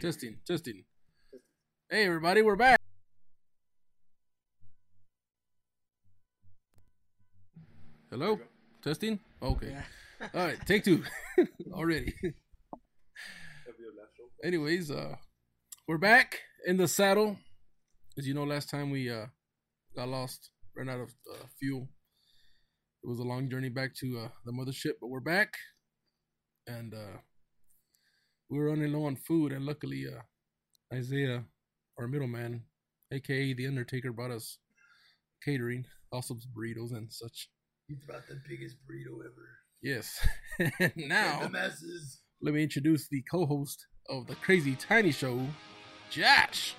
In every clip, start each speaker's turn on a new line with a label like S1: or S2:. S1: Testing, testing. Hey, everybody, we're back. Hello? Testing? Okay. All right, take two already. Anyways, uh, we're back in the saddle. As you know, last time we uh, got lost, ran out of uh, fuel. It was a long journey back to uh, the mothership, but we're back. And uh, we were running low on food, and luckily, uh, Isaiah, our middleman, aka the Undertaker, brought us catering, also burritos and such.
S2: You brought the biggest burrito ever.
S1: Yes.
S3: Oh.
S1: now.
S2: The masses.
S1: let me introduce the co-host of the Crazy Tiny Show, Josh.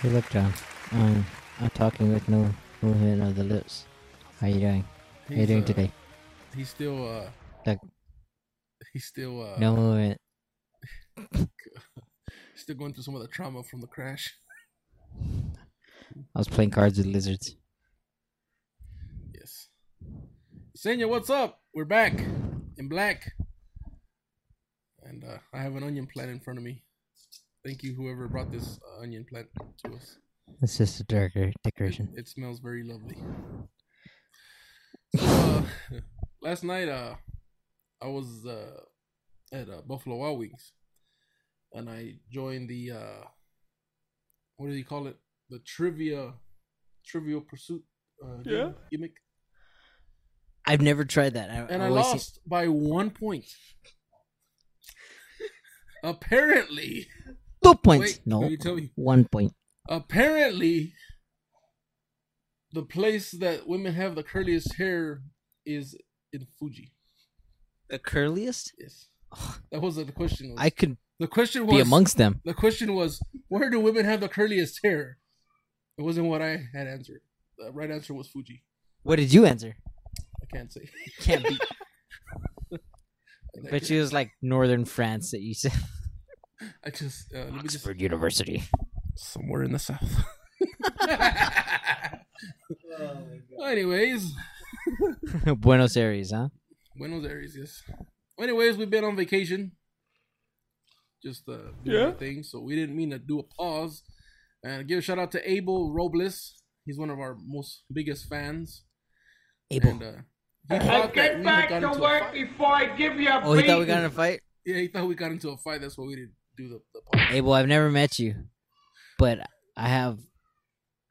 S4: Hey, look, John. Um, I'm talking with no movement of the lips. How you doing? How you
S1: He's,
S4: doing
S1: uh,
S4: today?
S1: He's still, uh,
S4: Like-
S1: he's still, uh,
S4: No movement.
S1: still going through some of the trauma from the crash.
S4: I was playing cards with lizards.
S1: Yes. Senya, what's up? We're back in black, and uh, I have an onion plant in front of me. Thank you, whoever brought this uh, onion plant to us.
S4: It's just a darker
S1: It,
S4: decoration.
S1: it smells very lovely. So, uh, last night, uh, I was uh, at uh, Buffalo Wild Wings, and I joined the uh, what do you call it? The trivia, Trivial Pursuit. Uh, yeah. Gimmick,
S4: I've never tried that. I,
S1: and
S4: I
S1: I
S4: always see-
S1: lost by one point. Apparently,
S4: two points.
S1: wait,
S4: no,
S1: can you tell me?
S4: one point.
S1: apparently the place that women have the curliest hair is in Fuji.
S4: The curliest?
S1: Yes.
S4: Ugh.
S1: That was the question. Was,
S4: I could
S1: the question was
S4: be amongst them.
S1: the question was where do women have the curliest hair? It wasn't what I had answered. The right answer was Fuji.
S4: What did you answer?
S1: I can't say.
S4: Can't be. but you was like northern France that you said.
S1: I just uh, let me just
S4: Oxford University.
S1: somewhere in the south.
S2: Oh my god.
S1: Anyways,
S4: Buenos Aires, huh?
S1: Buenos Aires, yes. Anyways, we've been on vacation. Just uh doing our thing. So we didn't mean to do a pause. And give a shout out to Abel Robles. He's one of our most biggest fans.
S4: Abel.
S1: And uh he
S5: Now
S1: thought that
S5: get
S1: we had
S5: back
S1: got
S5: to
S1: into a
S5: work
S1: fight.
S5: before I give you a
S4: oh, he thought we
S5: beating.
S4: got in a fight.
S1: Yeah, he thought we got into a fight, that's why we didn't do the, the pause.
S4: Abel, I've never met you, but I have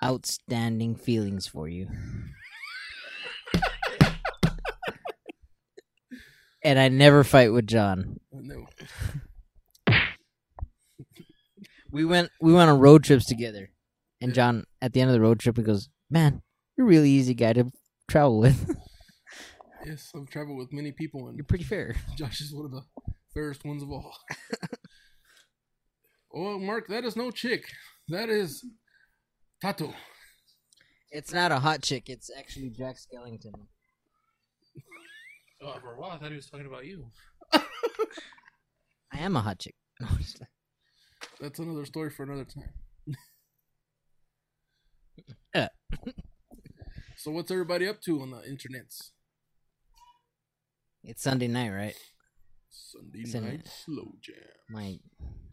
S4: outstanding feelings for you. and I never fight with John.
S1: No.
S4: We went we went on road trips together. And John at the end of the road trip he goes, Man, you're a really easy guy to travel with.
S1: Yes, I've traveled with many people and
S4: you're pretty fair.
S1: Josh is one of the fairest ones of all. oh Mark, that is no chick. That is Tato.
S4: It's not a hot chick, it's actually Jack Skellington.
S1: Oh, for a while I thought he was talking about you.
S4: I am a hot chick. No, I'm just-
S1: That's another story for another time.
S4: Yeah.
S1: so what's everybody up to on the internets?
S4: it's Sunday night, right?
S1: Sunday
S4: Sunday
S1: night
S4: night.
S1: slow jam.
S4: my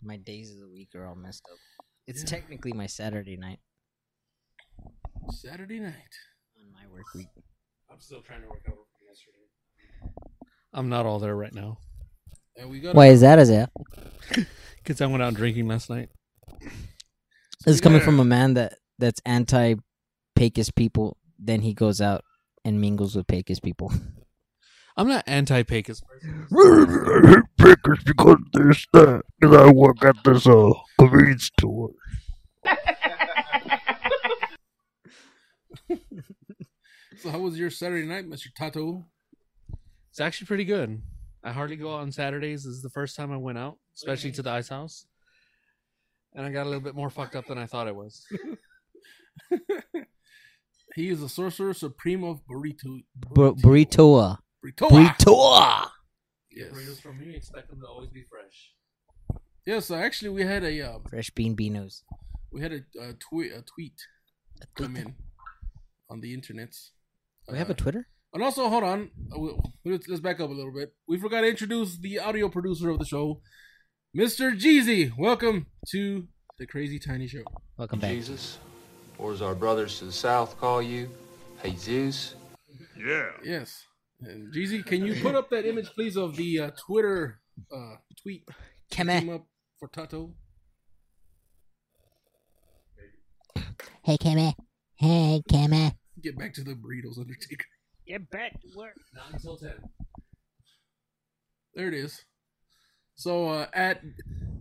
S4: my days of the week are all messed up. It's
S1: Yeah.
S4: technically my Saturday night
S1: Saturday night.
S4: on my work week.
S3: I'm still trying to recover from yesterday. I'm not all there right now
S1: And we got
S4: Why is that, Isaiah?
S3: because I went out drinking last night.
S4: This is coming from a man that that's anti Pecos people. Then he goes out and mingles with Pecos people.
S3: I'm not anti-Pecos.
S6: I hate pickers because they're stuck. Because I work at this uh, convenience store.
S1: So how was your Saturday night, Mr. Tato?
S3: It's actually pretty good. I hardly go out on Saturdays. This is the first time I went out, especially to the ice house. And I got a little bit more fucked up than I thought I was.
S1: He is the sorcerer supreme of burrito.
S4: Bur- burritoa,
S1: Burrito.
S4: burritoa.
S1: Yes.
S3: from me, expect them to always be fresh.
S1: Yes. So actually, we had a uh,
S4: Fresh bean beanos.
S1: we had a, uh twi- a tweet come in on the internets.
S4: We have a
S1: Uh,
S4: Twitter.
S1: and also, hold on. Uh, we- Let's let's back up a little bit. We forgot to introduce the audio producer of the show, Mr. Jeezy. Welcome to the Crazy Tiny Show.
S4: Welcome back.
S5: Jesus, or as our brothers to the south call you, Jesus.
S6: Yeah.
S1: Yes. And Jeezy, can you put up that image, please, of the uh, Twitter uh, tweet
S4: Keme.
S1: came up for Tato?
S4: Hey, Keme. Hey, Keme.
S1: Get back to the burritos, Undertaker.
S3: Not until 10.
S1: There it is. So uh, at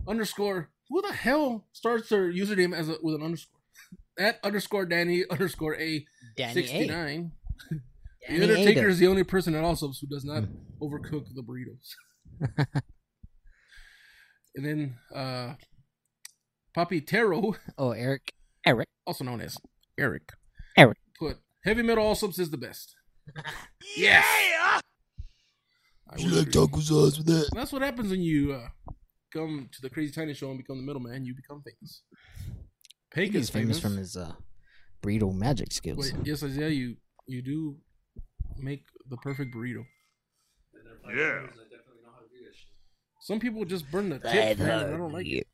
S1: underscore, who the hell starts their username as a, with an underscore? At underscore Danny underscore A
S4: Danny
S1: sixty
S4: A.
S1: nine. The
S4: Danny A
S1: Undertaker
S4: does.
S1: is the only person at all subs who does not overcook the burritos. and then uh, Papi Taro,
S4: Oh, Eric. Eric.
S1: also known as Eric,
S4: Eric.
S1: put heavy metal all subs is the best. yes. I would agree.
S6: sauce with that?
S1: That's what happens when you uh, come to the Crazy Tiny Show and become the middleman. You become famous. Pig
S4: He's
S1: is
S4: famous
S1: famous.
S4: from his uh, burrito magic skills.
S1: Wait, yes, Isaiah, you you do make the perfect burrito.
S6: Yeah.
S1: Some people just burn the tip. man, I don't like it.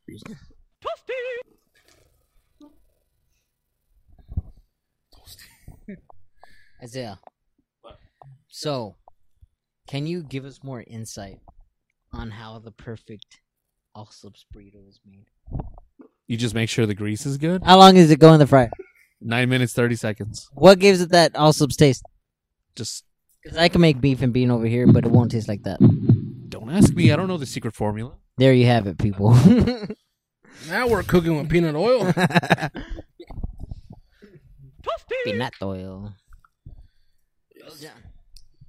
S4: Isaiah. So, can you give us more insight on how the perfect Allsup's burrito is made?
S3: You just make sure the grease is good.
S4: How long is it going in the fryer?
S3: Nine minutes, 30 seconds.
S4: What gives it that Allsup's taste?
S3: Just
S4: Because I can make beef and bean over here, but it won't taste like that.
S3: don't ask me. I don't know the secret formula.
S4: There you have it, people.
S1: Now we're cooking with peanut oil.
S4: Peanut oil.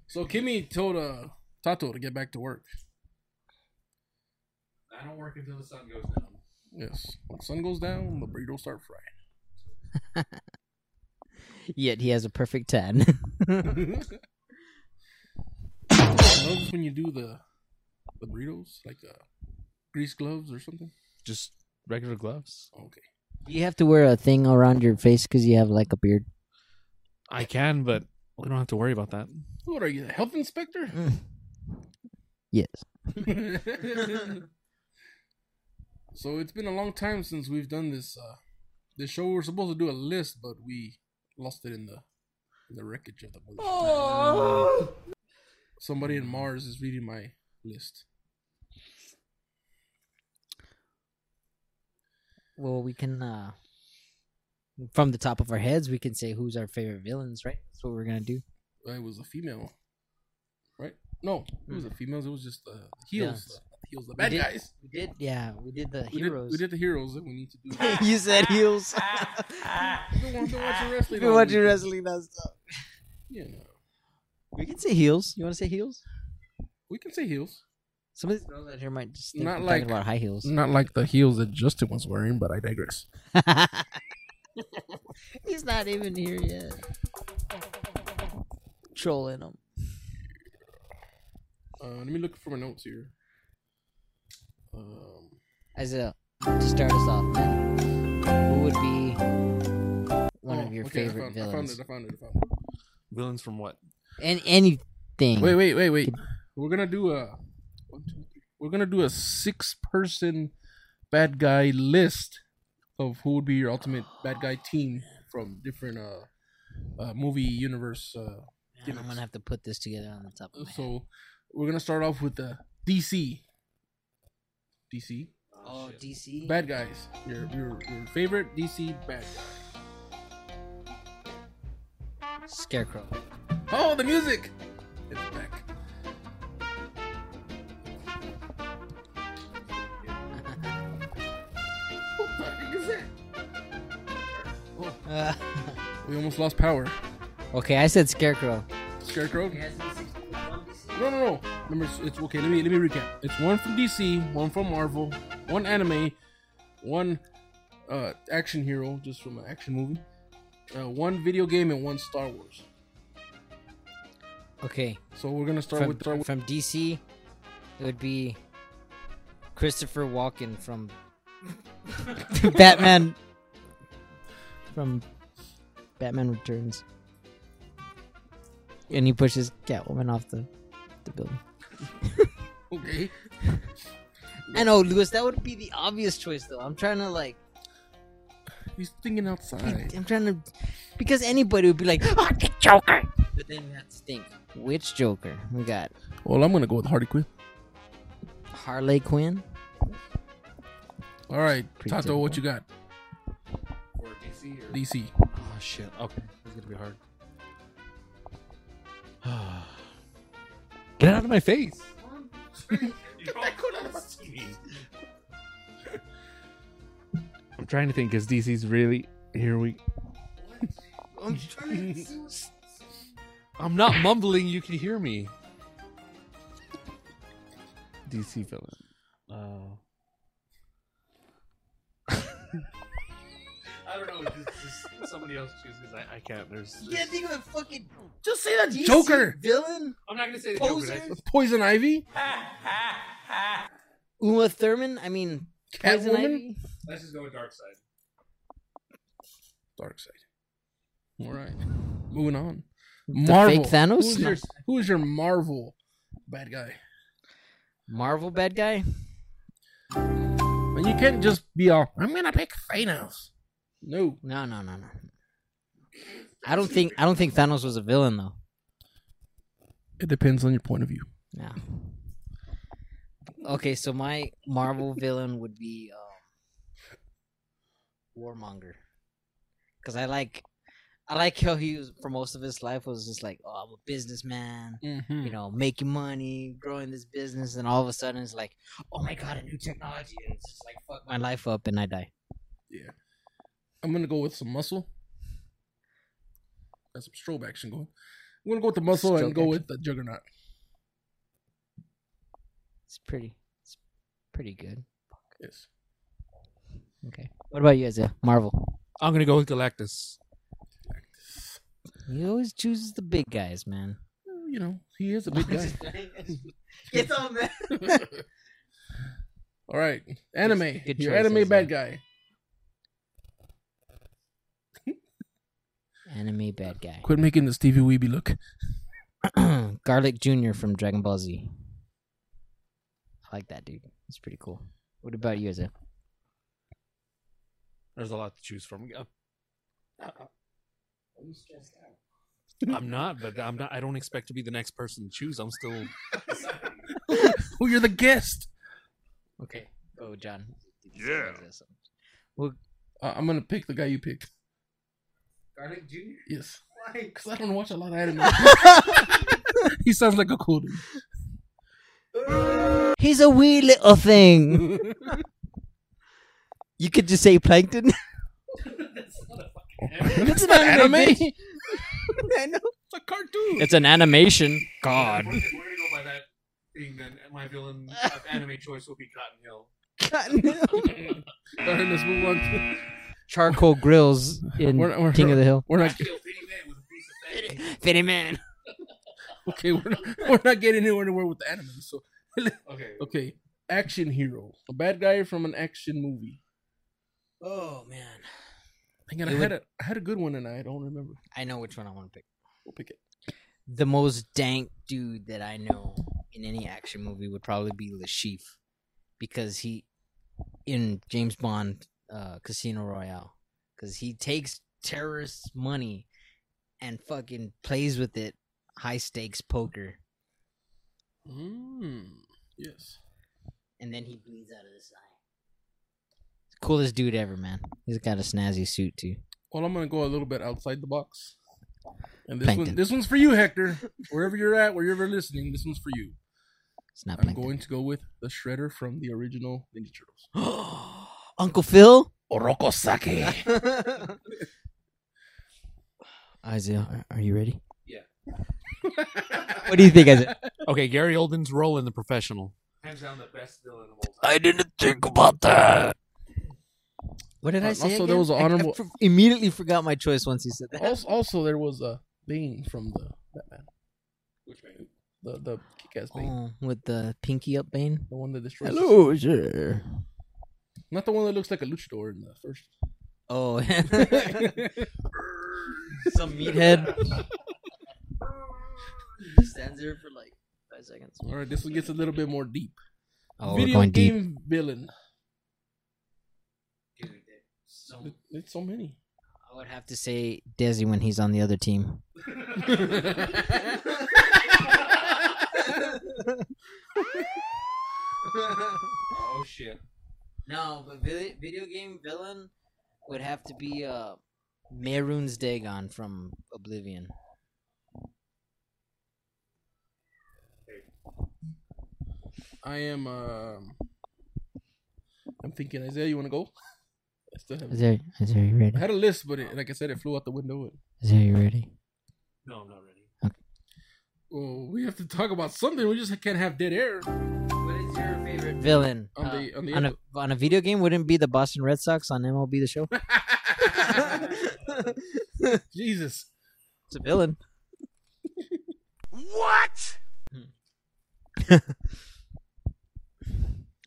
S1: so Kimmy told uh, Tato to get back to work.
S3: I don't work until the sun goes down.
S1: Yes. When the sun goes down, the burritos start frying.
S4: Yet he has a perfect tan.
S1: gloves when you do the the burritos, like uh, grease gloves or something.
S3: Just regular gloves.
S1: Okay.
S4: you have to wear a thing around your face because you have like a beard.
S3: I can, but we don't have to worry about that.
S1: What are you, the health inspector?
S4: Yes.
S1: so it's been a long time since we've done this uh this show. We were supposed to do a list, but we lost it in the in the wreckage of the movie. Somebody in Mars is reading my list.
S4: Well, we can uh from the top of our heads we can say who's our favorite villains, right? That's what we're gonna do.
S1: Uh, It was a female, right? No, it was the females. It was just uh, the heels,
S4: Hmm. Yes.
S1: the heels, the bad
S4: did-
S1: guys.
S4: We did, yeah, we did the
S1: We did,
S4: heroes.
S1: we did the heroes, and we need to do.
S4: you said heels.
S1: I've been watching wrestling.
S4: You've been
S1: all
S4: watching
S1: week,
S4: wrestling now, so
S1: You know,
S4: we can say heels. You want to say heels?
S1: we can say heels.
S4: Some of these girls out here might just think
S1: Not
S4: we're
S1: like-
S4: talking about high heels.
S1: Not like the heels that Justin was wearing, but I digress.
S4: He's not even here yet. Trolling him.
S1: Uh, let me look for my notes here. Um,
S4: Isaiah, to start us off, man, who would be one
S1: oh,
S4: of your
S1: okay, I
S4: favorite
S1: found,
S4: villains?
S1: I found it. I found it. I found
S3: Villains from what?
S4: And anything.
S1: it. Wait, wait, wait, wait. We're gonna do a one, two, three. We're gonna do a six-person bad guy list of who would be your ultimate bad guy team from different uh, uh movie universe. Uh,
S4: Man, I'm gonna have to put this together on the top of my head.
S1: so we're gonna start off with uh, the DC. DC uh,
S4: Oh, DC.
S1: bad guys. Your your, your favorite DC bad guy.
S4: Scarecrow.
S1: Oh, the music! It's back. what the heck is that?
S4: Uh,
S1: We almost lost power.
S4: okay, I said Scarecrow.
S1: Scarecrow? No, no, no. Remember, it's, it's okay. Let me let me recap. It's one from DC, one from Marvel, one anime, one uh, action hero, just from an action movie, uh, one video game, and one Star Wars.
S4: Okay,
S1: So we're gonna start
S4: from,
S1: with start with
S4: from DC, it would be Christopher Walken from Batman. From Batman Returns. And he pushes Catwoman off the, the building.
S1: Okay.
S4: I know, Lewis, that would be the obvious choice, though. I'm trying to, like,
S1: He's thinking outside.
S4: I'm trying to. Because anybody would be like, oh, the Joker! But then you have to think, which Joker? We got
S1: Well, I'm gonna go with Hardy Quinn.
S4: Harley Quinn?
S1: All right,
S4: Pretty
S1: Tato, what you
S4: typical.
S1: got?
S3: Or DC or
S1: DC.
S3: Oh shit. Okay. This is gonna be hard. Get out of my face. I'm trying to think because DC's really here we
S4: I'm trying to.
S3: I'm not mumbling, you can hear me. DC villain. Oh. I don't know. Just, just somebody else chooses. I, I can't. There's.
S4: Yeah, think of a fucking
S1: Just say that
S4: DC
S1: Joker.
S4: villain?
S3: I'm not gonna say the Joker.
S4: Poser?
S1: Poison Ivy.
S4: Uma Thurman? I mean, Poison
S1: Catwoman.
S4: Ivy?
S3: Let's just go with Dark Side.
S1: Dark side. All right. Moving on.
S4: The
S1: Marvel.
S4: fake Thanos?
S1: Who's your, who is your Marvel bad guy?
S4: Marvel bad guy?
S1: And you can't just be all, I'm going to pick Thanos. No.
S4: No, no, no, no. I don't think I don't think Thanos was a villain though.
S1: It depends on your point of view.
S4: No. Okay, so my Marvel villain would be um, Warmonger, because I like I like how he was for most of his life was just like, oh, I'm a businessman,
S1: Mm-hmm.
S4: you know, making money, growing this business, and all of a sudden it's like, oh my god, a new technology, and it's just like fuck my life up, and I die.
S1: Yeah. I'm going to go with some muscle. Got some strobe action going. I'm going to go with the muscle and
S4: Strobe
S1: go
S4: action.
S1: with the juggernaut.
S4: It's pretty, it's pretty good.
S1: Yes.
S4: Okay, what about you, Isaiah? Marvel.
S3: I'm gonna go with Galactus.
S4: He always chooses the big guys, man.
S1: Uh, You know, he is a big guy.
S4: Get on man.
S1: All right. Anime.
S4: good
S1: your
S4: choice,
S1: anime
S4: Isaiah.
S1: bad guy.
S4: Anime bad guy.
S1: Quit making the Stevie Weeby look.
S4: Garlic Jr. from Dragon Ball Z. I like that dude. It's pretty cool. What about you, Isaiah?
S3: There's a lot to choose from. Yeah. I'm not, but I'm not. I don't expect to be the next person to choose. I'm still
S1: Oh, you're the guest.
S4: Okay. Oh, John.
S6: Yeah.
S1: Uh, I'm gonna pick the guy you picked.
S2: Garlic Jr.
S1: Yes,
S2: Why?
S1: because I don't watch a lot of anime. he sounds like a cool
S4: He's a wee little thing.
S1: dude.
S4: You could just say plankton.
S1: That's not anime. It's
S4: I know.
S1: a cartoon.
S4: It's an animation.
S3: God. We're, we're gonna go by that thing. Then my villain of anime choice will be Cotton Hill.
S1: All right, let's move on. to-
S4: Charcoal grills in
S1: We're- we're-
S4: King of the Hill.
S1: We're
S3: I
S1: not
S3: killed any man with a piece of fat.
S4: Fitty man.
S1: okay. We're not, we're not getting anywhere anywhere with the anime. So
S3: Okay.
S1: okay, action hero, a bad guy from an action movie.
S4: Oh man.
S1: Hang on, I
S4: It
S1: had a I had a good one and I don't remember.
S4: I know which one I want to pick.
S1: We'll pick it.
S4: the most dank dude that I know in any action movie would probably be Lashif because he in James Bond uh, Casino Royale because he takes terrorists' money and fucking plays with it high stakes poker
S1: Mm, yes.
S4: and then he bleeds out of his eye. Coolest dude ever, man. He's got a snazzy suit too.
S1: Well, I'm gonna go a little bit outside the box. And this one,
S4: Plankton.
S1: this one's for you, Hector. Wherever you're at, wherever you're listening, this one's for you.
S4: It's not
S1: I'm
S4: Plankton.
S1: going to go with the Shredder from the original Ninja Turtles.
S4: Uncle Phil.
S1: Orokosake.
S4: Isaiah, are are you ready?
S3: Yeah.
S4: what do you think, Isaiah?
S3: Okay. Gary Oldman's role in The Professional. Hands down the best villain of all time.
S4: What did
S1: Uh,
S4: I say?
S1: also, there
S4: again?
S1: was an
S4: I- I
S1: honorable-
S4: for- immediately forgot my choice once he said that.
S1: also, also, there was a Bane from the Batman,
S3: Which man?
S1: the the kick-ass Bane,
S4: Oh, with the pinky up, Bane.
S1: the one that destroys.
S4: Hello, sir.
S1: Not the one that looks like a luchador in the first.
S4: Oh, Some meathead.
S7: He stands there for like five seconds.
S1: All right, this one gets a little bit more deep.
S4: Oh, we're
S1: Video
S4: going
S1: game
S4: deep.
S1: villain.
S7: Dude, they're so
S1: It- It's so many.
S4: I would have to say Desi when he's on the other team.
S7: oh shit. No, but video, video game villain would have to be uh
S4: Maroon's Dagon from Oblivion.
S1: I am. Um, I'm thinking, Isaiah, you want to go? I still haven't.
S4: there, is there you ready?
S1: I had a list, but it, like I said, it flew out the window.
S4: Is there you ready?
S3: No, I'm not ready.
S1: Well, we have to talk about something. We just can't have dead air on
S7: what is your favorite
S4: Villain.
S7: Uh,
S1: the on the.
S4: On a, on a video game, wouldn't it be the Boston Red Sox on MLB the show? it's
S1: Jesus.
S4: a villain. what?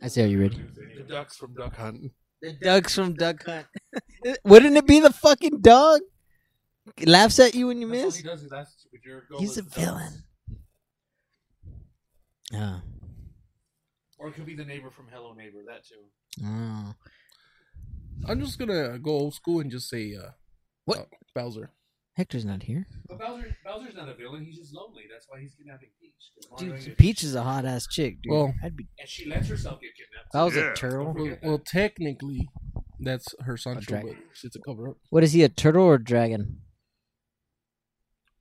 S4: I say, are you ready?
S3: The ducks from Duck Hunt.
S4: The ducks from Duck Hunt. Wouldn't it be the fucking dog? It laughs at you when you miss.
S3: does is ask if you're going
S4: He's a
S3: with the
S4: villain. Oh.
S3: Or it could be the neighbor from Hello Neighbor. That too.
S4: oh.
S1: I'm just gonna go old school and just say uh,
S4: What?
S1: uh, Bowser.
S4: Hector's not here.
S3: But Bowser, Bowser's not a villain. He's just lonely. That's why he's kidnapping Peach. 'Cause Mario
S4: Dude,
S3: and-
S4: Peach is a hot ass chick, dude.
S1: Well-
S4: I'd be.
S3: and she lets herself get kidnapped.
S4: If I was
S6: Yeah.
S4: a turtle,
S1: Well, well, technically, that's her Sancho, but
S4: dragon.
S1: it's a cover up.
S4: what is he? A turtle or a dragon?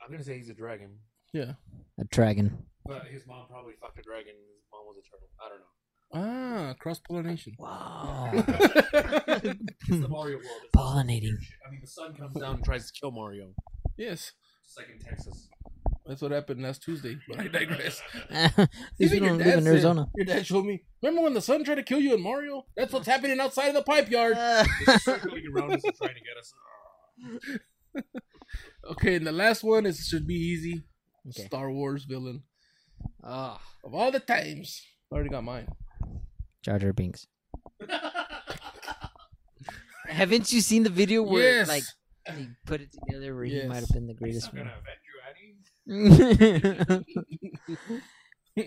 S3: I'm gonna say he's a dragon,
S1: Yeah.
S4: A dragon.
S3: but his mom probably fucked a dragon. and His mom was a turtle. I don't know.
S1: Ah, cross pollination.
S4: Wow.
S3: It's the Mario world. It's
S4: Pollinating.
S3: I mean, the sun comes down and tries to kill Mario,
S1: Yes,
S3: just like in Texas.
S1: that's what happened last Tuesday. But I digress.
S4: These people
S1: your
S4: don't live
S1: dad
S4: in
S1: said-
S4: Arizona.
S1: Your dad showed me. Remember when the sun tried to kill you in Mario? That's what's happening outside of the pipe yard.
S3: It's circling around us and trying to get us.
S1: Okay, and the last one is should be easy.
S4: Okay.
S1: Star Wars villain Ah,
S4: oh.
S1: of all the times. I already got mine.
S4: Jar Jar Binks. Haven't you seen the video where
S1: yes.
S4: like he put it together where
S1: Yes.
S4: he might have been the
S3: It's
S4: greatest
S3: not gonna offend you, Annie.
S4: one?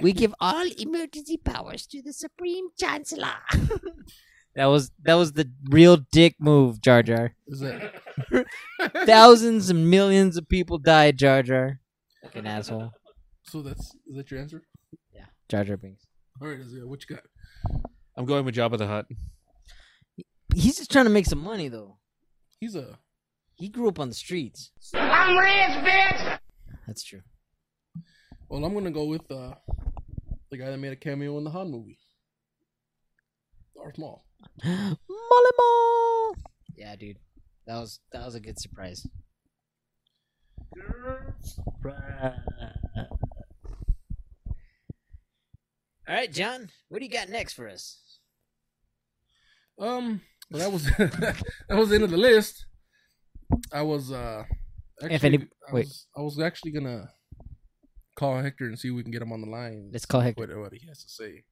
S4: we give all emergency powers to the Supreme Chancellor. that was that was the real dick move, Jar Jar.
S1: is that
S4: Thousands and millions of people died, Jar Jar. Fucking asshole.
S1: so? That's is that your answer?
S4: Yeah. Jar Jar Binks.
S1: All right, Isaiah, what you got?
S3: I'm going with Jabba the Hutt.
S4: He's just trying to make some money though.
S1: He's a
S4: He grew up on the streets.
S2: I'm rich, bitch!
S4: That's true.
S1: well. I'm gonna go with uh, the guy that made a cameo in the Han movie. Darth Maul.
S4: Molly Mall. Yeah, dude. That was that was a good surprise. All right, John. What do you got next for us?
S1: Um, well, that was that was the end of the list. I was uh, actually,
S4: If any-
S1: I
S4: wait.
S1: was, I was actually gonna call Hector and see if we can get him on the line.
S4: Let's call Hector.
S1: what, what he has to say.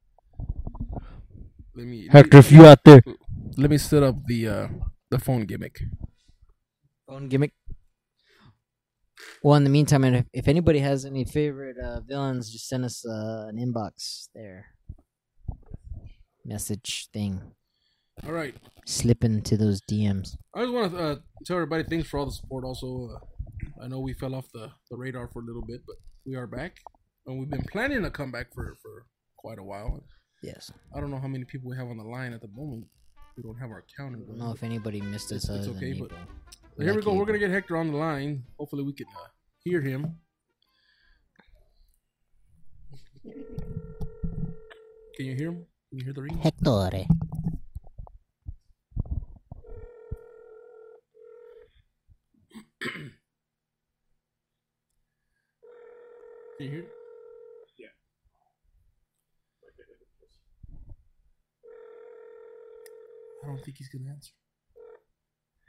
S1: Let me
S6: Hector, if you out there,
S1: Let me, let me set up the uh the phone gimmick.
S4: Phone gimmick. Well, in the meantime, and if, if anybody has any favorite uh, villains, just send us uh, an inbox there. Message thing.
S1: All right.
S4: Slip into those DMs.
S1: I just want to uh, tell everybody thanks for all the support. Also, uh, I know we fell off the, the radar for a little bit, but we are back, and we've been planning a comeback for for quite a while.
S4: Yes.
S1: I don't know how many people we have on the line at the moment. We don't have our counter.
S4: I don't know if anybody missed
S1: It's-
S4: us.
S1: it's
S4: other than
S1: okay, but-
S4: Abel.
S1: Well, here we go.
S4: Lucky
S1: We're gonna
S4: Abel.
S1: get Hector on the line. Hopefully, we can uh, hear him. Can you hear him? Can you hear the ring?
S4: Hector.
S1: Can you hear? It? Yeah. I don't think he's gonna answer.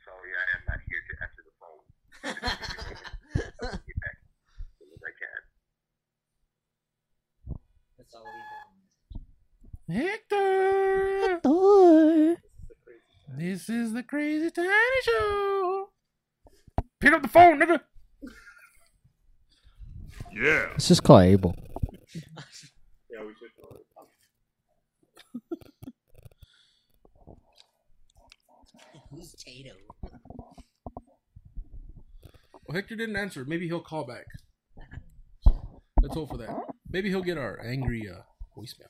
S8: Sorry, I am not here to answer the phone. Get back as soon as I can.
S1: Hector. This is the crazy tiny show. Pick up the phone, nigga.
S6: Yeah.
S4: Let's just call Abel.
S8: Yeah, we should. call it.
S7: Who's Tato?
S1: Well, Hector didn't answer. Maybe he'll call back. Let's hope for that. Maybe he'll get our angry uh, voicemail.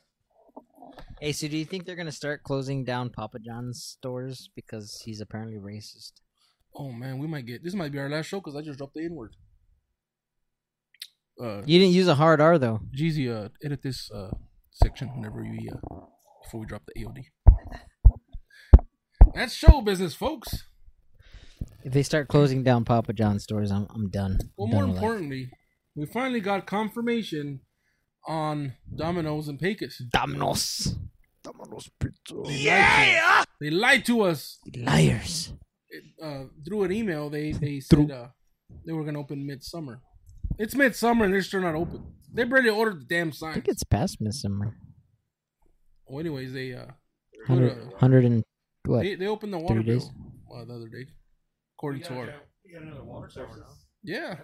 S4: Hey, so do you think they're gonna start closing down Papa John's stores because he's apparently racist?
S1: Oh man, we might get this. Might be our last show because I just dropped the N word. Uh,
S4: You didn't use a hard R though.
S1: Jeezy, uh, edit this uh section whenever you uh before we drop the AOD. That's show business, folks.
S4: If they start closing down Papa John's stores, I'm I'm done.
S1: Well,
S4: I'm
S1: more
S4: done with life.
S1: importantly, we finally got confirmation on Domino's and Pecos.
S4: Domino's
S6: Domino's pizza.
S1: Yeah, they lied to us.
S4: liars.
S1: It, uh, through an email. They they said uh, they were gonna open midsummer. It's midsummer and they're still not open. They barely ordered the damn
S4: I
S1: sign.
S4: think it's past midsummer.
S1: Well, anyways, they uh, put
S4: Hundred,
S1: a-
S4: hundred and what?
S1: They, they opened the water
S4: days?
S1: bill uh, the other day, according to our. Yeah,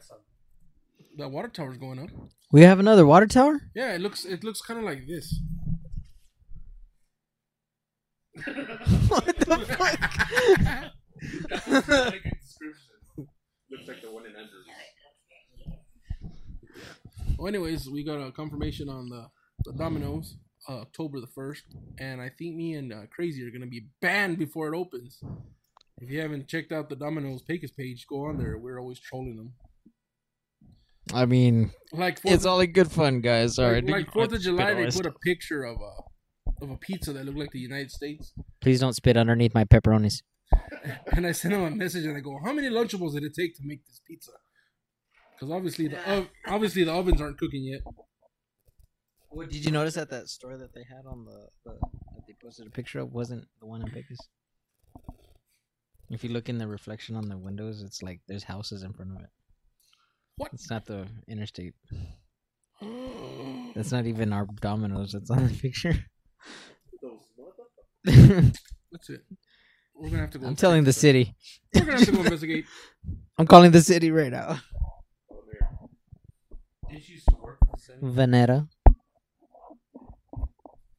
S1: that water tower's going up.
S4: We have another water tower.
S1: Yeah, it looks it looks kind of like this.
S4: what the fuck?
S8: Looks like the one in Andrews.
S1: Well, anyways, we got a confirmation on the the Domino's uh, October the first, and I think me and uh, Crazy are gonna be banned before it opens. If you haven't checked out the Domino's Pecos page, go on there. We're always trolling them.
S4: I mean,
S1: Like Fourth,
S4: it's all in good fun, guys. Sorry.
S1: like, like Fourth of July, they put a picture of a of a pizza that looked like the United States.
S4: Please don't spit underneath my pepperonis.
S1: And I sent him a message and I go, "How many Lunchables did it take to make this pizza?" Because obviously the ov- obviously the ovens aren't cooking yet.
S4: What did you notice at that store that they had on the, the that they posted a picture of wasn't the one in Vegas? If you look in the reflection on the windows, it's like there's houses in front of it.
S1: What?
S4: It's not the interstate. That's not even our dominoes that's on the picture.
S1: That's it. We're gonna have to go.
S4: I'm telling the
S1: investigate.
S4: city.
S1: We're gonna have to go investigate.
S4: I'm calling the city right now. Vanetta.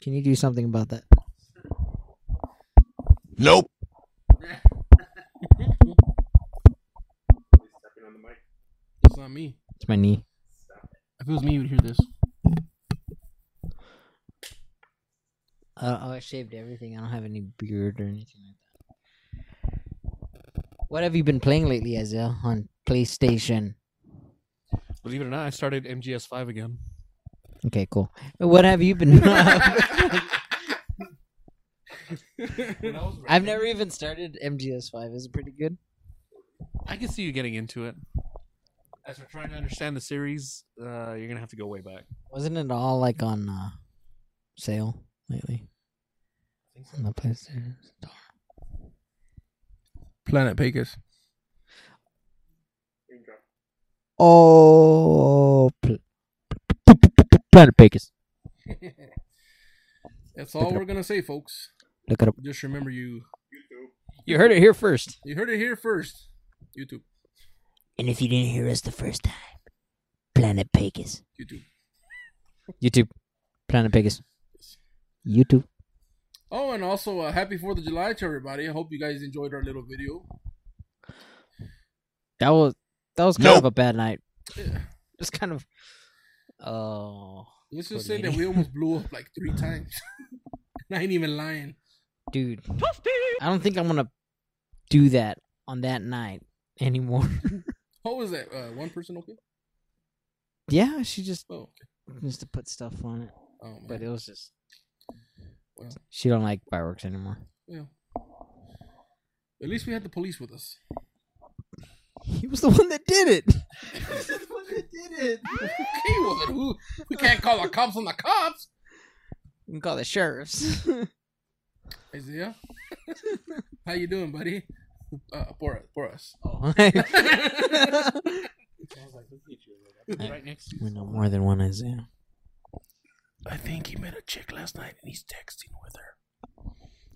S4: Can you do something about that?
S6: Nope.
S1: It's not me.
S4: It's my knee.
S1: If it was me, you would hear this.
S4: Uh, oh, I shaved everything. I don't have any beard or anything like that. What have you been playing lately, Isaiah, on PlayStation?
S3: Believe it or not, I started MGS5 again.
S4: Okay, cool. What have you been? I've never even started MGS5. Is it pretty good?
S3: I can see you getting into it. As we're trying to understand the series, uh, you're gonna have to go way back.
S4: Wasn't it all like on uh, sale lately? On the PlayStation Store.
S1: Planet Pecos.
S4: Oh, pl- Planet Pecos.
S1: That's all we're gonna say, folks.
S4: Look it up.
S1: Just remember you.
S4: You heard it here first.
S1: You heard it here first. YouTube.
S7: And if you didn't hear us the first time, Planet Pecos.
S1: YouTube.
S4: YouTube. Planet Pecos. YouTube.
S1: Oh, and also uh, happy Fourth of July to everybody. I hope you guys enjoyed our little video.
S4: That was that was kind
S6: Nope.
S4: of a bad night.
S1: Yeah.
S4: It's kind of oh,
S1: Let's just
S4: Poor
S1: say that
S4: lady.
S1: we almost blew up like three times. And I ain't even lying.
S4: dude. I don't think I'm gonna do that on that night anymore.
S1: What was that? Uh, one person okay?
S4: yeah, she just
S1: Oh, okay.
S4: used to put stuff on it,
S1: Oh, man.
S4: but it was just
S1: Well.
S4: she don't like fireworks anymore.
S1: yeah. At least we had the police with us.
S4: He was the one that did it.
S1: Okay, well, then who- we can't call the cops on the cops.
S4: We can call the sheriffs.
S1: Isaiah, how you doing, buddy? Uh, for for us.
S4: Oh,
S3: Right next to
S4: we know more than one Isaiah.
S1: I think he met a chick last night and he's texting with her.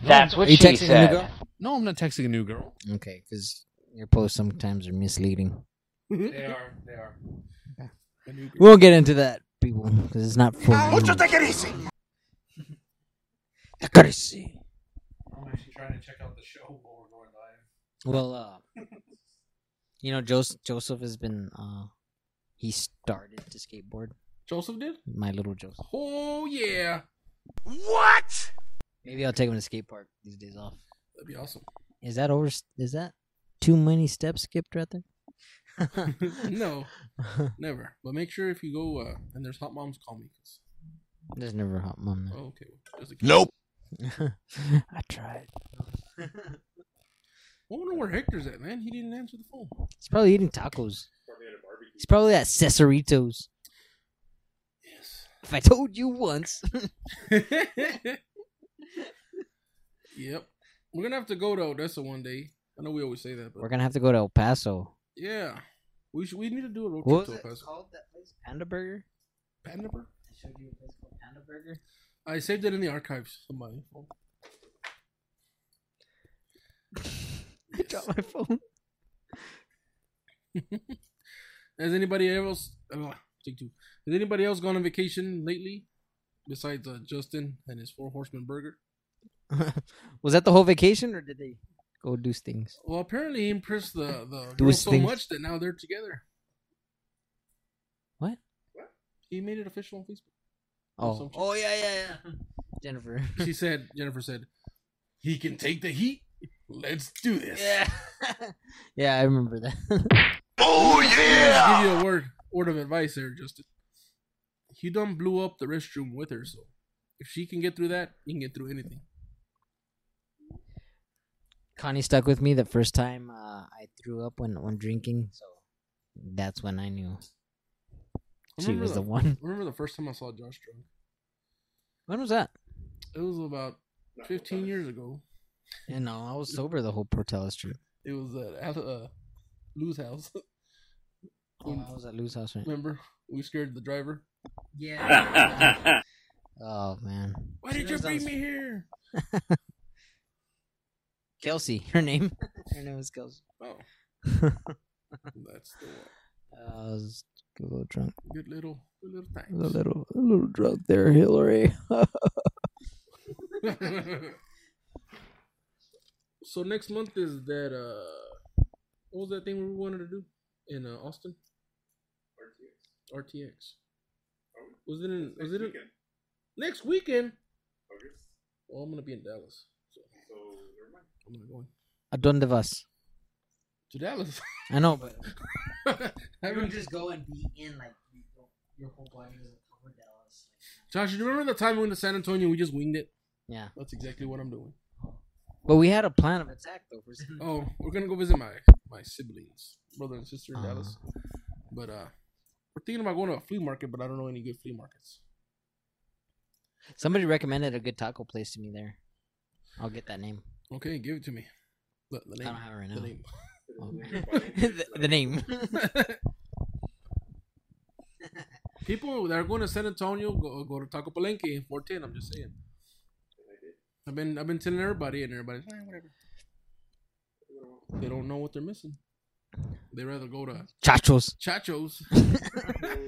S7: That's what
S4: Are you
S7: she
S4: texting the new
S7: said.
S4: girl?
S3: No, I'm not texting a new girl.
S4: Okay, because Your posts sometimes are misleading.
S3: They are. They are.
S4: We won't get into that, people, because it's not for you.
S3: I'm actually trying to check out the show while we're going live.
S4: Well, uh, you know, Joseph, Joseph has been, uh, he started to skateboard.
S1: Joseph did?
S4: My little Joseph.
S1: Oh, yeah.
S4: Maybe I'll take him to skate park these days off.
S1: That'd be awesome.
S4: Is that over? Is that too many steps skipped right there?
S1: no, never. But make sure if you go uh, and there's hot moms, call me. 'cause-
S4: There's never a hot mom.
S1: oh, okay. well, there's a kid.
S6: Nope.
S4: there. I tried.
S1: I wonder where Hector's at, man. He didn't answer the phone.
S4: He's probably eating tacos. He's probably at Cesaritos.
S1: Yes.
S4: If I told you once,
S1: yep. We're gonna have to go to Odessa one day. I know we always say that,
S4: we're
S1: but
S4: gonna have to go to El Paso.
S1: yeah, we should. We need to do a road
S4: What
S1: trip to El
S4: was it
S1: Paso.
S4: called? That place, Panda Burger.
S1: Vandenberg?
S4: I showed you a place called Panda Burger.
S1: I saved it in the archives. Somebody.
S4: I dropped my phone.
S1: Has anybody else? Ugh, take two. Has anybody else gone on vacation lately? Besides uh, Justin and his Four Horsemen burger.
S4: was that the whole vacation, or did they go do things?
S1: Well, apparently he impressed the the girl
S4: Those
S1: so
S4: things.
S1: much that now they're together.
S4: What?
S1: He made it official on Facebook.
S4: Oh,
S1: Oh,
S4: yeah, yeah, yeah. Jennifer.
S1: She said, Jennifer said, he can take the heat. Let's do this.
S4: Yeah, yeah, I remember that.
S1: I'll give you a word word of advice there, Justin. He done blew up the restroom with her, so if she can get through that, you can get through anything.
S4: Connie stuck with me the first time uh, I threw up when when drinking, so that's when I knew
S1: I
S4: she
S1: remember
S4: was the one.
S1: Remember the first time I saw Josh drunk?
S4: When was that?
S1: It was about 15 years ago.
S4: You know, I was sober the whole Portales trip.
S1: It was at uh, Lou's house.
S4: Oh, I was at Lou's house, right?
S1: Remember? We scared the driver.
S4: Yeah. oh man,
S1: Why did you bring me here?
S4: Kelsey, her name. her name was Kelsey.
S1: Oh, that's the one.
S4: I was a little drunk,
S1: Good little, good little
S4: a
S1: thing.
S4: little, a little drunk there, Hillary.
S1: so next month is that uh what was that thing we wanted to do in uh, Austin? RTX. RTX. Was it in was it in, next weekend? Well I'm gonna be in Dallas. So, I'm gonna go in-
S4: ¿A dónde vas?
S1: to Dallas.
S4: I know, but
S1: I mean,
S7: just go and be in like your whole body doesn't cover Dallas.
S1: Josh, do you remember the time we went to San Antonio? We just winged it.
S4: yeah.
S1: That's exactly what I'm doing.
S4: But we had a plan of attack though. For some-
S1: Oh, we're gonna go visit my my siblings, brother and sister in
S4: Ah.
S1: Dallas. But uh, we're thinking about going to a flea market, but I don't know any good flea markets.
S4: Somebody recommended a good taco place to me there. I'll get that name.
S1: Okay, give it to me. The, the
S4: I
S1: name.
S4: don't have it right
S1: the
S4: now.
S1: name.
S4: Oh. the, the name.
S1: People that are going to San Antonio go, go to Taco Palenque in 410. I'm just saying. I've been I've been telling everybody, and everybody's "Eh, whatever. They don't know what they're missing. They rather go to
S4: Chachos.
S1: Chachos.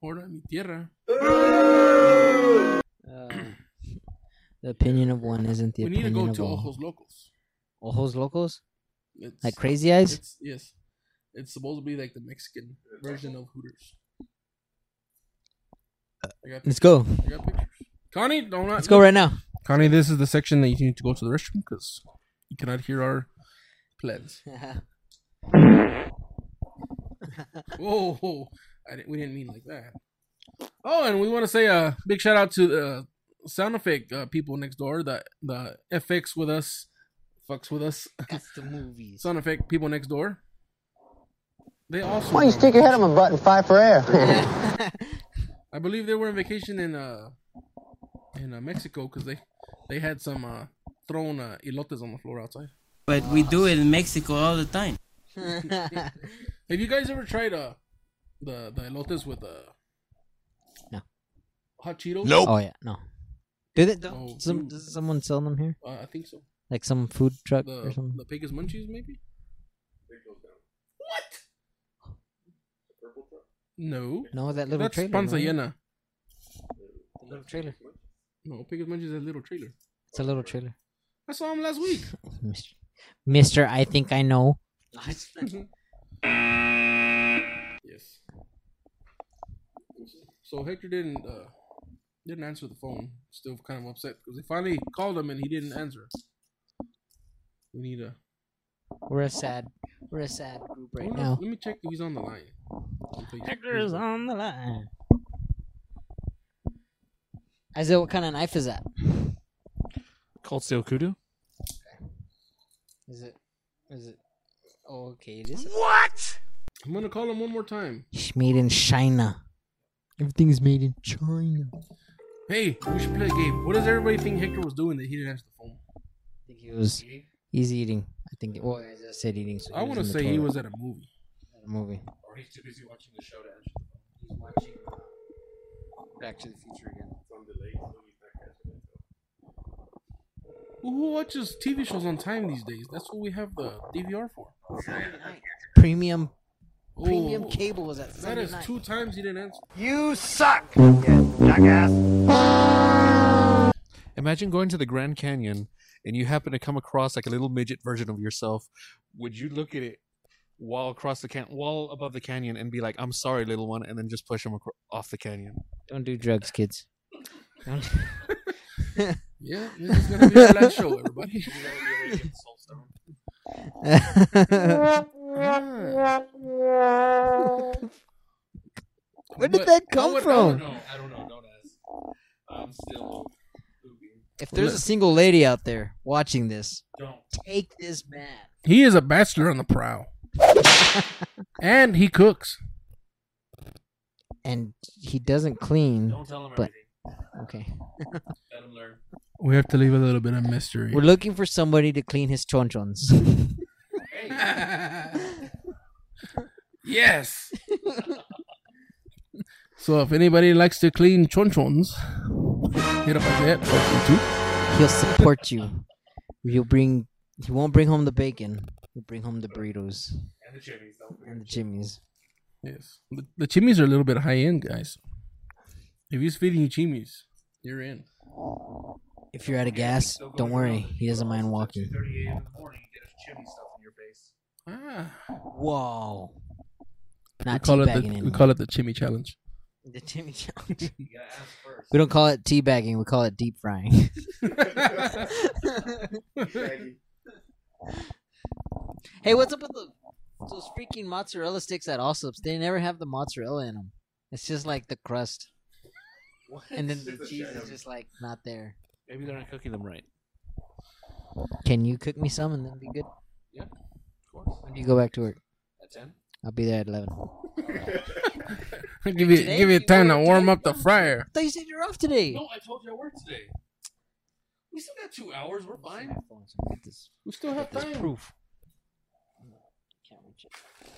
S1: Or mi tierra.
S4: Uh, the opinion of one isn't the
S1: we need to
S4: opinion
S1: go
S4: of
S1: to
S4: all.
S1: Ojos Locos.
S4: Ojos locos,
S1: It's,
S4: like crazy eyes.
S1: it's yes. It's supposed to be like the Mexican version of Hooters. I got,
S4: Let's go.
S1: I got pictures. Connie, don't
S4: Let's go right now.
S1: Connie, this is the section that you need to go to the restroom because you cannot hear our plans. Whoa, whoa. I didn't, we didn't mean like that. Oh, and we want to say a big shout out to the sound effect uh, people next door, the the FX with us, fucks with us,
S4: That's the movies.
S1: sound effect people next door. They also.
S9: Why don't you stick your head on my butt and fight for air?
S1: I believe they were on vacation in uh in uh, Mexico because they they had some uh thrown uh, elotes on the floor outside.
S10: But we do it in Mexico all the time.
S1: Have you guys ever tried uh the the elotes with uh
S4: No.
S1: hot Cheetos?
S6: Nope.
S4: Oh yeah, no. Do they? Don't,
S1: Oh,
S4: some
S1: dude.
S4: does someone sell them here?
S1: Uh, I think so.
S4: Like some food truck or
S1: The
S4: something?
S1: the Pegasus munchies maybe. No.
S4: No, that little
S1: That's
S4: trailer.
S1: Panza
S4: right?
S1: Llena.
S4: The Little trailer.
S1: No, Pig Adventure is a little trailer.
S4: It's a little trailer.
S1: I saw him last week.
S4: Mr. Mister, I think I know.
S1: Yes. So Hector didn't uh, didn't answer the phone. Still kind of upset because they finally called him and he didn't answer. We need a.
S4: We're a sad, we're a sad group right
S1: Hold up,
S4: now.
S1: Let me check if he's on the line.
S4: Hector is on the line. Isaiah, what kind of knife is that?
S3: Cold Steel Kudu?
S4: Is it? Is it? Oh, okay, it is.
S1: I'm gonna call him one more time.
S4: It's made in China. Everything's made in China.
S1: Hey, we should play a game. What does everybody think Hector was doing that he didn't answer the phone?
S4: I think he was. He's eating. I think. Well, Isaiah said eating. So
S1: I want to say he was at a movie.
S4: at a movie.
S3: Or he's too busy watching the show to answer. uh,
S7: Back to the Future again.
S1: Who who watches TV shows on time these days? That's what we have the DVR for.
S4: Premium.
S1: Oh,
S4: Premium cable was at
S1: That
S4: Sunday
S1: is
S4: night.
S1: two times he didn't answer.
S3: Imagine going to the Grand Canyon and you happen to come across like a little midget version of yourself. Would you look at it while across the can while above the canyon and be like, "I'm sorry, little one," and then just push him acro- off the canyon?
S4: Don't do drugs, kids. Don't-
S1: Yeah, this is gonna be our last show, everybody. Ah.
S4: Where did
S1: But
S4: that
S1: I
S4: come
S1: would- I
S4: from?
S1: would-
S3: I don't know. Don't ask. I'm still.
S4: If there's a single lady out there watching this, take this man.
S1: He is a bachelor on the prowl, and he cooks.
S4: And he doesn't clean.
S3: Don't tell him
S4: But-
S3: everything.
S4: Okay.
S3: Let him learn.
S1: We have to leave a little bit of mystery.
S4: We're looking for somebody to clean his chonchons.
S1: yes. so if anybody likes to clean chonchons, hit up at that.
S4: He'll support you. He'll bring. He won't bring home the bacon. He'll bring home the burritos
S3: And the chimneys. Don't
S4: and the chimneys.
S1: Yes. The, the chimneys are a little bit high end, guys. If he's feeding you chimneys, you're in.
S4: If you're out of gas, don't worry. He doesn't mind walking.
S3: 30 a.m. in the morning, you get a chimney stuff in your face.
S1: Ah,
S4: Whoa.
S1: we
S4: Not
S1: call it
S4: teabagging
S1: the we
S4: anymore.
S1: call it the chimney challenge.
S4: The Timmy challenge. we don't call it teabagging. We call it deep frying. hey, what's up with the, those freaking mozzarella sticks at Allsup's? They never have the mozzarella in them. It's just like the crust. And then the cheese is just like not there.
S3: Maybe they're not cooking them right.
S4: Can you cook me some and then be good?
S3: Yeah, of course.
S4: When do you go back to work?
S3: At 10?
S4: I'll be there at eleven. I
S1: give you
S4: Today
S1: give you
S4: you
S1: time to
S4: work
S1: warm
S4: today?
S1: up the fryer.
S4: thought you said you're off today.
S3: No, I told you I worked today. We still got two hours. We're fine.
S4: Get this-
S1: We still have
S4: get this
S1: time.
S4: proof. Can't reach it.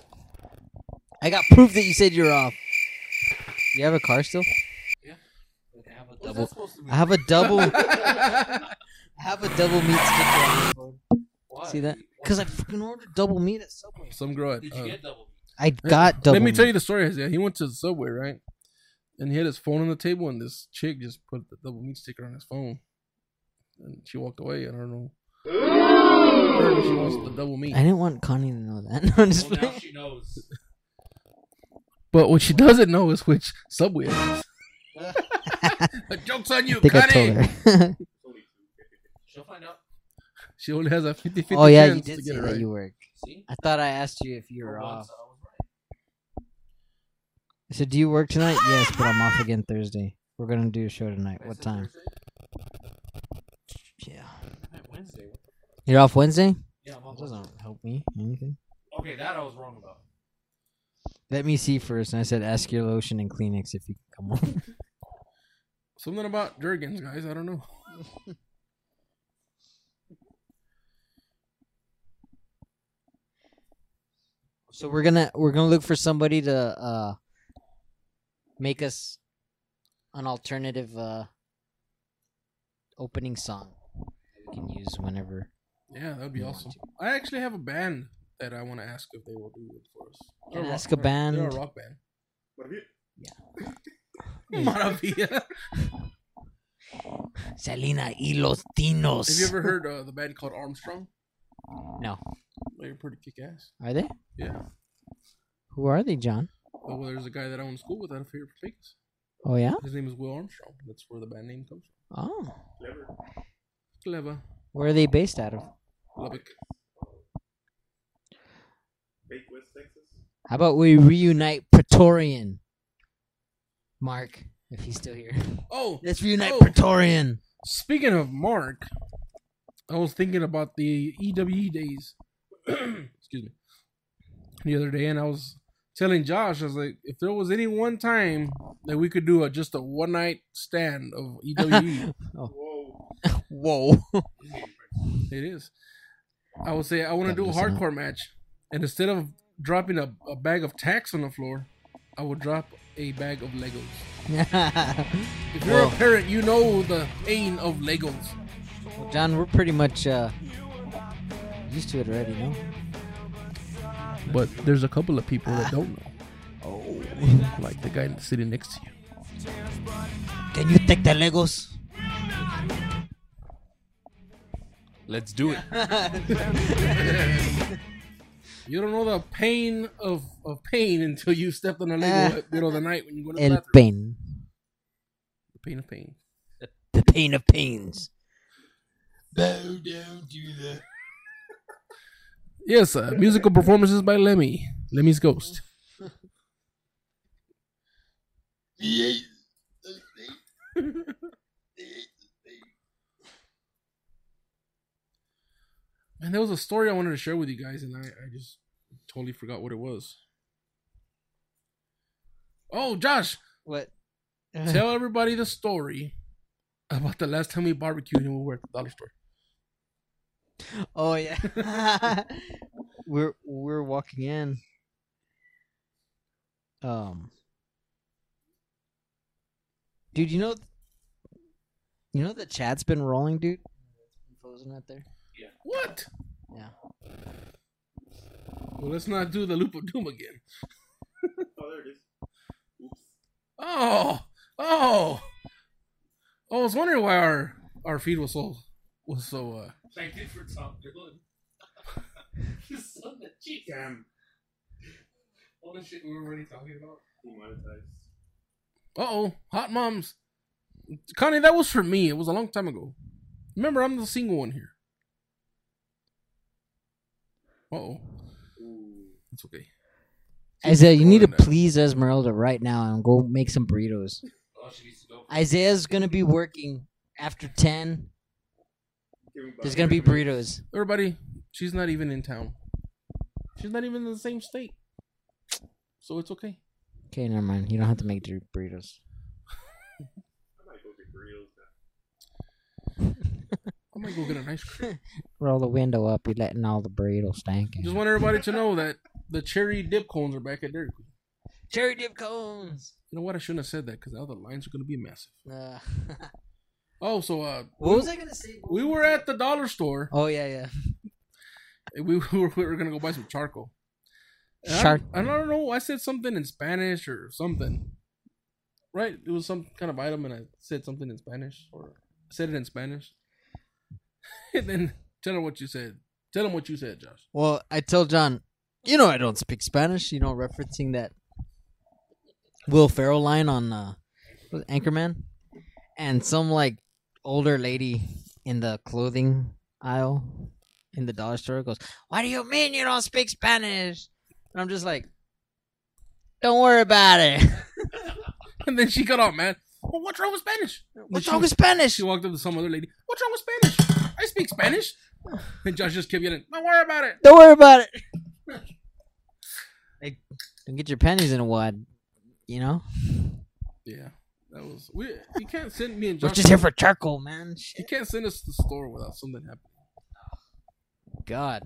S4: I got proof that you said you're off. You have a car still?
S3: What's that supposed to mean?
S4: I have a double. I have a double meat sticker on my phone.
S3: Why?
S4: See that? Because I fucking ordered double meat at Subway.
S1: Some girl. At,
S3: Did
S1: uh,
S3: you get double?
S4: I got double.
S1: Let me tell you the story. Isaiah. He went to the subway, right? And he had his phone on the table, and this chick just put the double meat sticker on his phone, and she walked away. I don't know. Apparently she wants the double meat.
S4: I didn't want Connie to know that. No, I'm just
S3: Well, now
S4: playing.
S3: she knows.
S1: But what she doesn't know is which subway. It is. the joke's on you,
S4: I think I told
S1: Connie.
S4: her.
S3: She'll find out.
S1: She only has a 50 50
S4: oh yeah, you
S1: chance
S4: did
S1: to
S4: say
S1: get it
S4: that
S1: right.
S4: you work.
S3: See?
S4: I thought I asked you if you
S3: For
S4: were
S3: once,
S4: off.
S3: I was right.
S4: I said, "Do you work tonight?" yes, but I'm off again Thursday. We're gonna do a show tonight.
S3: I
S4: What
S3: said
S4: time?
S3: Thursday.
S4: Yeah.
S3: I meant Wednesday. What the-
S4: You're off Wednesday.
S3: Yeah,
S4: That
S3: I'm off Wednesday.
S4: doesn't help me anything.
S3: Okay, that I was wrong about.
S4: Let me see first. And I said, "Ask your lotion and Kleenex if you can come over."
S1: Something about Jergens, guys. I don't know.
S4: So we're gonna we're gonna look for somebody to uh make us an alternative uh opening song that we can use whenever.
S1: Yeah, that would be
S4: want
S1: awesome. I actually have a band that I want to ask if they will do it for us.
S4: You wanna
S1: They're a
S4: ask a
S1: they're- They're a
S4: band?
S1: rock band. Maravilla.
S4: Selena y los Tinos.
S1: Have you ever heard uh, the band called Armstrong?
S4: No.
S1: They're pretty kick ass.
S4: Are they?
S1: Yeah.
S4: Who are they, John?
S1: Oh, well, there's a guy that I went to school with out of here for Vegas.
S4: Oh yeah.
S1: His name is Will Armstrong. That's where the band name comes from.
S4: Oh,
S1: Clever.
S4: where are they based out of?
S1: Lubbock.
S4: How about we reunite Praetorian? Mark, if he's still here.
S1: Oh,
S4: Let's reunite
S1: Oh.
S4: Praetorian.
S1: Speaking of Mark, I was thinking about the EWE days. Excuse me. The other day, and I was telling Josh, I was like, if there was any one time that we could do a just a one night stand of E EWE,
S4: Oh. Whoa.
S1: it is. I would say I want to do a
S4: Gotta listen
S1: hardcore match, and instead of dropping a, a bag of tacks on the floor, I would drop a bag of Legos. If you're a
S4: Whoa.
S1: parent, you know the pain of Legos.
S4: Well, John, we're pretty much uh, used to it already, no?
S1: But there's a couple of people that don't know. Oh. Like the guy sitting next to you.
S4: Can you take the Legos?
S3: Let's do it.
S1: You don't know the pain of, of pain until you stepped on a Lego
S4: Ah.
S1: at the middle of the night when you go to the
S4: El
S1: bathroom.
S4: pain.
S1: The pain of pain.
S4: The pain of pains.
S1: Yes, uh, musical performances by Lemmy. Lemmy's Ghost. Man, there was a story I wanted to share with you guys, and I, I just totally forgot what it was. Oh, Josh,
S4: What?
S1: tell everybody the story about the last time we barbecued and we were at the dollar store.
S4: Oh yeah. we're we're walking in. Um Dude, you know You know the chat's been rolling, dude? Frozen out there.
S1: What?
S4: Yeah.
S1: Well, let's not do the loop of doom again. oh, there it is. Oh, oh. I was wondering why our our feed was so was so. uh
S3: Thank you for Tom Dylan. Son of Jesus.
S1: All the shit we were already talking about. Uh oh, hot moms. Connie, that was for me. It was a long time ago. Remember, I'm the single one here. Uh oh. It's okay.
S4: Isaiah, you need to
S1: going now.
S4: please Esmeralda right now and go make some burritos. Isaiah's gonna be working after ten. There's gonna be burritos.
S1: Everybody, she's not even in town. She's not even in the same state. So it's okay.
S4: Okay, never mind. You don't have to make the burritos.
S1: I might go get an ice cream.
S4: Roll the window up. You're letting all the burritos stank. in.
S1: Just want everybody to know that the cherry dip cones are back at Dairy Queen.
S4: Cherry dip cones.
S1: You know what? I shouldn't have said that because now the lines are going to be massive.
S4: Uh,
S1: Oh, so uh,
S4: what was I gonna say?
S1: we were at the dollar store.
S4: Oh yeah, yeah.
S1: and We were, we were going to go buy some charcoal. And I-
S4: Char-
S1: I, don't know. I said something in Spanish or something. Right? It was some kind of item, and I said something in Spanish or I said it in Spanish. and then tell them what you said. Tell them what you said, Josh.
S4: Well, I tell John, you know I don't speak Spanish. You know, referencing that Will Ferrell line on uh, was it Anchorman, and some like older lady in the clothing aisle in the dollar store goes, "What do you mean you don't speak Spanish?" And I'm just like, "Don't worry about it."
S1: And then she got all mad. Well, what's wrong with Spanish?
S4: What's wrong with Spanish?
S1: She walked up to some other lady. What's wrong with Spanish? I speak Spanish. And Josh just kept yelling, "Don't worry about it."
S4: Don't worry about it. Like, don't get your panties in a wad. You know,
S1: Yeah, that was. We you can't send me and
S4: we're
S1: Josh.
S4: just here for charcoal, man.
S1: you
S4: Shit.
S1: can't send us to the store without something happening.
S4: God,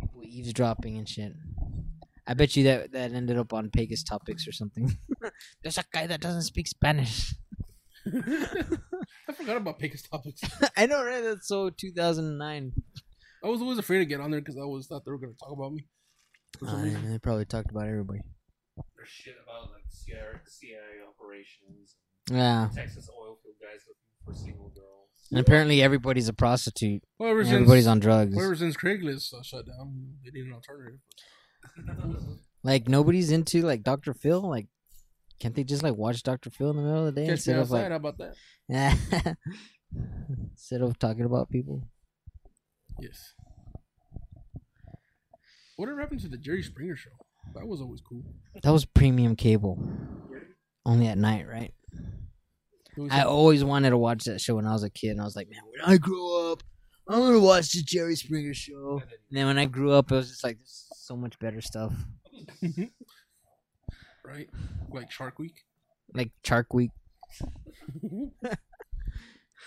S4: people eavesdropping and shit. I bet you that that ended up on Pegasus topics or something. There's a guy that doesn't speak Spanish.
S1: I forgot about Pecos topics.
S4: I know, right? That's so 2009.
S1: I was always afraid to get on there because I always thought they were going to talk about me.
S4: Uh, they probably talked about everybody.
S3: or shit about like CIA, CIA operations.
S4: Yeah.
S3: Texas oil field guys looking for single girls.
S4: And apparently everybody's a prostitute.
S1: Well, ever
S4: and
S1: since-
S4: everybody's on drugs.
S1: Well, ever since Craigslist uh, shut down, they need an alternative.
S4: Like nobody's into like Dr. Phil. Like, can't they just like watch Dr. Phil in the middle of the day
S1: Catch me
S4: instead of
S1: outside. How
S4: like
S1: about that?
S4: instead of talking about people?
S1: Yes. Whatever happened to the Jerry Springer show? That was always cool.
S4: That was premium cable, only at night, right?
S1: It was-
S4: I always wanted to watch that show when I was a kid, and I was like, man, when I grow up, I'm gonna watch the Jerry Springer show. And then when I grew up, it was just like there's so much better stuff,
S1: right? Like Shark Week.
S4: like Shark Week.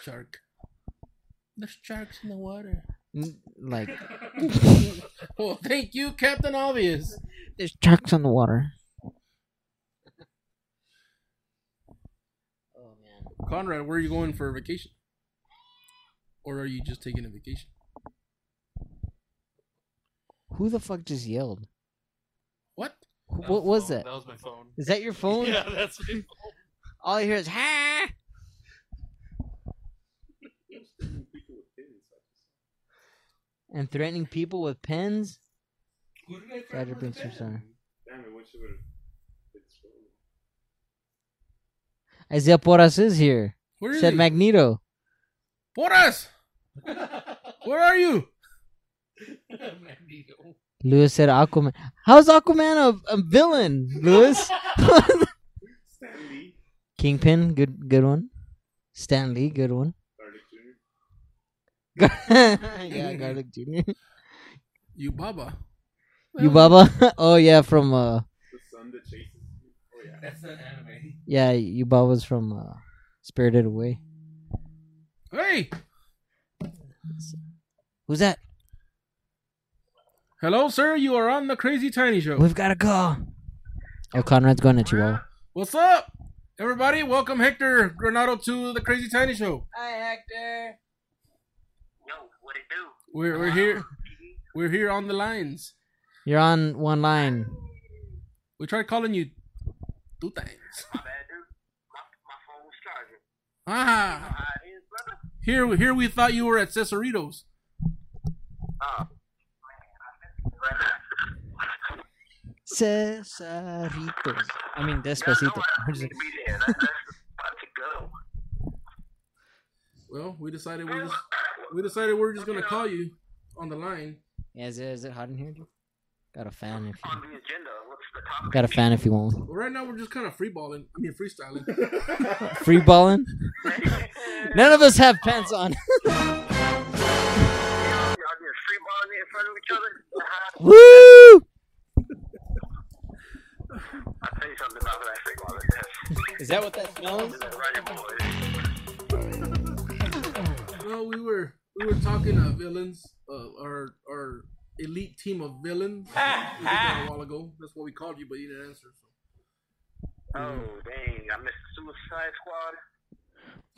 S1: Shark. There's sharks in the water.
S4: N- Like
S1: Well, thank you, Captain Obvious.
S4: there's sharks on the water. Oh man.
S1: Conrad, where are you going for a vacation? Or are you just taking a vacation?
S4: Who the fuck just yelled?
S1: What?
S4: Who- What was that?
S3: That was my phone.
S4: Is that your phone?
S3: Yeah, that's my phone.
S4: All I hear is ha. and threatening people with pens.
S3: Who did I
S4: Glad you're being so sorry.
S3: Damn, I wish it would have.
S4: Isaiah Porras is here.
S1: Where is
S4: Said
S1: he?
S4: Magneto.
S1: Porras! Where are you?
S4: Lewis said Aquaman. How's Aquaman a, a villain, Lewis? Kingpin, good good one. Stanley, good one. yeah, Garlic Jr.
S1: You Baba.
S4: You Baba? Oh yeah, from uh
S8: Oh,
S3: That's an anime.
S4: yeah, you Baba's from uh Spirited Away.
S1: Hey!
S4: Who's that?
S1: Hello, sir. You are on the Crazy Tiny Show.
S4: We've got a call. Oh, Conrad's going to Chihuahua.
S1: What's up? Everybody, welcome Hector Granado to the Crazy Tiny Show.
S7: Hi, Hector.
S8: Yo, what it do?
S1: We're, we're here. We're here on the lines.
S4: You're on one line.
S1: We tried calling you two times.
S8: My bad, dude. My, my phone was charging.
S1: Ah,
S8: How it is, brother?
S1: here, here we thought you were at Cesaritos.
S8: Oh, man, I missed you, brother.
S4: Cesaritos. I mean,
S8: No,
S4: Despacito.
S8: no, I don't need to be there. That, that's about to go.
S1: Well, we decided we just, we decided we're just gonna call you on the line.
S4: Yeah, is it, is it hot in here? dude? Got a fan if
S8: On
S4: you
S8: the agenda, what's the topic?
S4: got a fan if you want. one.
S1: Well, right now we're just kind of freeballing. I mean, freestyling.
S4: Free balling. None of us have pants on.
S8: Y'all just freeballing it in front of each other?
S4: Woo!
S8: I'll tell you something about that freeballing. Yes.
S4: Is that what that smells?
S8: That's right, boys.
S1: no, we were we were talking uh, villains. Uh, our our elite team of villains. We did that a while ago. That's what we called you, but you didn't answer. So
S8: Oh, dang. I missed the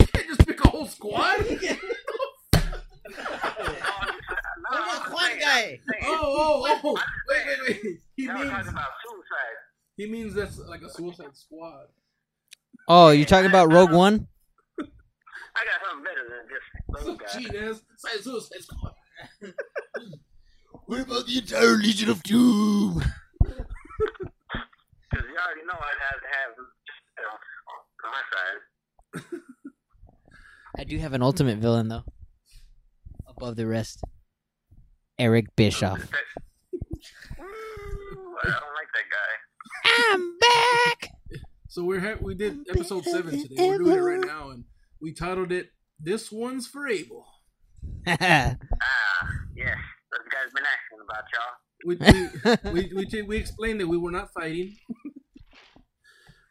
S8: Suicide Squad.
S1: you can't just pick a whole squad.
S8: No, I'm just saying, I'm saying.
S1: oh, oh, oh! Wait, wait, wait. He
S8: Y'all
S1: means
S8: talking about suicide.
S1: he means that's like a Suicide Squad.
S4: Oh, you're talking about Rogue One?
S8: I got something better than just those
S1: Some
S8: guys.
S1: cheating ass. Say Suicide Squad.
S4: What about the entire Legion of Doom?
S8: Because you already know I have to have just, you know, on my side.
S4: I do have an ultimate villain though. Above the rest. Eric Bischoff.
S8: Ooh, I don't like that guy.
S4: I'm back.
S1: So we're ha- we did episode seven today. We're doing it right now, and we titled it "This One's for Abel."
S8: Ah, yes. Those guys been asking about
S1: We
S8: y'all.
S1: we we, we, did- we explained that we were not fighting.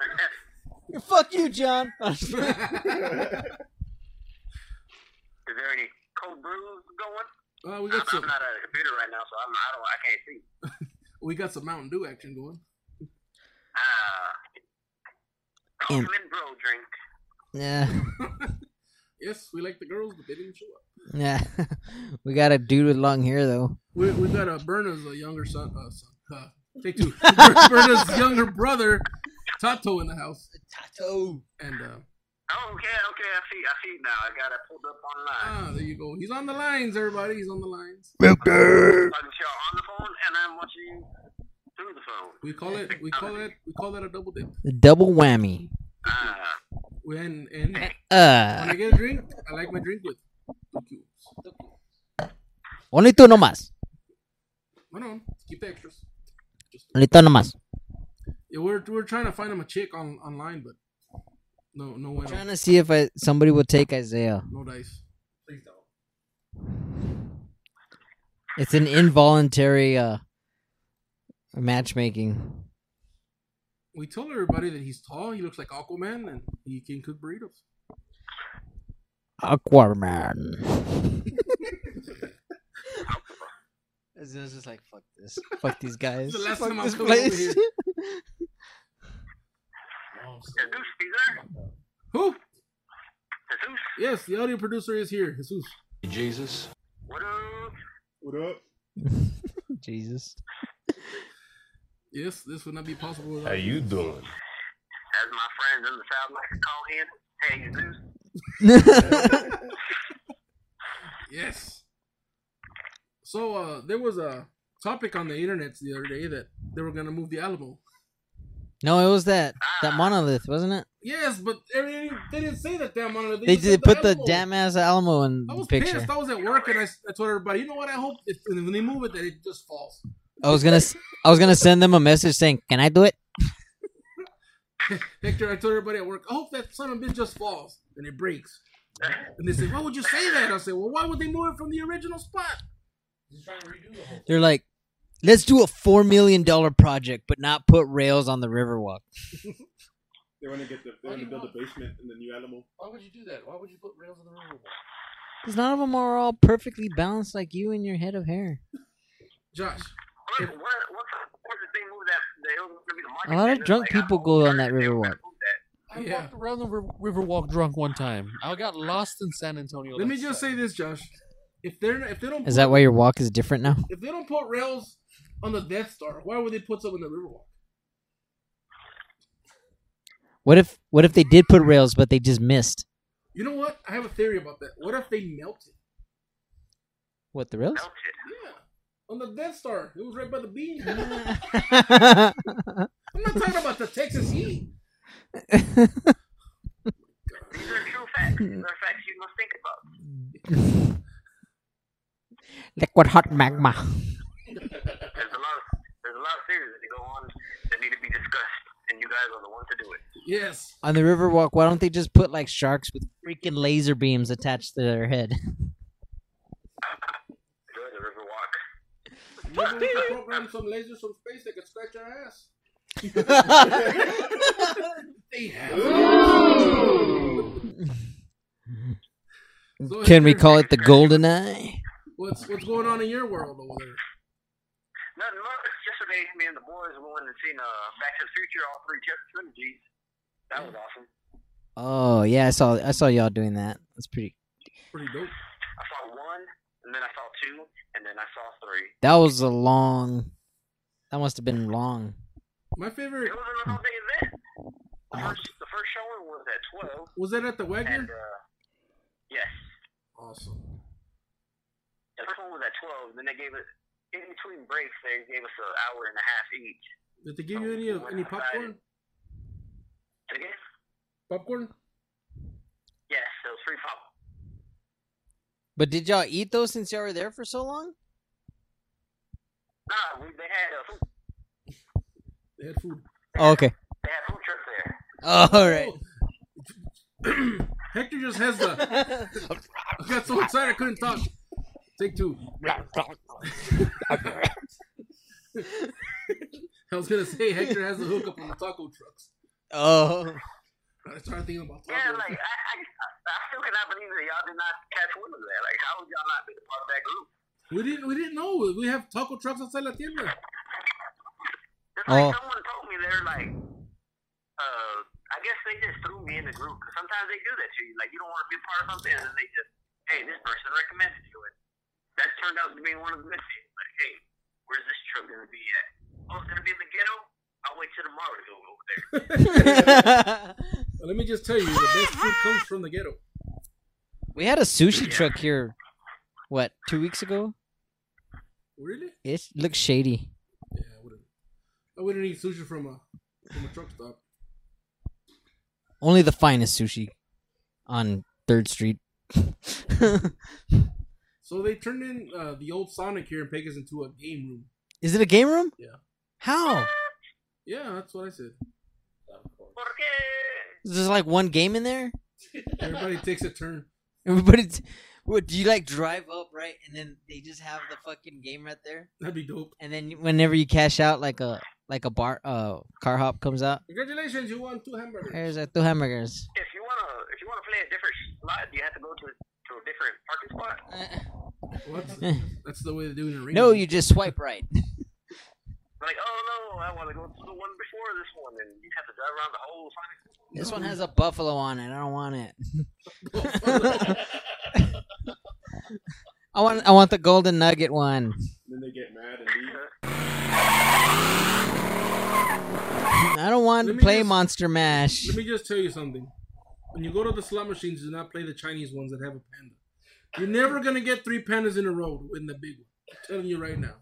S4: Fuck you, John.
S1: uh,
S8: Is there any cold brews going?
S1: we
S8: I'm,
S1: got
S8: I'm
S1: some
S8: not at a computer right now, so I'm, I don't. I can't see.
S1: we got some Mountain Dew action going.
S8: Ah,
S4: Em-
S8: Coleman Bro drink.
S4: yeah.
S1: Yes, we like the girls, but they didn't show up.
S4: Yeah. we got a dude with long hair though.
S1: We we got a Berna's a younger son, uh, son uh, Take two. Ber- Berta's younger brother, Tato, in the house.
S4: Tato.
S1: And uh,
S8: Oh, okay, okay, I see, I see now. I got it pulled up online.
S1: ah, there you go. He's on the lines, everybody. He's on the lines.
S6: Milker.
S8: Talking to y'all on the phone, and I'm watching you through the phone.
S1: We call it. We call it. We call that a double dip.
S4: Double whammy.
S8: Ah,
S1: When and when
S4: Uh,
S1: I get a drink, I like my drink with two cubes.
S4: only two nomás.
S1: Hold on, keep the extras. Just
S4: Only two nomás.
S1: yeah, we're we're trying to find him a chick on online, but no, no way,
S4: Trying to see if I, somebody will take Isaiah.
S1: no dice. Please don't.
S4: It's an involuntary uh, matchmaking.
S1: We told everybody that he's tall. He looks like Aquaman, and he can cook burritos.
S4: Aquaman. Isaiah's just like, fuck this. Fuck these guys.
S1: This is the last
S4: fuck
S1: time I'm
S4: this
S1: coming over
S4: place.
S8: Jesus, he's there.
S1: Who?
S8: Jesus,
S1: Yes, the audio producer is here. Jesus.
S5: Jesus.
S8: what up?
S4: Jesus.
S1: Yes, this would not be possible
S11: How
S1: without.
S11: you doing?
S8: As my friends in the South like to call him, hey, Jesus.
S1: Yes. So uh, there was a topic on the internet the other day that they were gonna move the Alamo.
S4: no, it was that that monolith, wasn't it?
S1: Yes, but they didn't, they didn't say that damn monolith.
S4: They
S1: just said
S4: did put the
S1: Alamo.
S4: damn ass Alamo in
S1: I
S4: the
S1: was
S4: picture.
S1: pissed. I was at work and I, s- I told everybody, you know what? I hope if, when they move it that it just falls.
S4: I was gonna, s- I was gonna send them a message saying, "Can I do it?"
S1: Hector, I told everybody at work, I hope that son of a bitch just falls and it breaks. And they said, why would you say that? I said, well, why would they move it from the original spot?
S4: They're like, "Let's do a four million dollar project, but not put rails on the Riverwalk."
S12: They want to get the. They want to build a basement in the new Alamo.
S1: Why would you do that? Why would you put rails on the river?
S4: Because none of them are all perfectly balanced like you and your head of hair.
S1: Josh,
S8: What, what, what's, what's the thing move that they it was gonna be the market?
S4: A lot of
S8: center,
S4: drunk
S8: like,
S4: people
S8: I
S4: go on that Riverwalk.
S3: I
S1: Yeah.
S3: walked around the river, Riverwalk drunk one time. I got lost in San Antonio.
S1: let me
S3: that
S1: just
S3: time.
S1: say this, Josh. If they're if they don't
S4: Is that why your walk is different now?
S1: if they don't put rails on the Death Star, why would they put some in the Riverwalk?
S4: What if, what if they did put rails, but they just missed?
S1: You know what? I have a theory about that. What if they melted?
S4: What the rails?
S8: melted.
S1: Yeah, on the Death Star, it was right by the beam. I'm
S4: That's
S1: not talking about the Texas heat.
S8: These are true facts. These are facts you must think about.
S4: Liquid hot magma.
S8: There's a lot. Of, there's a lot of theories that go on that need to be discussed, and you guys are the ones to do it.
S1: Yes,
S4: On the Riverwalk, why don't they just put like sharks with freaking laser beams attached to their head?
S8: Go to the Riverwalk.
S1: maybe we could program some lasers from space that could scratch our ass. They have. So
S4: Can we
S1: Hector,
S4: call it the Golden Eye?
S1: What's what's going on in your world over there?
S8: Nothing much. Yesterday, me and the boys we went and seen uh, Back to the Future, all three tri- trilogies. That was awesome.
S4: Oh yeah, I saw I saw y'all doing that. That's pretty.
S1: Pretty dope.
S8: I saw one, and then I saw two, and then I saw three.
S4: That was a long. That must have been long.
S1: My favorite
S8: It was an all-day event. The first, the first showing was at twelve,
S1: was that at the
S8: and
S1: Wagner.
S8: uh, yes,
S1: Awesome.
S8: the first one was at twelve. Then they gave us in between breaks. They gave us an hour and a half each.
S1: Did they give you any of any popcorn?
S8: And again,
S1: Popcorn?
S8: yes, it was free pop.
S4: But did y'all eat those since y'all were there for so long?
S8: Nah, we, they had a food,
S1: They had food.
S4: Oh, okay.
S8: they had food truck there.
S4: All right.
S1: Oh. Hector just has the. I got so excited I couldn't talk. Take two. I was gonna say Hector has the hookup on the taco trucks.
S4: Oh,
S1: I started thinking about taco.
S8: Yeah, like I, I, I still cannot believe that y'all did not catch wind of that. Like, how would y'all not be a part of that group?
S1: we didn't we didn't know we have taco trucks outside La Tienda.
S8: It's like
S4: Oh.
S8: someone told me they're like, uh, I guess they just threw me in the group. 'Cause sometimes they do that to you. Like, you don't want to be a part of something, and then they just, hey, this person recommended you, and that turned out to be one of the good things. Like, hey, where's this trip gonna be at? Oh, it's gonna be in the ghetto. I'll wait till tomorrow to go over there.
S1: Let me just tell you, the best food comes from the ghetto.
S4: We had a sushi truck here, what, two weeks ago?
S1: Really?
S4: It looks shady.
S1: I wouldn't eat sushi from a from a truck stop.
S4: Only the finest sushi on Third Street.
S1: So they turned in uh, the old Sonic here in Vegas into a game room.
S4: Is it a game room?
S1: Yeah.
S4: How?
S1: Yeah, that's what I said.
S4: Is there like one game in there?
S1: Everybody takes a turn.
S4: Everybody, t- what do you like? Drive up right, and then they just have the fucking game right there.
S1: That'd be dope.
S4: And then you- whenever you cash out, like a like a bar uh car hop comes out.
S1: Congratulations, you won two hamburgers.
S4: There's like two hamburgers.
S8: If you wanna, if you wanna play a different slot, you have to go to to a different parking spot.
S1: What? That's the way they do it in Reno.
S4: No, you just swipe right.
S8: Like, oh no, I wanna go to the one before this one, and you have to drive around the whole Sonic.
S4: This one has a buffalo on it. I don't want it. I want I want the golden nugget one.
S12: Then they get mad and leave.
S4: I don't want to
S1: Let me
S4: play
S1: just-
S4: Monster Mash.
S1: Let me just tell you something. When you go to the slot machines, do not play the Chinese ones that have a panda. You're never gonna get three pandas in a row in the big one. I'm telling you right now.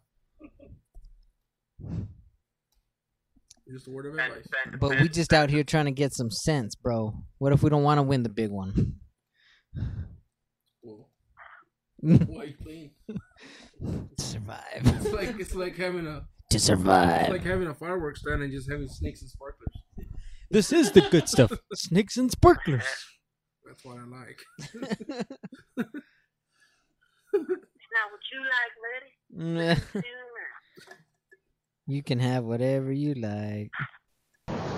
S1: Just a word of advice.
S4: But we just out here trying to get some sense, bro. What if we don't want to win the big one?
S1: Well, why you playing?
S4: Survive.
S1: It's like it's like having a
S4: To survive.
S1: It's like having a fireworks stand and just having snakes and sparklers.
S4: This is the good stuff. Snakes and sparklers.
S1: That's what I like.
S8: It's not what you like, buddy.
S4: you can have whatever you like.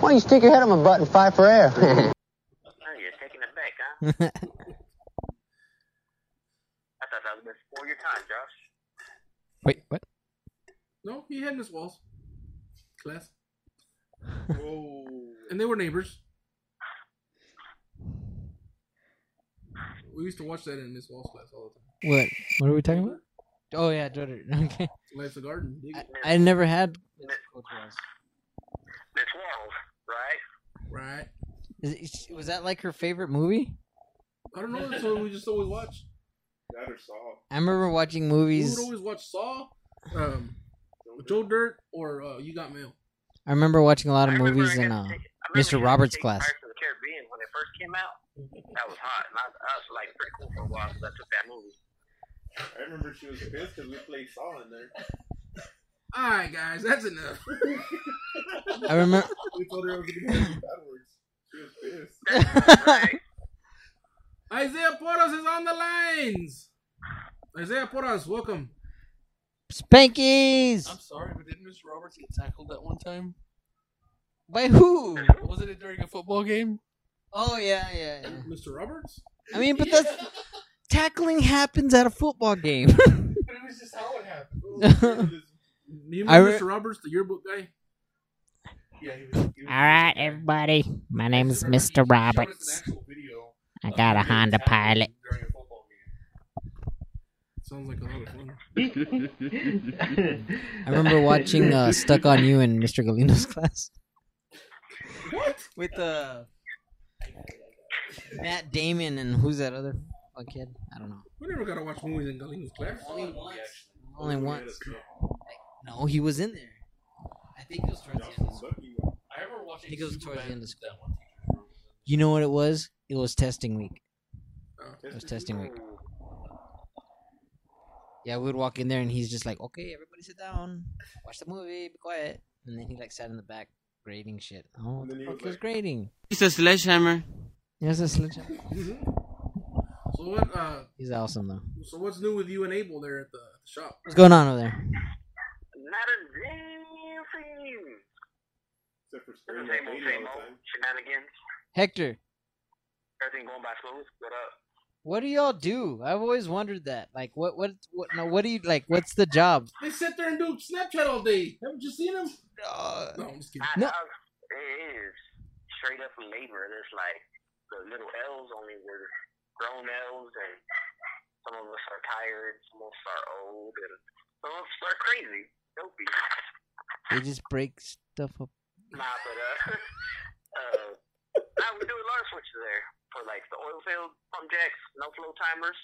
S9: Why don't you stick your head on my butt and fight for air?
S8: Oh, you're taking it back, huh? I thought that was gonna spoil your time, Josh.
S4: Wait, what?
S1: No, he had his walls. Class. Whoa. And they were neighbors. We used to watch that in Miss Walls class all the time.
S4: What? What are we talking about? Oh yeah, Twitter. Okay.
S1: Life's a garden. dig it.
S4: I never had.
S8: Miss Walls, right?
S1: Right.
S4: Is it, was that like her favorite movie?
S1: I don't know. That's what we just always watch.
S12: That or Saw.
S4: I remember watching
S1: We
S4: movies.
S1: would always watch Saw, um, Joe Dirt, or uh, You Got Mail.
S4: I remember watching a lot of
S8: I remember
S4: movies
S8: I
S4: in
S8: had
S4: uh,
S8: to take- I remember
S4: Mr.
S8: I had to
S4: Roberts'
S8: take
S4: class.
S8: Pirates of the Caribbean when it first came out. That was hot. And I, I was like pretty cool for a while because I took that movie.
S12: I remember she was pissed because we played Saw in there.
S1: All right, guys, that's enough.
S4: I remember.
S12: We told her I was gonna be happy backwards. She was pissed.
S1: Isaiah Porras is on the lines. Isaiah Porras, welcome.
S4: Spankies
S3: I'm sorry, but didn't Mr. Roberts get tackled that one time?
S4: by who?
S3: Wasn't it during a football game?
S4: Oh yeah, yeah. yeah.
S1: Mr. Roberts?
S4: I mean, but that's tackling happens at a football game.
S12: But it was just how it happened.
S1: You
S4: I
S1: remember Mr.
S4: re-
S1: Roberts, the yearbook guy?
S12: Yeah, he was, he was
S11: All right, everybody. My name is Mr. Roberts. I got a Honda Pilot.
S12: during a football
S1: Sounds like a lot of fun.
S4: I remember watching uh, Stuck on You in Mr. Galino's class. What? With uh, Matt Damon and who's that other fuck kid? I don't know.
S1: We never got to watch movies in Galino's class.
S4: Only once. Only once. No, he was in there. I think it was towards the end.
S12: game.
S3: I remember watching.
S4: I think it was
S3: Superbad
S4: towards the end of
S3: that one.
S4: You know what it was? It was testing week.
S12: Oh.
S4: It was testing week. Yeah, we would walk in there and he's just like, "Okay, everybody sit down, watch the movie, be quiet." And then he like sat in the back grading shit. Oh, what
S12: And
S4: the
S12: then he
S4: fuck
S12: was
S4: was
S12: like-
S4: grading?
S10: He's a sledgehammer.
S4: Yes, it's legit.
S1: So what? Uh,
S4: He's awesome though.
S1: so what's new with you and Abel there at the, at the shop?
S4: What's going on over there?
S8: Not a damn thing.
S12: Except for
S8: It's the
S12: spraying that
S8: same old,
S12: lady
S8: same
S12: all the time.
S8: old shenanigans.
S4: Hector,
S8: Everything going by smooth. uh, What up?
S4: what do y'all do? I've always wondered that. Like, what, what, what? No, what do you like? What's the job?
S1: They sit there and do Snapchat all day. Haven't you seen them? No, I'm just kidding.
S4: No.
S8: My dog, it is straight up labor. There's like the little L's only were grown L's, and some of us are tired, some of us are old, and some of us are crazy, dopey.
S4: They just break stuff up.
S8: Nah, but uh, uh, nah, we do a lot of switches there for like the oil field pump jacks, no flow timers.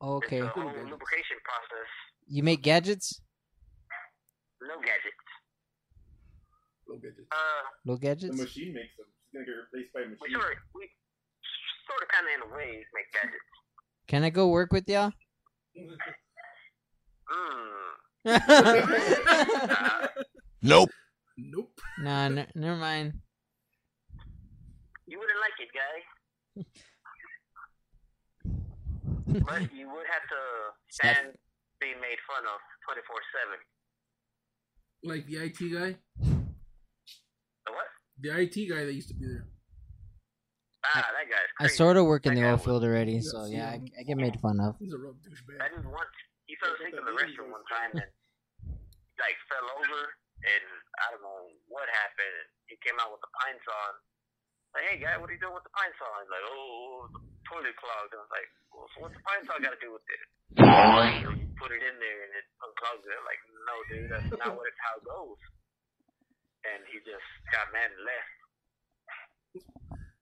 S4: Oh, Okay.
S8: It's the whole lubrication process.
S4: You make gadgets?
S8: No gadgets.
S12: Little gadgets.
S8: Uh,
S4: Little gadgets?
S12: The machine makes them. She's gonna get replaced by a
S8: we
S12: machine.
S8: sort of, we sort of, kind of in a way make gadgets.
S4: Can I go work with y'all?
S8: Hmm. Mm.
S6: Nope.
S1: Nope.
S4: Nah, n- never mind.
S8: You wouldn't like it, guy. but you would have to stand being made fun of 24
S1: Like
S8: 7.
S1: the IT guy?
S8: The what?
S1: The IT guy that used to be there.
S8: Ah, that guy's
S4: I
S8: crazy.
S4: sort of work in the oil field already, so
S1: see
S4: yeah, I,
S1: him?
S4: I get made fun of.
S1: He's a real douchebag.
S8: I didn't want. He fell asleep in the restroom one time and like fell over, and I don't know what happened. And he came out with a pine saw. And, like, hey guy, what are you doing with the pine saw? And he's like, oh, the toilet clogged. And I was like, well, so what's the pine saw got to do with it? You know, you put it in there and it unclogs it. I'm like, no, dude, that's not what it's how it goes. And he just got mad and left.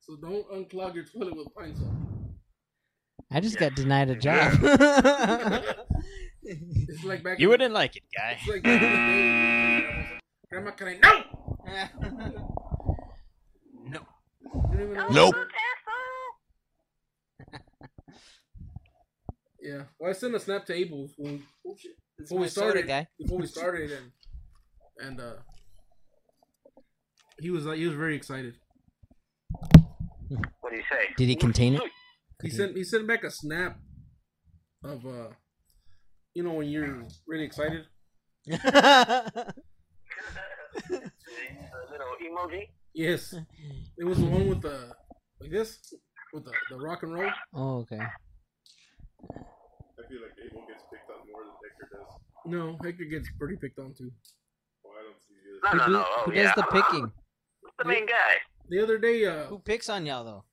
S1: So don't unclog your toilet with pine saw.
S4: I just got denied a job.
S1: It's like back
S4: You
S1: in-
S4: wouldn't like it, guy.
S1: It's like back in the day when you- Grandma, can I? No! You don't even know-
S6: Nope.
S1: Yeah. Well, I sent a snap to Abel before, before
S4: my
S1: we
S4: soda
S1: started.
S4: guy.
S1: Before we started, and and uh, he was like, he was very excited.
S8: What do you say?
S4: Did he contain it?
S1: He sent he sent back a snap of uh, you know when you're really excited.
S8: A little emoji.
S1: Yes, it was the one with the like this with the, the rock and roll.
S4: Oh, okay.
S12: I feel like Abel gets picked on more than Hector does.
S1: No, Hector gets pretty picked on too.
S12: Well, I don't see you.
S8: No, no,
S4: Who-
S8: no. Oh,
S4: Who
S8: yeah.
S4: does the picking?
S8: The main guy.
S1: The other day, uh,
S4: Who picks on y'all though?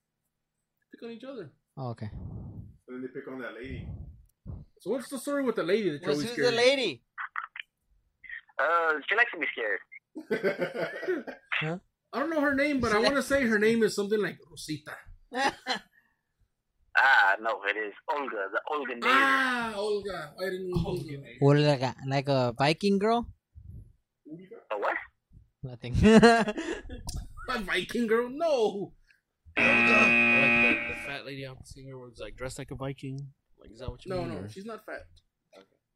S1: pick on each other.
S4: Oh, okay.
S12: And then they pick on that lady.
S1: So what's the story with the lady that you're
S4: Who's
S1: always
S4: who's
S1: scared?
S4: the
S1: of?
S4: lady?
S8: Uh, she likes to be scared.
S1: I don't know her name, but I want to say her name is something like Rosita.
S8: Ah, no, it is Olga, the Olga neighbor.
S1: Ah, Olga. Why didn't we Olga.
S4: Or like a, like a Viking girl?
S8: The what?
S4: Nothing.
S1: A Viking girl? No.
S3: Like the, the fat lady I'm seeing her was like dressed like a Viking. Like is that what you
S1: No,
S3: mean?
S1: no,
S3: or-
S1: she's not fat.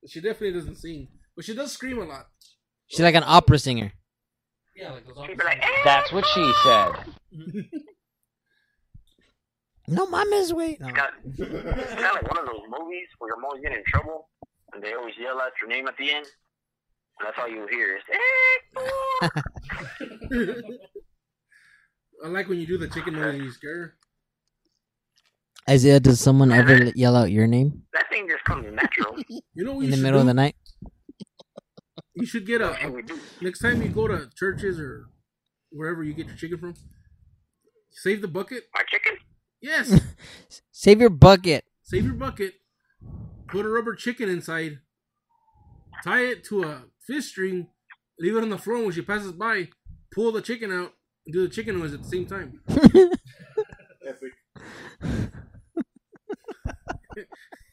S1: She definitely doesn't sing, but she does scream a lot.
S4: She's like an opera singer.
S3: Yeah, like those
S8: She'd be like, eh,
S7: That's what she said.
S4: No, mom is wait. No.
S8: kind of, kind of like one of those movies where you're always getting in trouble, and they always yell out your name at the end. And that's all you hear is, eh,
S1: I like when you do the chicken noise and you scare her.
S4: Isaiah, does someone ever yell out your name
S8: that thing just comes natural.
S1: You know, what
S4: in
S1: you
S4: the
S1: should
S4: middle of
S1: do?
S4: the night?
S1: You should get a, a
S8: we do.
S1: next time you go to churches or wherever you get your chicken from. Save the bucket.
S8: My chicken?
S1: Yes,
S4: Save your bucket.
S1: save your bucket. Put a rubber chicken inside. Tie it to a fish string. Leave it on the floor. and When she passes by, pull the chicken out and do the chicken noise at the same time.
S12: Epic.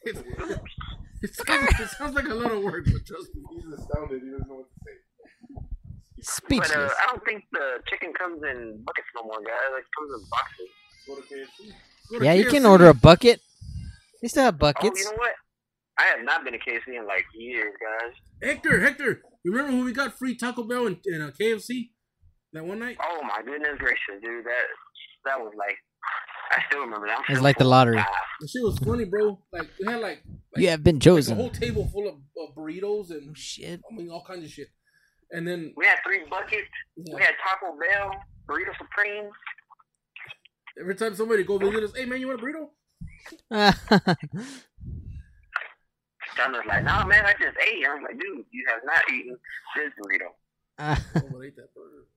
S1: It's, it, sounds, it sounds like a lot of work, but trust me.
S12: He's astounded. He doesn't know what to say.
S8: But uh,
S4: Speechless.
S8: I don't think the chicken comes in buckets no more, guys. It comes in boxes.
S12: Go to KFC.
S1: Go to
S4: Yeah, you can
S1: KFC.
S4: order a bucket. They still have
S8: Oh, you
S4: buckets.
S8: know what? I have not been to KFC in like years, guys.
S1: Hector, Hector, you remember when we got free Taco Bell and, and uh, KFC that one night?
S8: Oh my goodness gracious, dude! That that was like, I still remember that. I'm
S4: It's
S8: so
S4: like the
S8: full-
S4: lottery.
S8: Ah,
S1: The shit was funny, bro. Like it had like
S4: You have been
S1: a whole
S4: chosen.
S1: table full of, of burritos and
S4: Shit.
S1: I mean all kinds of shit. And then
S8: We had three buckets.
S1: yeah,
S8: We had Taco Bell, Burrito Supreme.
S1: every time somebody go visit us, hey man, you want a burrito?
S8: John was like, "No, man, I just ate." I was like, "Dude, you have not eaten this burrito."
S1: Oh, but I ate that burger.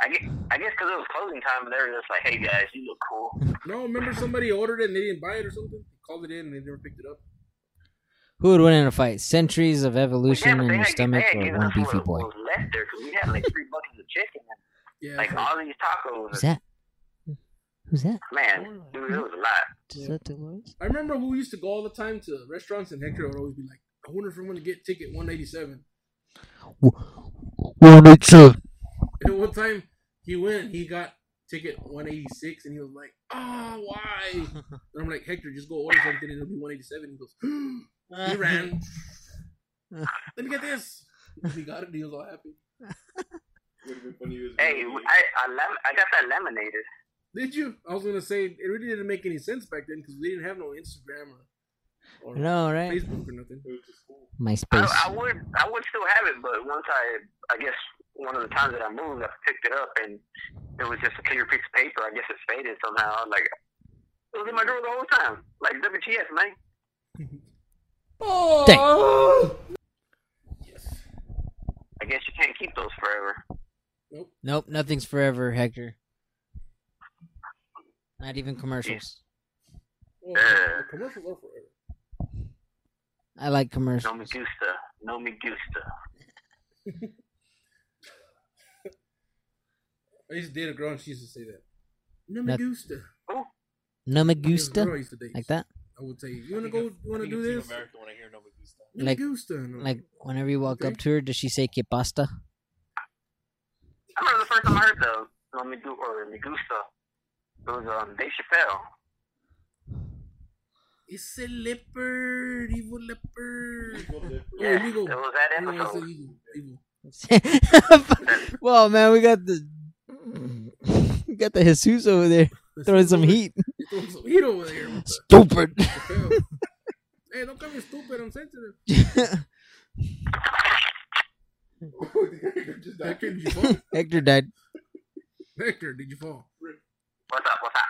S8: I guess, I guess 'cause it was closing time, and they were just like, "Hey guys, you look cool."
S1: No, remember somebody ordered it and they didn't buy it or something? They called it in and they never picked it up.
S4: Who would win in a fight? Centuries of evolution
S8: but
S4: in
S8: they
S4: your
S8: had-
S4: stomach
S8: they had
S4: or
S8: given
S4: one
S8: us
S4: beefy
S8: what
S4: boy?
S8: was left there 'cause we had like three buckets of chicken and like all these tacos.
S4: Who's that? Who's that?
S8: Man, dude, it was a lot.
S4: Is that Dolores?
S1: I remember who used to go all the time to restaurants, and Hector would always be like, "I wonder if I'm gonna get ticket 187."
S6: One eight seven.
S1: And one time he went, he got ticket 186, and he was like, "Ah, why?" And I'm like, "Hector, just go order something, and it'll be 187." He goes, "He ran. Let me get this." He got it. And he was all happy.
S8: Hey, I I, lem- I got that lemonade.
S1: Did you? I was gonna say it really didn't make any sense back then because we didn't have no Instagram or, or
S4: No, right.
S1: Facebook or nothing.
S4: MySpace.
S8: I, I would I would still have it, but once I I guess one of the times that I moved, I picked it up and it was just a clear piece of paper. I guess it faded somehow. Like it was in my drawer the whole time. Like WTF, man.
S1: Oh!
S4: Dang.
S8: I guess you can't keep those forever.
S4: Nope, nothing's forever, Hector. Not even commercials.
S8: Yeah.
S1: Commercials are forever.
S4: I like commercials.
S8: No me gusta. No me gusta.
S1: I used to date a girl and she used to say that. No me
S4: That-
S1: gusta.
S4: No me
S1: There's a
S4: gusta.
S1: girl I used to date.
S4: Like that?
S1: I would say, you wanna go? You wanna do this? No me
S4: Like,
S1: gusta. And I'm
S4: like whenever you walk up to her, does she say que pasta?
S8: I remember the first time I heard the No me do or me gusta. It was um Dave Chappelle.
S1: It's a leopard, evil leopard.
S8: Yeah,
S1: Oh, Eagle.
S8: it was that
S1: Eagle, I
S8: episode.
S1: said Eagle, Eagle.
S4: well, man, we got the we got the Jesus over there throwing some heat.
S1: You throwing some heat over there. What the-
S4: Stupid.
S1: Chappelle. hey, don't call me stupid. I'm sensitive. Hector, did you fall?
S4: Hector died.
S1: Hector, did you fall?
S8: What's up? What's up?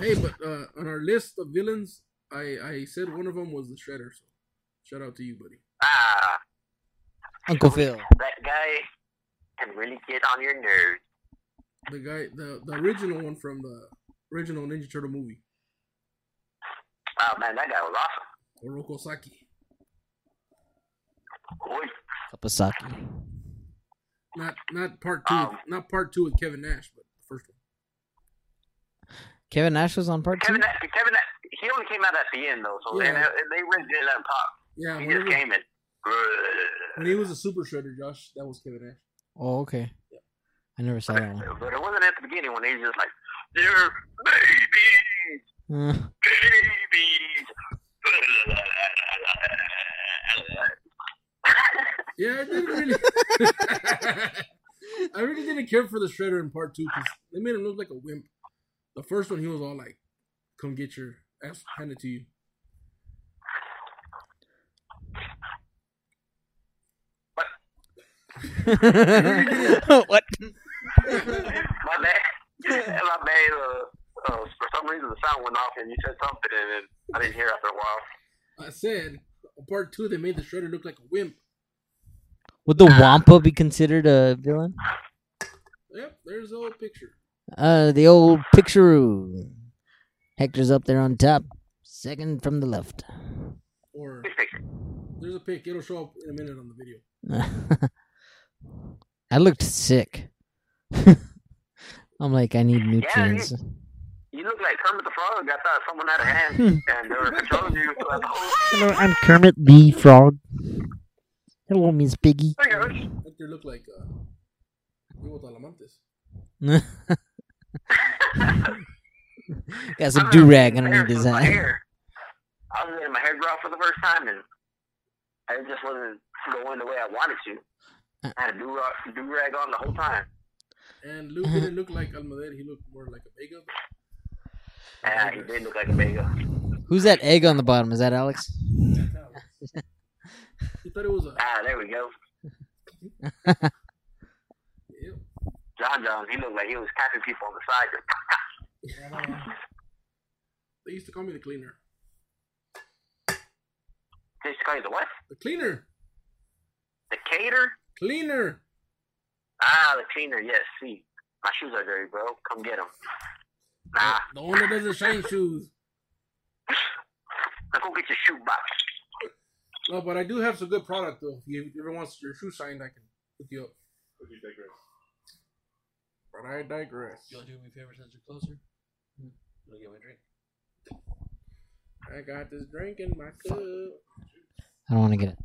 S1: hey, but uh, on our list of villains, I, I said one of them was the Shredder. So shout out to you, buddy.
S8: Ah,
S4: Uncle Phil.
S8: that guy can really get on your nerves.
S1: The guy, the, the original one from the original Ninja Turtle movie,
S8: Oh man, that guy was awesome.
S1: Oroko Saki.
S8: Boy,
S4: Kapasaki.
S1: Not not part two.
S8: Oh.
S1: Not part two with Kevin Nash, but the first one.
S4: Kevin Nash was on part two.
S8: Kevin, Kevin, he only came out at the end though, so
S1: Yeah.
S8: they, they really didn't let him pop.
S1: Yeah,
S8: he
S1: whenever-
S8: just came in.
S1: When he was a Super Shredder, Josh, that was Kevin Nash.
S4: Oh, okay. I never saw that one.
S8: But it wasn't at the beginning when he was just like, "They're babies,
S4: Uh,
S8: babies."
S1: Yeah, I didn't really. I really didn't care for the Shredder in part two because they made him look like a wimp. The first one, he was all like, "Come get your ass handed to you."
S4: what?
S8: My bad. My bad. Uh, uh, for some reason, the sound went off, and you said something, and then I didn't hear after a while.
S1: I said, part two, they made the Shredder look like a wimp.
S4: Would the Wampa be considered a villain?
S1: Yep, there's the old picture.
S4: Uh, the old picture. Hector's up there on top, second from the left.
S1: Or there's a pic. It'll show up in a minute on the video.
S4: I looked sick. I'm like, I need nutrients.
S8: You look like Kermit the Frog. I thought someone had a hand, and they were controlling you throughout the whole.
S11: Hello, I'm Kermit the Frog. Hello, Miss Piggy.
S1: Hector looked like uh, Hugo Talamantes.
S4: Got
S8: Uh,
S4: some do rag underneath his
S8: My
S4: eye.
S8: hair. I was letting my hair grow out for the first time, and it just wasn't going the way I wanted
S4: Uh.
S8: to. I had a do rag on the whole time.
S1: And Luke didn't look like Almader. He looked more like a Vega.
S4: Uh-huh.
S8: And he did look like a Ah, mega.
S4: Who's that egg on the bottom? Is that Alex?
S1: He thought it was a.
S8: Ah, there we go. John John, he looked like he was tapping people on the side. Just,
S1: They used to call me the cleaner.
S8: they used to call you the what?
S1: The cleaner.
S8: The cater?
S1: Cleaner.
S8: Ah, the cleaner. Yes, see. My shoes are dirty, bro. Come get them. Nah.
S1: The one that doesn't shine shoes.
S8: That's go get your shoe box.
S1: No, but I do have some good product though. If you ever wants your shoe signed, I can hook you up.
S12: But you digress.
S1: But I digress.
S3: Y'all do me a favor since you're closer. Let me get my drink.
S1: I got this drink in my cup.
S4: I don't want to get it.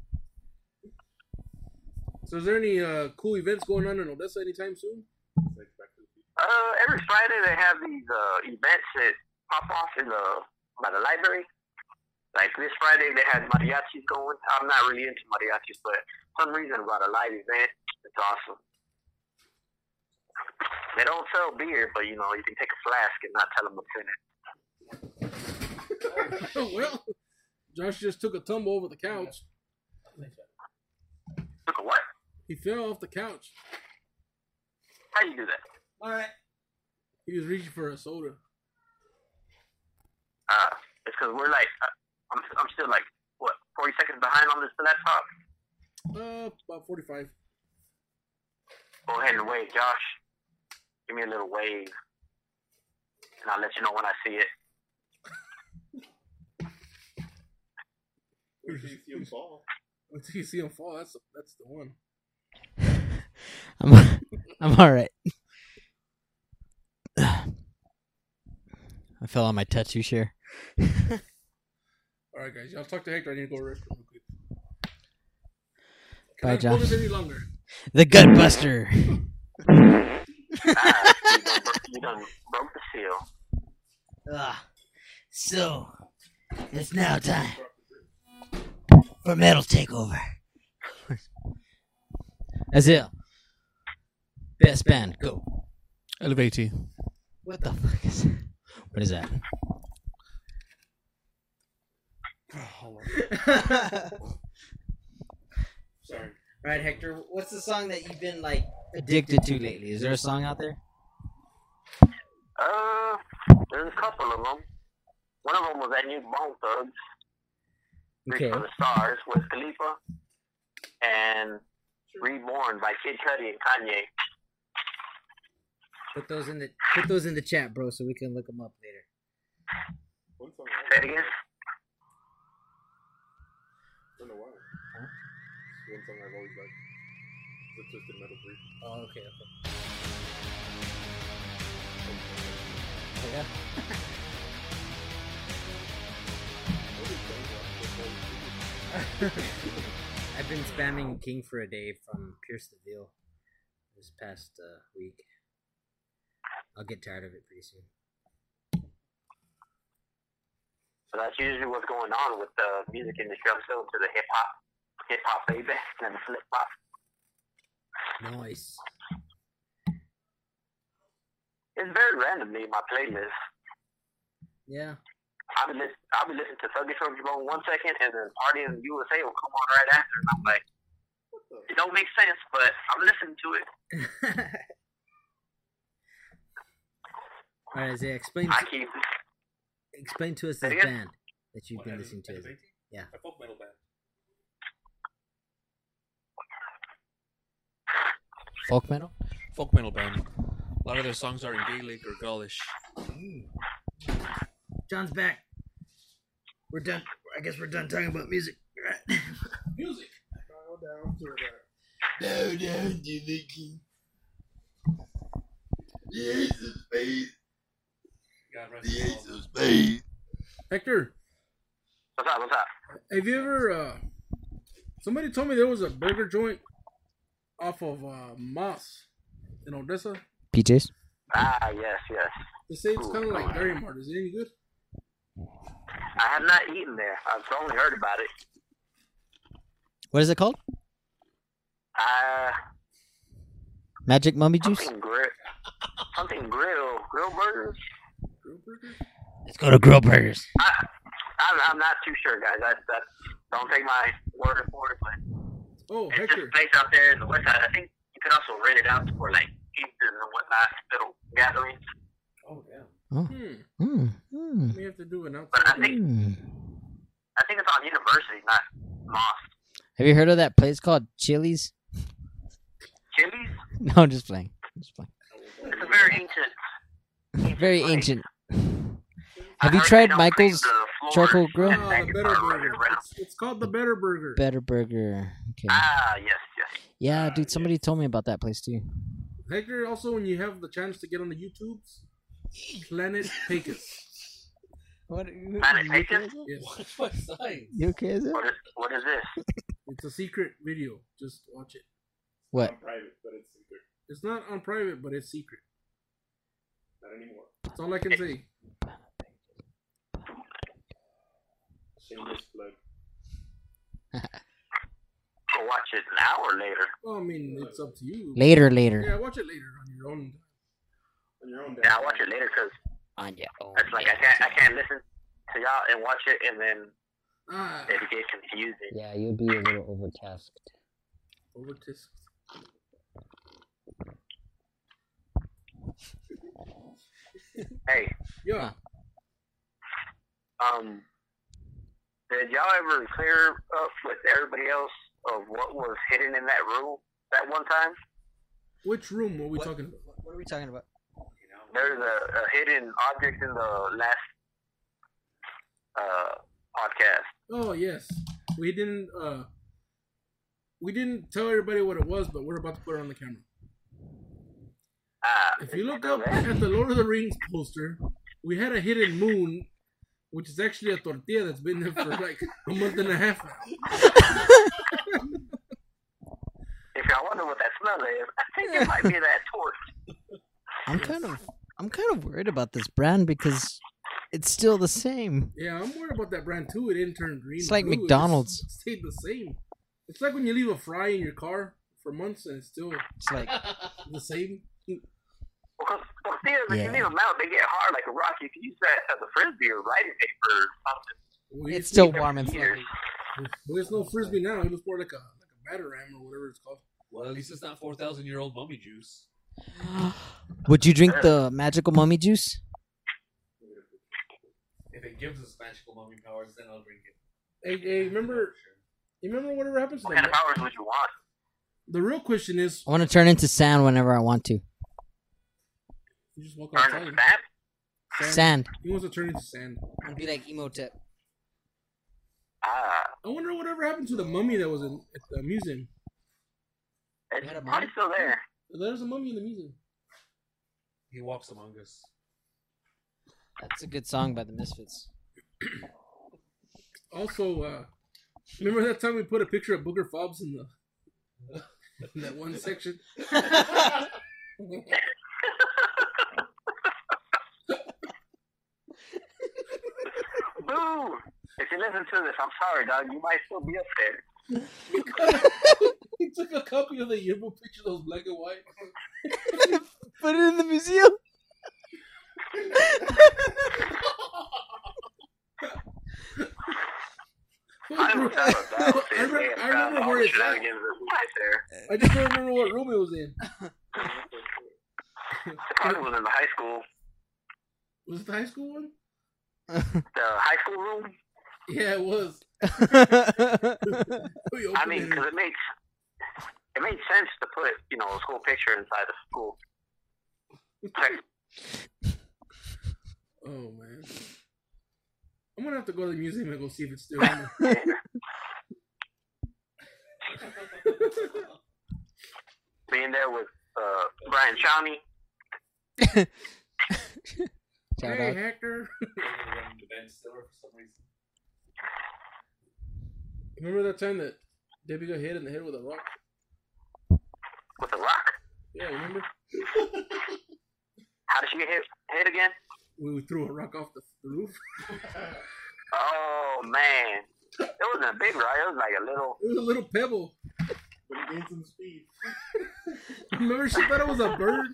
S1: So, is there any uh, cool events going on in Odessa anytime soon?
S8: Uh, every Friday they have these uh, events that pop off in the by the library. Like this Friday they had mariachis going. I'm not really into mariachis, but for some reason about a live event, it's awesome. They don't sell beer, but you know you can take a flask and not tell them what's in it.
S1: well, Josh just took a tumble over the couch.
S8: Took a what?
S1: He fell off the couch.
S8: How you do that?
S1: All right. He was reaching for a soda.
S8: Uh, it's because we're like, uh, I'm, I'm still like what 40 seconds behind on this laptop.
S1: Uh, about 45.
S8: Go ahead and wave, Josh. Give me a little wave, and I'll let you know when I see it.
S12: Wait till you see him fall.
S1: Until you see him fall, that's that's the one.
S4: I'm I'm all right. I fell on my tattoo chair.
S1: All right, guys, y'all talk to Hector. I need to go to the restroom real quick.
S4: Bye,
S1: Hold this
S4: Josh.
S1: any longer.
S4: The Gutbuster.
S8: Ah, you, done, bro- you done broke the seal.
S7: Ah, so it's now time for metal takeover.
S4: Azil. Best band. Go.
S3: Elevate.
S4: What the fuck is that? What is that?
S12: Sorry.
S7: All right, Hector, what's the song that you've been like
S4: Addicted to lately. Is there a song out there?
S8: Uh, there's a couple of them. One of them was that new Bone Thugs, Reach for the Stars, with Khalifa, and Reborn by Kid Cudi and Kanye.
S7: Put those in the put those in the chat, bro, so we can look them up later.
S12: One song.
S8: Say it again.
S12: I don't know why. One song I've always liked. The Twisted Metal Brief.
S7: Oh, okay, okay.
S4: Yeah.
S7: I've been spamming King for a day from Pierce the Veil this past uh, week. I'll get tired of it pretty soon.
S8: So that's usually what's going on with the music industry. I'm still into the hip hop, hip hop baby, and the flip hop.
S7: Nice.
S8: It's very randomly in my playlist.
S7: Yeah.
S8: I'll be, listen, I'll be listening to Thuggish Run Jerome one second, and then Party in the USA will come on right after, and I'm like, it don't make sense, but I'm listening to it.
S7: All right, Isaiah, explain
S8: I keep
S7: explain to us
S8: Say
S7: this
S8: again?
S7: band that you've been listening to. Isaiah. Yeah.
S12: A folk metal band.
S4: Folk metal?
S3: Folk metal band. A lot of their songs are in Gaelic or Gaulish.
S7: John's back. We're done. I guess we're done talking about music.
S1: Music.
S12: Bow down to the
S3: God rest his soul.
S1: Hector,
S8: What's up? What's up?
S1: have you ever? Uh, somebody told me there was a burger joint off of uh, Moss in Odessa.
S4: PJs?
S8: Ah, yes, yes.
S1: They say it's kind of like Dairy Mart. Is it any good?
S8: I have not eaten there. I've only heard about it.
S4: What is it called?
S8: Uh,
S4: Magic Mummy Juice?
S8: something grill, something grill, grill burgers.
S7: Let's go to Grill Burgers.
S8: I, I'm, I'm not too sure, guys. I, that don't take my word for it, but
S1: Oh,
S8: it's just
S1: Hector.
S8: a place out there in the west side. I think you could also rent it out for like pizzas and whatnot, little gatherings.
S1: Oh yeah.
S4: Oh.
S1: Hmm.
S4: Mm,
S7: hmm,
S4: mm,
S1: We have to do an
S8: But I
S1: outside.
S8: think
S4: mm.
S8: I think it's on University, not Moss.
S4: Have you heard of that place called Chili's?
S8: Chili's.
S4: No, I'm just playing. I'm just playing.
S8: It's a very ancient.
S4: Very
S8: place.
S4: ancient.
S8: I
S4: Have you
S8: heard they
S4: tried
S8: don't clean
S4: Michael's
S8: The floor
S4: charcoal
S1: Uh,
S4: grill?
S8: Oh, the Better Burger.
S1: It's, it's called the Better Burger.
S4: Better Burger. Okay.
S8: Ah, yes, yes.
S4: Yeah, dude. Somebody told me about that place too.
S1: Hector, also, when you have the chance to get on the YouTubes, Planet Pecos.
S4: What?
S8: Planet Pecos?
S1: Yes.
S4: You okay? Is it?
S8: What is, what is this?
S1: It's a secret video. Just watch it.
S4: What?
S12: Private, but it's secret.
S1: It's not on private, but it's secret.
S12: Not anymore.
S1: That's all I can say.
S12: Shameless plug.
S8: We'll watch it an hour later.
S1: Well, I mean, it's up to you.
S4: Later, later.
S1: Yeah, watch it later on your own.
S12: On your own.
S8: Yeah, I'll watch it later because
S4: On your own.
S8: it's like I can't, I can't listen to y'all and watch it and then
S1: Ah,
S8: it get confusing.
S4: Yeah, you'll be a little overtasked.
S1: over to
S8: Hey,
S1: yeah.
S8: um, did y'all ever clear up with everybody else of what was hidden in that room that one time?
S1: Which room were we talking about?
S4: What are we talking about?
S8: There's a, a hidden object in the last uh, podcast.
S1: Oh yes, we didn't. uh We didn't tell everybody what it was, but we're about to put it on the camera.
S8: Ah,
S1: If you look up at the Lord of the Rings poster, we had a hidden moon, which is actually a tortilla that's been there for like a month and a half now.
S8: if y'all wonder what that smell is, I think it might be that torch.
S4: I'm kind of I'm kind of worried about this brand because it's still the same.
S1: Yeah, I'm worried about that brand too. It didn't turn green.
S4: It's
S1: or
S4: like
S1: blue. It just
S4: McDonald's.
S1: stayed the same. It's like when you leave a fry in your car for months and it's still
S4: It's like
S1: the same.
S8: Because tortillas, if
S4: Yeah.
S8: you leave them out, they get hard like a rock. You can use that as a frisbee or writing paper or something.
S1: We
S4: it's
S1: used to
S4: still
S1: eat-
S4: warm and
S8: Years.
S4: fluffy.
S1: But There's no frisbee now. It was more like a like a batarang or whatever it's called.
S3: Well, at least it's not four thousand year old mummy juice.
S4: Would you drink the magical mummy juice?
S3: If it gives us magical mummy powers, then I'll drink it.
S1: Hey, hey, remember, you remember whatever happened to
S8: What kind of
S1: that?
S8: powers would you want?
S1: The real question is,
S4: I want to turn into sand whenever I want to.
S1: you just walk
S8: Burn a
S1: outside.
S8: snap?
S4: Sand.
S1: He wants to turn into sand.
S4: I'd be like Emotep.
S8: Ah,
S1: I wonder whatever happened to the mummy that was in at the museum.
S8: it's
S4: had a
S8: probably
S4: mind?
S8: still there.
S1: There's a mummy in the museum.
S3: He walks among us.
S4: That's a good song by the Misfits.
S1: Also, uh, remember that time we put a picture of Booger Fobbs in the in that one section?
S8: Boo! If you listen to this, I'm sorry, dog. You might still be up there.
S1: he took a copy of the yearbook picture that was black and white.
S4: Put it in the museum.
S8: I don't know about that.
S1: I remember- I remember where it's at.
S8: Right there.
S1: I just don't remember what room it was in.
S8: It probably was in the high school.
S1: Was it the high school one?
S8: The high school room?
S1: Yeah, it was. We
S8: I
S1: opened
S8: mean,
S1: it.
S8: because it makes it made sense to put you know a school picture inside the school.
S1: Oh man. I'm gonna have to go to the museum and go see if it's still in there.
S8: Being there with uh, Brian Shawnee.
S4: Shout
S1: hey
S4: out.
S1: Hector.
S3: the band stiller for some reason.
S1: Remember that time that Debbie got hit in the head with a rock?
S8: with the rock.
S1: Yeah, remember?
S8: How did she get hit, hit again?
S1: We threw a rock off the, the roof.
S8: Oh man, it wasn't a big rock. It was like a little.
S1: It was a little pebble.
S12: But it gained some speed.
S1: Remember she thought it was a bird?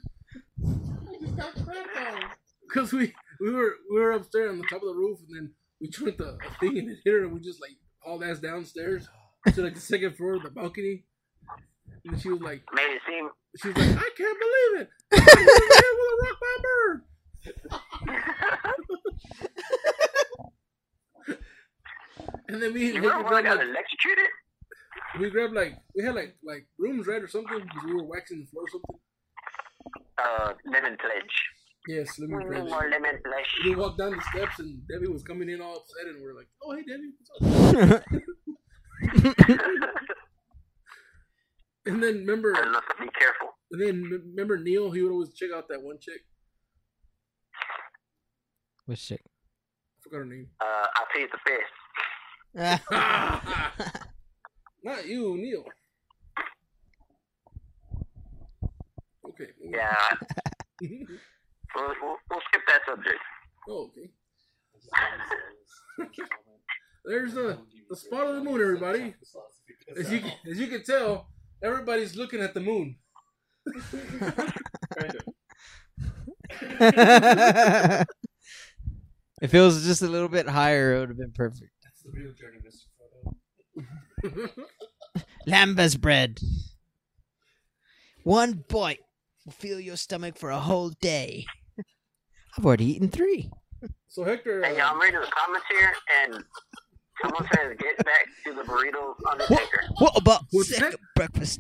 S1: Cause we we were we were upstairs on the top of the roof and then we tried the thing and it hit her and we just like hauled ass downstairs to like the second floor of the balcony. And she was like
S8: Made it seem.
S1: she was like, I can't believe it! I was hit with a rock by a bird. And then we,
S8: You
S1: we
S8: remember when I
S1: grabbed
S8: got
S1: like,
S8: electrocuted?
S1: we grabbed like we had like like rooms right or something because we were waxing the floor or something.
S8: Uh, lemon pledge.
S1: Yes, lemon
S8: We
S1: fresh.
S8: need more lemon flesh.
S1: We walked down the steps and Debbie was coming in all upset, and we're like, "Oh, hey, Debbie, what's up?" and then remember,
S8: be careful.
S1: And then m- remember Neil, he would always check out that one chick.
S4: What's sick?
S1: I forgot her name.
S8: Uh, I paid the fish.
S1: Not you, Neil. Okay.
S8: Yeah. we'll, we'll, we'll skip that subject.
S1: Oh, okay. There's the, the spot of the moon, everybody. As you as you can tell, everybody's looking at the moon.
S4: if it was just a little bit higher, it would have been perfect.
S12: That's the real journey, Mr. Frodo.
S4: Lambas bread. One bite will fill your stomach for a whole day. I've already eaten three.
S1: So Hector, uh,
S8: Hey, y'all, I'm reading the comments here, and someone says, "Get back to the burritos, Undertaker."
S4: What about second breakfast?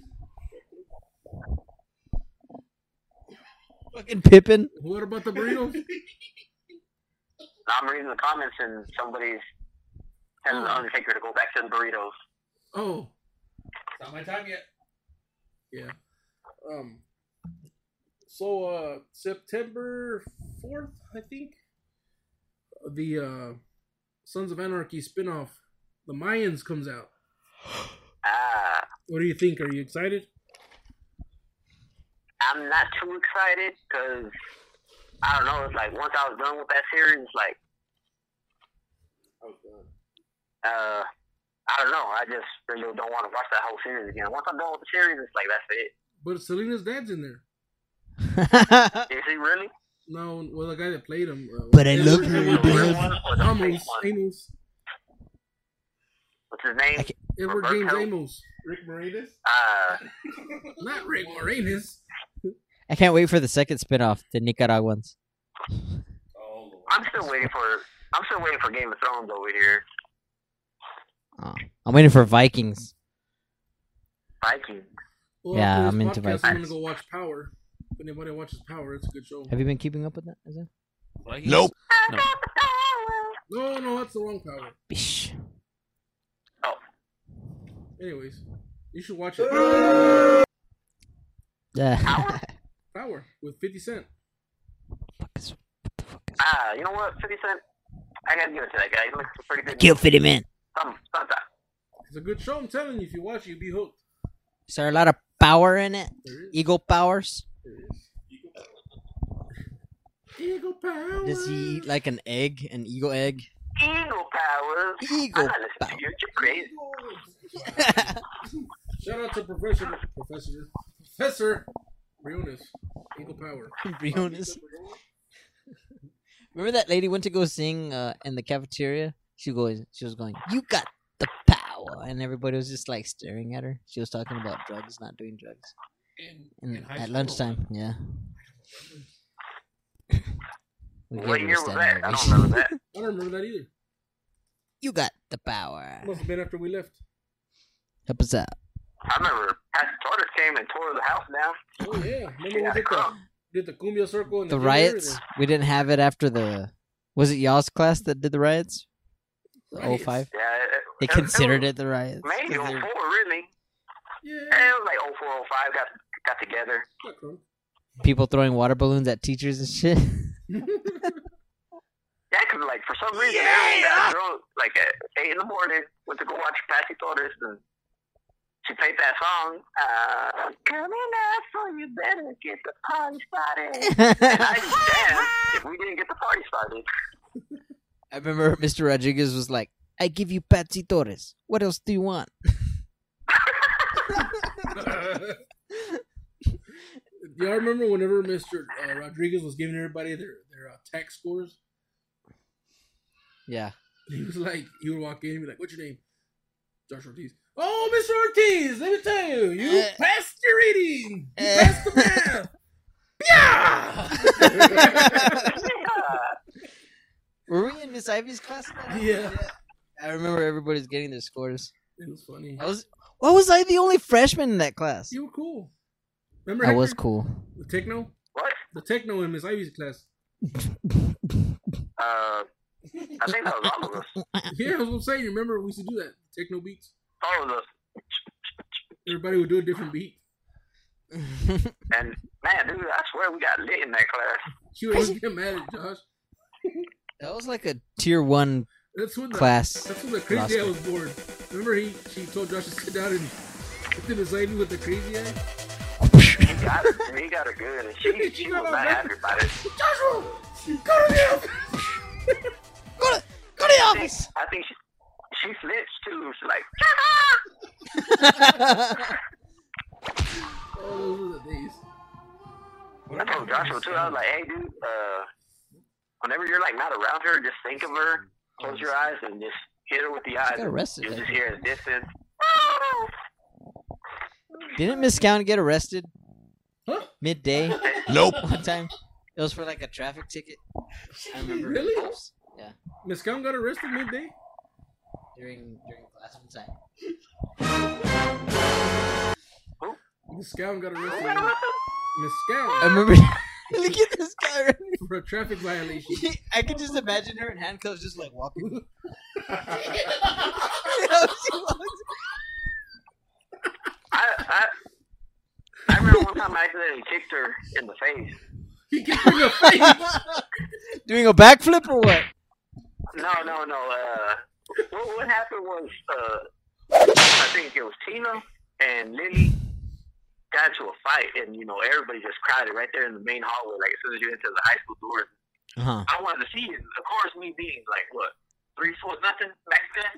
S4: Fucking Pippin.
S1: What about the burritos?
S8: I'm reading the comments, and somebody's telling the Undertaker to go back to the burritos.
S1: Oh,
S3: It's not my time yet.
S1: Yeah. Um. So uh, September fourth, I think, the uh, Sons of Anarchy spinoff, The Mayans, comes out.
S8: Ah,
S1: What do you think? Are you excited?
S8: I'm not too excited because I don't know. It's like once I was done with that series, like uh, I don't know. I just really don't want to watch that whole series again. Once I'm done with the series, it's like that's it.
S1: But Selena's dad's in there.
S8: Is he really?
S1: No, well, the guy that played him. Uh,
S8: But I
S1: Edward-
S8: love you,
S1: Edward
S8: Dad.
S1: James
S8: Or the
S1: Amos.
S8: fake one.
S1: Amos.
S8: What's his name?
S1: Edward
S8: Roberto?
S1: James Amos. Rick Moranis.
S8: Uh,
S1: Not Rick Moranis.
S4: I can't wait for the second spinoff, the Nicaraguans.
S8: I'm still waiting for. I'm still waiting for Game of Thrones over here.
S4: Oh, I'm waiting for Vikings.
S8: Viking.
S1: Well,
S4: Yeah,
S1: after this
S4: I'm into
S1: podcast, I'm gonna
S4: Vikings.
S1: go watch Power. If anybody watches Power, it's a good show.
S4: Have you been keeping up with that? Is it?
S3: Nope.
S4: No.
S1: No, no, that's the wrong Power.
S4: Bish.
S1: Anyways, you should watch it.
S4: Uh,
S1: Power with 50 Cent.
S8: Ah, you know what, Fifty Cent? I gotta give it to that guy. He looks pretty good.
S4: Kill 50 Man.
S8: Some, sometime.
S1: It's a good show. I'm telling you, if you watch it, you'll be hooked.
S4: is there a lot of power in it?
S1: There is.
S4: Eagle powers?
S1: Eagle Power.
S4: Does he eat like an egg, an eagle egg?
S8: Eagle powers.
S4: Eagle
S8: I'm not listening to you. You're crazy.
S1: Shout out to Professor Professor Professor Briones. Eagle Power.
S4: Briones. Remember that lady went to go sing uh, in the cafeteria? She goes, she was going, "You got the power," and everybody was just like staring at her. She was talking about drugs, not doing drugs. In,
S3: in high
S4: at
S3: school?
S4: lunchtime, yeah. We
S8: What
S4: gave her a
S8: year was
S4: standing
S8: that? I
S4: ovation.
S8: don't remember that.
S1: I don't remember that either.
S4: you got the power.
S1: Must have been after we left.
S4: Help us out.
S8: I remember Pastor Torres came and tore the house down.
S1: Oh yeah, remember we did the did the cumbia circle and
S4: The
S1: the
S4: riots. We didn't have it after the. Was it y'all's class that did the riots? The 05?
S8: Yeah, it- it-
S4: They
S8: it
S4: considered
S8: was
S4: it the riots.
S8: Maybe
S4: 'cause
S8: 04,
S4: they're-
S8: really.
S1: Yeah.
S8: it was like 04, 05 got, got together.
S4: people throwing water balloons at teachers and shit.
S8: Yeah, because like for some reason, everyone got drunk like at eight in the morning. Went to go watch Patsy Torres, and she played that song. Uh, Coming up, so you better get the party started. and I damn if we didn't get the party started.
S4: I remember Mr. Rodriguez was like, "I give you Patsy Torres. What else do you want?"
S1: Y'all remember whenever Mr. Uh, Rodriguez was giving everybody their their uh, tax scores?
S4: Yeah.
S1: He was like, he would walk in and be like, "What's your name?" Josh Ortiz. Oh, Mr. Ortiz, let me tell you, you passed your reading. You passed the math.
S4: Were we in Miss Ivy's class?
S1: Yeah.
S4: I remember everybody's getting their scores.
S1: It was funny.
S4: I was. Why was I the only freshman in that class?
S1: You were cool.
S4: I
S1: Remember?
S4: was
S1: Hector?
S4: cool.
S1: The techno.
S8: What?
S1: The techno in Miss Ivy's class.
S8: Uh, I think that was all of us.
S1: Yeah, that's what I'm saying. You remember we used to do that techno beats?
S8: All of us.
S1: Everybody would do a different beat.
S8: And man, dude, I swear we got lit in that class.
S1: You always get mad at Josh.
S4: That was like a tier one
S1: That's when the,
S4: class.
S1: That's when the crazy
S4: roster.
S1: eye was born. Remember, he she told Josh to sit down and did his lady with the crazy eye.
S8: He got it. He got it good, and she she was not happy about it.
S1: Joshua, go to the office.
S8: Go to the office. I think she she snitched too. She's like,
S1: Oh, those were the days.
S8: I told Joshua too. I was like, hey, dude, uh, whenever you're like not around her, just think of her, close your eyes, and just hit her with the eyes.
S4: got arrested,
S8: You'll
S4: I
S8: just
S4: think.
S8: hear a distance.
S4: Didn't Miss Gown get arrested?
S1: Huh?
S4: Midday?
S11: Nope.
S4: One time. It was for like a traffic ticket. I remember.
S1: Really?
S4: Yeah.
S1: Miss Gunn got arrested midday.
S4: During during class one time.
S1: Miss Gown got arrested. Miss Gown.
S4: I remember Look at this guy.
S1: for a traffic violation.
S4: I could just imagine her in handcuffs just like walking.
S8: I I I remember one time I accidentally kicked her in the face.
S4: Doing a backflip or what?
S8: No, no, no. Uh, what, what happened was, uh, I think it was Tina and Lily got into a fight, and you know everybody just crowded right there in the main hallway. Like as soon as you enter the high school doors,
S4: Uh-huh.
S8: I wanted to see it. Of course, me being like what three foot nothing back then,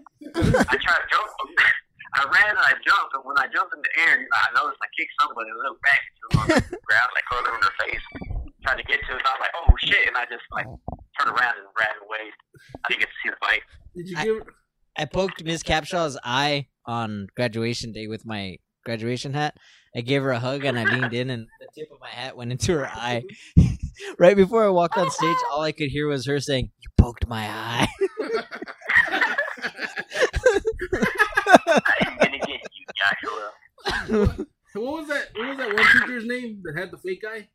S8: I tried to jump. I ran and I jumped, and when I jumped in the air, you know, I noticed I kicked somebody and looked back and she was on the ground, like curling in her face, trying to get to it. And I was like, "Oh shit!" And I just like turned around and ran away. I didn't get to see the fight.
S1: Did you
S4: I-
S1: give?
S4: I poked Miss Capshaw's eye on graduation day with my graduation hat. I gave her a hug and I leaned in and the tip of my hat went into her eye. right before I walked on stage, all I could hear was her saying, You poked my eye.
S8: I am gonna get you, Joshua.
S1: What was that? What was that one teacher's name that had the fake eye?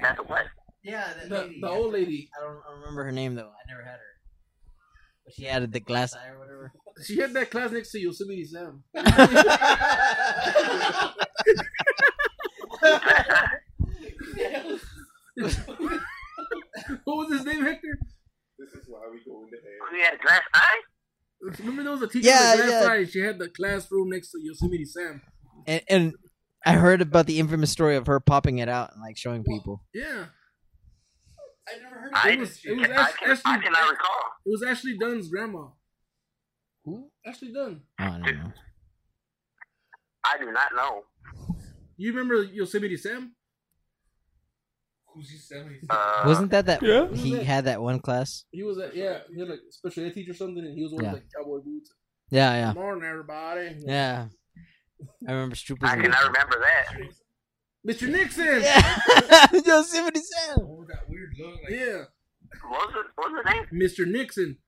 S8: That's what.
S4: Yeah,
S1: The, the old lady.
S4: I don't I don't remember her name though. I never had her. But she had the glass eye or whatever.
S1: She had that class next to Yosemite Sam. what was his name, Hector?
S12: This is why we go in the air.
S8: We had a glass eye.
S1: Remember there was a teacher
S4: Yeah,
S1: with glass
S4: yeah.
S1: eyes. She had the classroom next to Yosemite Sam.
S4: And, and I heard about the infamous story of her popping it out and like showing people.
S1: Yeah. I never heard
S8: I,
S1: it. Was, it, was
S8: I,
S1: Ash-
S8: can, I
S1: Ashley,
S8: cannot recall.
S1: it was Ashley Dunn's grandma.
S4: Who?
S1: Ashley Dunn.
S4: I don't know.
S8: I do not know.
S1: You remember Yosemite Sam? Who's Yosemite
S8: Uh,
S4: Wasn't that that
S1: Yeah.
S4: he had that one class?
S1: He was a yeah, he had like a special ed teacher or something, and he was wearing
S4: Yeah.
S1: like cowboy boots.
S4: Yeah, yeah,
S1: Morning, everybody.
S4: yeah. I remember Stroopers.
S8: I cannot remember that.
S1: Mr. Nixon.
S4: Yeah, Yosemite Sam.
S1: that weird look. yeah,
S8: What was it? What was the name?
S1: Mr. Nixon.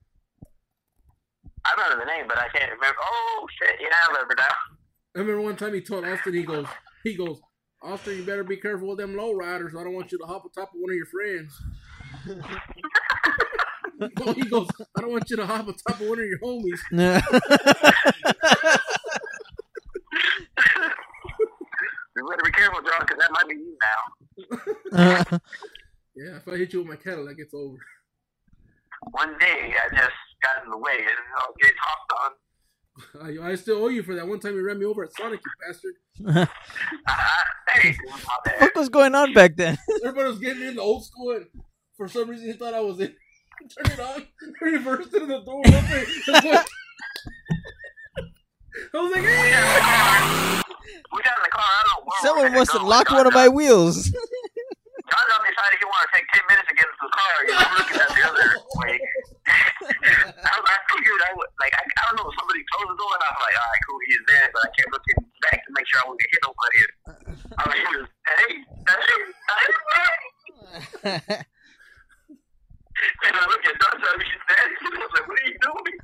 S8: I remember the name, but I can't remember. Oh shit! Yeah, I remember now.
S1: I remember one time he told Austin, he goes, he goes, Austin, you better be careful with them low riders. I don't want you to hop on top of one of your friends. he goes, I don't want you to hop on top of one of your homies.
S4: Yeah.
S8: You better be careful, John, because that might be you now.
S1: Yeah, if I hit you with my Cadillac, it's over.
S8: One day, I just got in the way, and I'll get hopped on.
S1: I, I still owe you for that one time you ran me over at Sonic, you bastard.
S8: I, I, hey, out there.
S4: what was going on back then?
S1: Everybody was getting in the old school, and for some reason he thought I was in. Turn it on, reversed it in the door. I was like,
S8: We
S1: hey!
S8: got in the car. We got in the car. I don't know where
S4: Someone
S8: we're
S4: must
S8: gonna
S4: have
S8: go.
S4: locked
S8: John
S4: one of
S8: John-
S4: my wheels.
S8: John John decided he wanted to take ten minutes to get into the car. He was looking at the other way. I, was- I figured I would like I, I don't know. Somebody closed the door, and I was like, all right, cool, he's there, but I kept looking back to make sure I wouldn't hit nobody. I was like, hey, that's it, that's it. And I looked at Dutch, I was just dancing. I was like, what are you doing?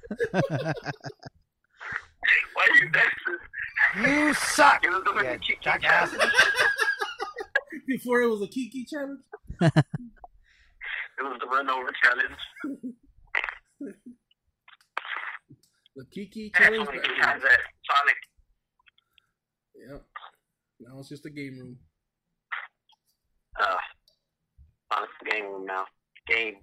S8: Why are you dancing?
S11: You suck.
S8: It was the way you kicked your
S11: jackass.
S1: Before it was a Kiki challenge.
S8: happens.
S1: The Kiki
S8: That's
S1: challenge.
S8: when he has that Sonic.
S1: Yep. Now it's just a game room.
S8: Uh, Sonic game room now. Game.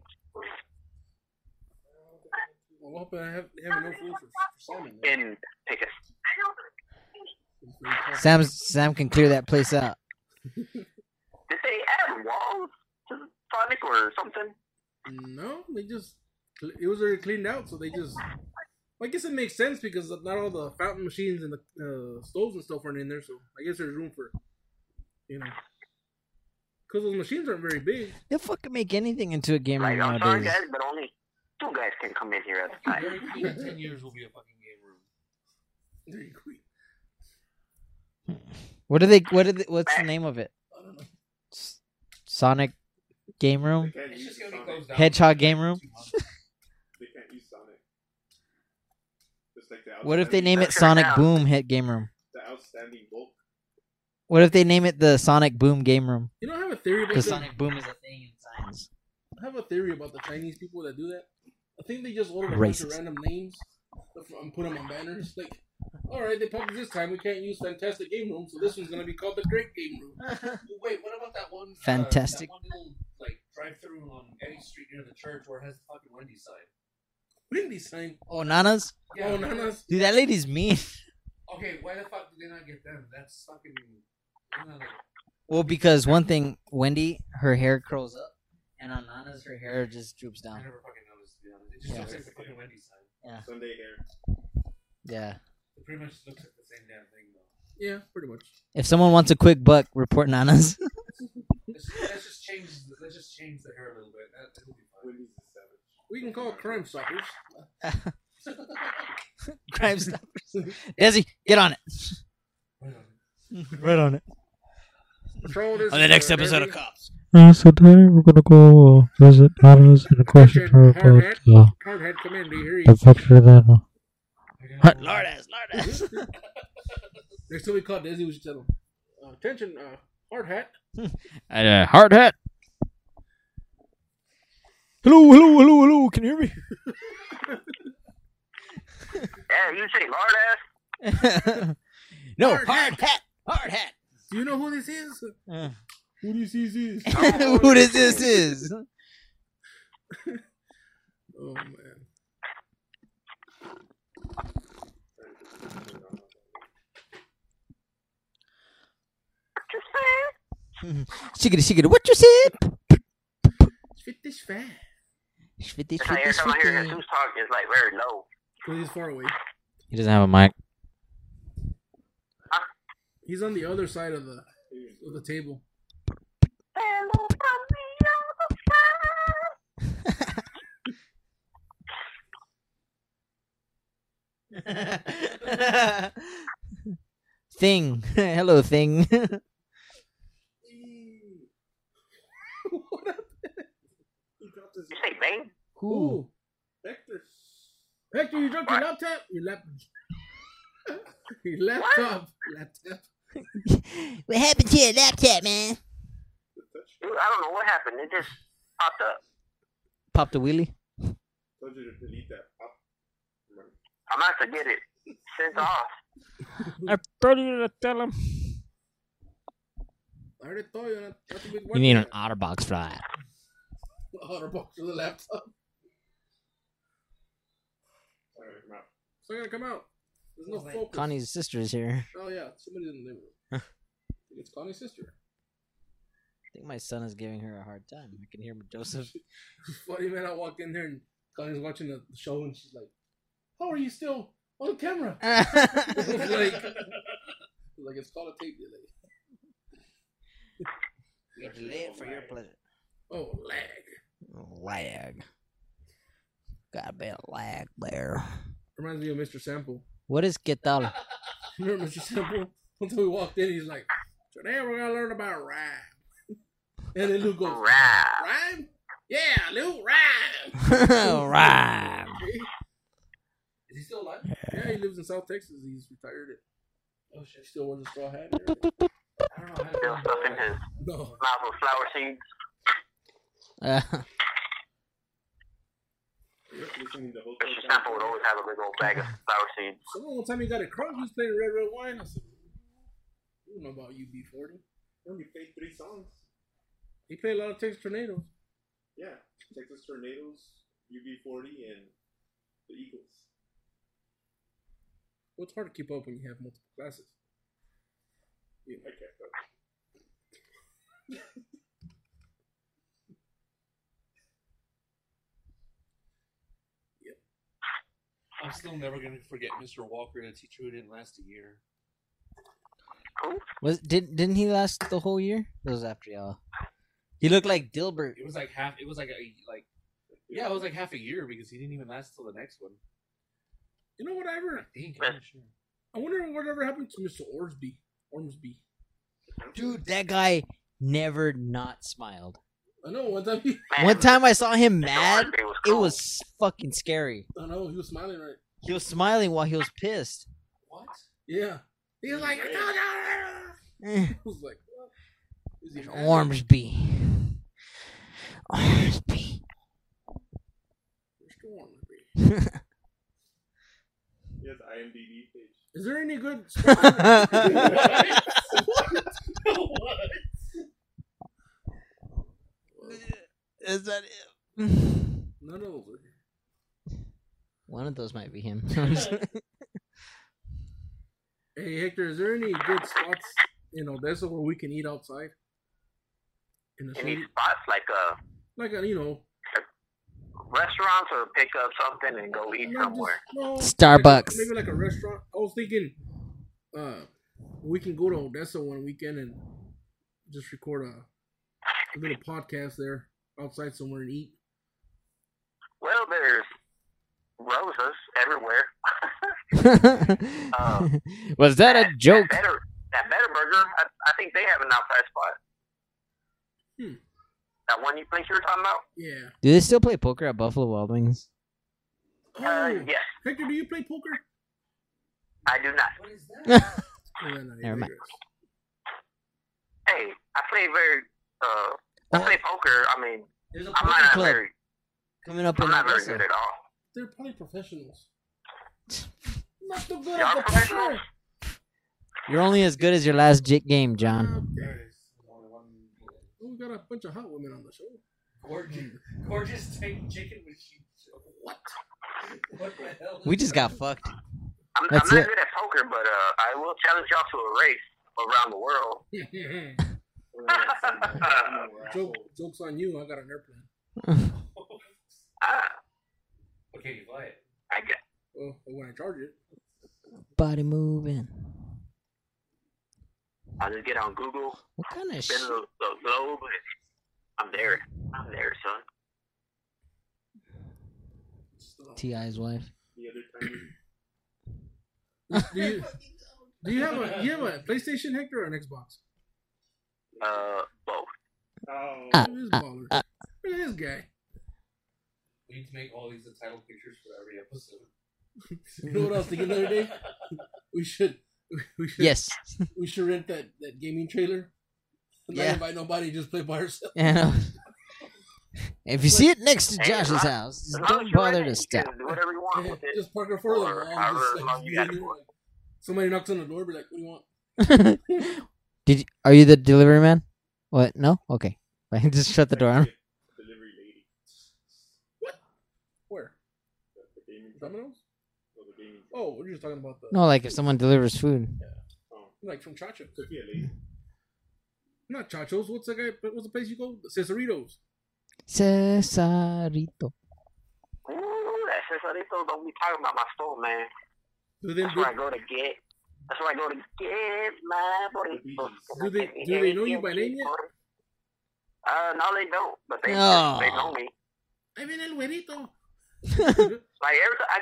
S1: Well, hope I have, they have no food for, for salmon. though.
S8: In pick
S4: Sam Sam can clear that place out.
S8: Did they add walls to Sonic or something?
S1: No, they just cle- it was already cleaned out, so they just. I guess it makes sense because not all the fountain machines and the uh, stoves and stuff aren't in there, so I guess there's room for, you know, because those machines aren't very big.
S4: They'll fucking make anything into a game room
S8: I'm sorry,
S4: nowadays.
S8: guys, but only two guys can come in here at a time.
S3: Ten years will be a fucking game room.
S1: There you go.
S4: What are they? What are they, What's the name of it? S- Sonic game room.
S12: It's just gonna be closed down.
S4: Hedgehog game room.
S12: They can't use Sonic. It's like the
S4: What if they
S12: outstanding-
S4: name it Sonic Boom Hit Game Room?
S12: The outstanding bulk.
S4: What if they name it the Sonic Boom Game Room?
S1: You know, I have a theory about
S4: Because
S1: the-
S4: Sonic Boom is a thing in science.
S1: I have a theory about the Chinese people that do that. I think they just order a bunch of
S4: Racist.
S1: random names and put them on banners. Like, all right, they published this time. We can't use Fantastic Game Room, so this one's gonna be called the Great Game Room.
S3: Well, wait, what about that one?
S4: Fantastic.
S3: Uh, that one little like drive-through on Eddie Street near the church where it has the fucking Wendy's sign.
S1: Wendy's sign.
S4: Oh, Nana's?
S1: Oh, Nana's.
S4: Dude, that lady's mean.
S3: Okay, why the fuck did they not get them? That's fucking.
S4: Well, because one thing, Wendy, her hair curls up, and on Nana's, her hair just droops
S3: I
S4: down.
S3: never fucking noticed. To be honest, it just
S4: Yeah.
S3: looks like the fucking Wendy's sign.
S4: Yeah.
S12: Sunday hair.
S4: Yeah.
S3: It pretty much looks like the same damn thing though.
S1: Yeah, pretty much.
S4: If someone wants a quick buck, report Nana's.
S3: Let's, let's just change. the- Let's just change the hair a little bit. That, it'll be fine.
S12: Wendy's is savage.
S1: We can call it Crime Stoppers.
S4: Crime Stoppers. Desi, get on it. right on it.
S1: Patrol this,
S4: On the next
S1: uh,
S4: episode of
S1: area.
S4: Cops.
S13: Uh, so today we're gonna go uh, visit Nana's and question her about
S1: Hardhead,
S13: uh,
S1: Hardhead, come in. Do you hear
S13: the
S1: you?
S13: picture that uh,
S4: Lord ass, Lord ass.
S1: Next time we call Desi, we should tell him. Uh, attention, uh, Hard Hat.
S11: Uh, hard hat.
S13: Hello, hello, hello, hello. Can you hear me?
S8: Yeah, you say hard ass.
S4: no, hard, hat. Hard hat.
S1: Do you know who this is?
S4: Eh.
S1: Who this is? is?
S4: Who does this is?
S1: Oh man.
S4: Shiggity, shiggity, what you said?
S1: Spit this fast.
S4: Shvitty,
S8: It's like
S4: shvitty,
S8: every time I hear
S4: shvitty.
S8: Jesus talk, it's like very low.
S1: Cause he's far away.
S4: He doesn't have a mic.
S1: He's on the other side of the of the table.
S4: thing. Hello, thing.
S8: You say bang?
S4: Who?
S1: Hector. Hector, you dropped your laptop. Your lap. your laptop. Laptop.
S11: What happened to your laptop, man?
S8: Dude, I don't know what happened. It just popped up.
S4: Popped a wheelie.
S12: Told you to delete that. Pop. Remember.
S8: I'm about to get it sent off.
S11: I told you to tell him.
S1: I already told you not, not to make
S4: You need an OtterBox for that.
S1: Otter box to the laptop.
S12: All right, come out.
S1: It's not gonna come out. There's no focus.
S4: Connie's sister is here.
S1: Oh yeah, somebody's in the living room. it's Connie's sister.
S4: I think my son is giving her a hard time. I can hear Joseph.
S1: Funny man, I walked in there and Connie's watching the show and she's like, "How are you still on camera?" It's like, like it's called a tape delay.
S4: We delay it for your pleasure.
S1: Oh lag.
S4: Lag. Got a bit of lag there.
S1: Reminds me of Mr. Sample.
S4: What is que tal?
S1: Remember Mr. Simple? Once we walked in, he's like, Today we're gonna learn about rhyme. And then Luke goes, Rhyme? Rhyme? Yeah, Luke, rhyme.
S4: Rhyme.
S1: Is he still alive? Yeah, he lives in South Texas. He's retired. Oh shit, still wears a straw hat. and everything. I don't know how to-
S8: Still stuff in his
S1: No.
S8: mouth with flower seeds.
S4: Uh,
S8: Mr. Sample would always have a big old bag of sour seeds.
S1: Someone one time he got a crunk, he was playing Red Red Wine. I said, I don't know about UB40.
S12: He only played three songs.
S1: He played a lot of Texas Tornadoes.
S12: Yeah, Texas Tornadoes, UB40, and the Eagles.
S1: Well, it's hard to keep up when you have multiple classes.
S12: Yeah. Okay.
S3: I'm still never gonna forget Mr. Walker, the teacher who didn't last a year.
S4: Was did didn't he last the whole year? It was after y'all. He looked like Dilbert.
S3: It was like half. It was like a like. Yeah, it was like half a year because he didn't even last till the next one.
S1: You know whatever.
S3: Dang, I'm not sure.
S1: I wonder whatever happened to Mr. Ormsby. Ormsby.
S4: Dude, that guy never not smiled.
S1: I know one time he.
S4: One time I saw him mad, it was fucking scary.
S1: I know he was smiling right.
S4: He was smiling while he was pissed.
S3: What?
S1: Yeah. He was like, I told you. I was like, what? Is he mad?
S4: Ormsby. Ormsby.
S1: Mr. Ormsby.
S12: He has IMDb page.
S1: Is there any good?
S12: what?
S4: Is that
S1: None of them.
S4: One of those might be him.
S1: Hey Hector, is there any good spots in Odessa where we can eat outside? In the
S8: Any
S1: city,
S8: spots like uh,
S1: like a, you know,
S8: restaurants or pick up something and go eat somewhere?
S1: no,
S4: Starbucks.
S1: Maybe like a restaurant. I was thinking, uh, we can go to Odessa one weekend and just record a, a little podcast there outside somewhere and eat.
S8: Well, there's roses everywhere.
S4: was that a joke?
S8: Better that Better Burger, I, I think they have an outside spot.
S1: Hmm.
S8: That one you think you were talking about?
S1: Yeah.
S4: Do they still play poker at Buffalo Wild Wings?
S8: Uh,
S4: Hmm.
S8: yes,
S1: Hector, do you play poker?
S8: I do not.
S1: Yeah, no,
S4: Never mind.
S8: Hey, I play very. Uh, I play poker. I mean,
S4: There's a
S8: I'm
S4: poker
S8: not
S4: club
S8: very.
S4: coming up in
S8: I'm not very
S4: Odessa.
S8: good at all.
S1: They're probably professionals. Not the good
S8: Y'all
S1: at the
S8: professionals?
S1: poker.
S4: You're only as good as your last jit game, John.
S1: We got a bunch of hot women on the show.
S3: Gorgeous, gorgeous tank chicken machine.
S1: What?
S3: What the hell?
S4: We just got fucked.
S8: I'm, I'm
S4: That's
S8: not
S4: it.
S8: good at poker, but uh, I will challenge y'all to a race around the world.
S1: Joke, joke's on you. I got an airplane.
S8: I,
S3: Okay, you buy it.
S8: Ah. I get,
S1: Well, but when I charge it,
S4: Body moving.
S8: I'll just get on Google,
S4: What kind of
S8: spin
S4: shit?
S8: the, the globe, and I'm there. I'm there, son.
S4: Ti's wife.
S12: The other time.
S1: do you, do you have a you have a PlayStation Hector or an Xbox?
S8: Uh, both.
S12: Oh.
S1: Look at this baller. Look at this guy.
S3: We need to make all these the title pictures for every episode.
S1: You know what I was thinking the other day? We should we should
S4: Yes.
S1: we should rent that, that gaming trailer. And not
S4: Yeah.
S1: invite nobody, just play by ourselves.
S4: And, uh, if you see it next to
S8: Hey,
S4: Josh's
S8: as long-
S4: house,
S8: as long as
S4: don't
S8: you're
S4: bother
S8: in it,
S4: to
S8: you
S4: stop.
S8: can Do whatever you
S12: Oh,
S8: want with it.
S1: Just park her for the
S8: Or
S1: wall.
S8: however
S1: just,
S8: long
S1: be
S8: you
S1: in
S8: gotta
S1: there,
S8: work.
S1: like, somebody knocks on the door, be like, "What do you want?"
S4: Did you, are you the delivery man? What? No. Okay. just shut the door. I'm-
S12: Delivery lady.
S1: Where?
S12: The gaming
S1: Domino's?
S12: or the gaming
S1: Oh, we're just talking about the
S4: No, like if someone delivers food.
S1: like from Chacho.
S12: Could be a lady.
S1: Not Chacho's. What's the guy? What's the place you go? Cesaritos.
S4: Cesarito.
S8: Ooh, that Cesarito don't be talking about my store, man.
S1: Do they
S8: That's where I go to get. That's where I go to get my burritos.
S1: Do they- do they know you by name yet?
S8: Uh, no, they don't. But they
S4: Oh.
S8: they know me.
S1: I mean, el güerito.
S8: Like every, ti- I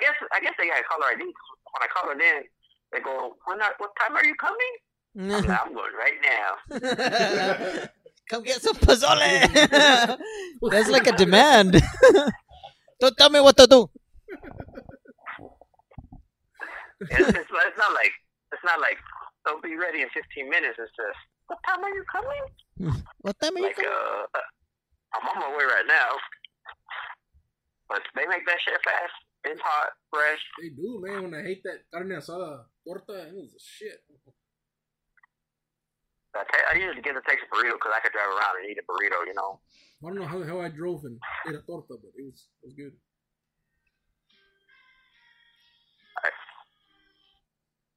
S8: guess I guess they got caller ID. 'cause When I call it in, they go, "When? Are, what time are you coming?" I'm, like, I'm going right now.
S4: Come get some pozole. That's like a demand. Don't tell me what to do.
S8: It's, it's, it's not like it's not like they'll be ready in 15 minutes. It's just, "What time are you coming?"
S4: What time are you
S8: Like,
S4: coming?
S8: uh, I'm on my way right now. But They make that shit fast. It's hot, fresh.
S1: They do, man. When I hate that carne asada torta, it was a shit.
S8: I, ta- I usually get a Texas burrito because I could drive around and eat a burrito, you know.
S1: I don't know how the hell I drove and ate a torta, but it was it was good.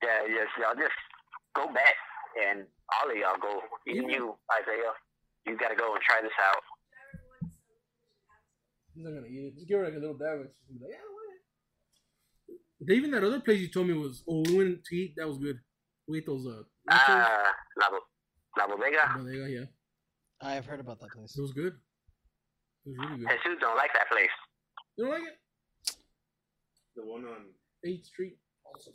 S8: Yeah, yes, y'all just go back and all of y'all go. Even you, Isaiah, you gotta go and try this out.
S1: He's not gonna eat it. Just give her like a little damage. She's like, yeah, what? Even that other place you told me was oh we went to eat that was good. We ate those uh nachos.
S8: Uh, La, Bo- La Bodega.
S1: Bodega, yeah.
S4: I've heard about that place.
S1: It was good. It was really good.
S8: Jesus don't like that place.
S1: You don't like it?
S12: The one on.
S1: Eighth Street. Or
S12: It's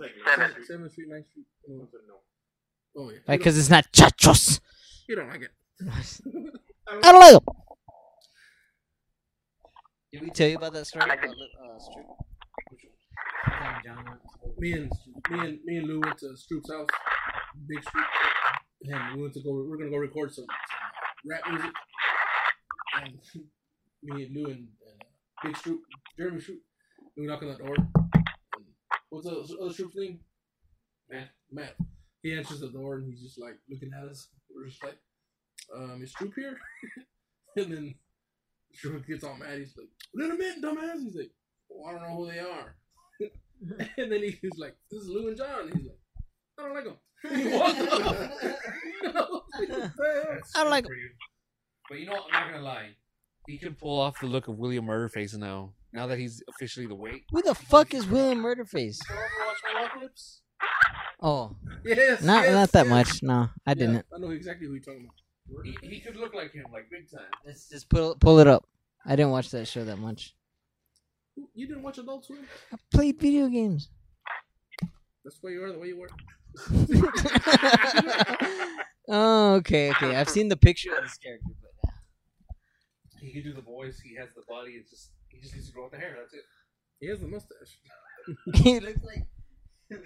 S12: like
S1: Seventh Street, Seventh Street, Ninth Street. Oh, oh yeah.
S4: Like, cause it's not chachos.
S1: You don't like it.
S4: I don't like 'em. Did we tell you about that story? About, uh, Stroop?
S1: me and me and me and Lou went to Stroop's house, Big Stroop, and we went to go. We're gonna go record some, some rap music. And me and Lou and, and uh, Big Stroop, Jeremy Stroop, we knock on the door. And what's the other Stroop's name? Matt. Matt. He answers the door and he's just like looking at us. We're just like, um, is Stroop here? and then Stroop gets all mad. He's like, let him in, dumbass. He's like, well, I don't know who they are. and then he's like, this is Lou and John. He's like, I don't like them. He walked off.
S4: I don't like.
S3: But you know what? I'm not gonna lie. He can pull off the look of William Murderface now. Now that he's officially the weight.
S4: Who the fuck is William Murderface? Oh,
S1: Yes,
S4: not
S1: yes,
S4: not that
S1: yes.
S4: much. No, I didn't.
S1: I know exactly who you're talking about.
S3: He, he could look like him, like big time.
S4: Let's just pull pull it up. I didn't watch that show that much.
S1: You didn't watch Adult Swim?
S4: I played video games.
S1: That's why you are the way you were.
S4: Oh, okay, okay. I've seen the picture of this character, but
S3: He can do the voice. He has the body. It's just he just needs to grow out the hair. That's it.
S1: He has a mustache.
S4: he looks like uh,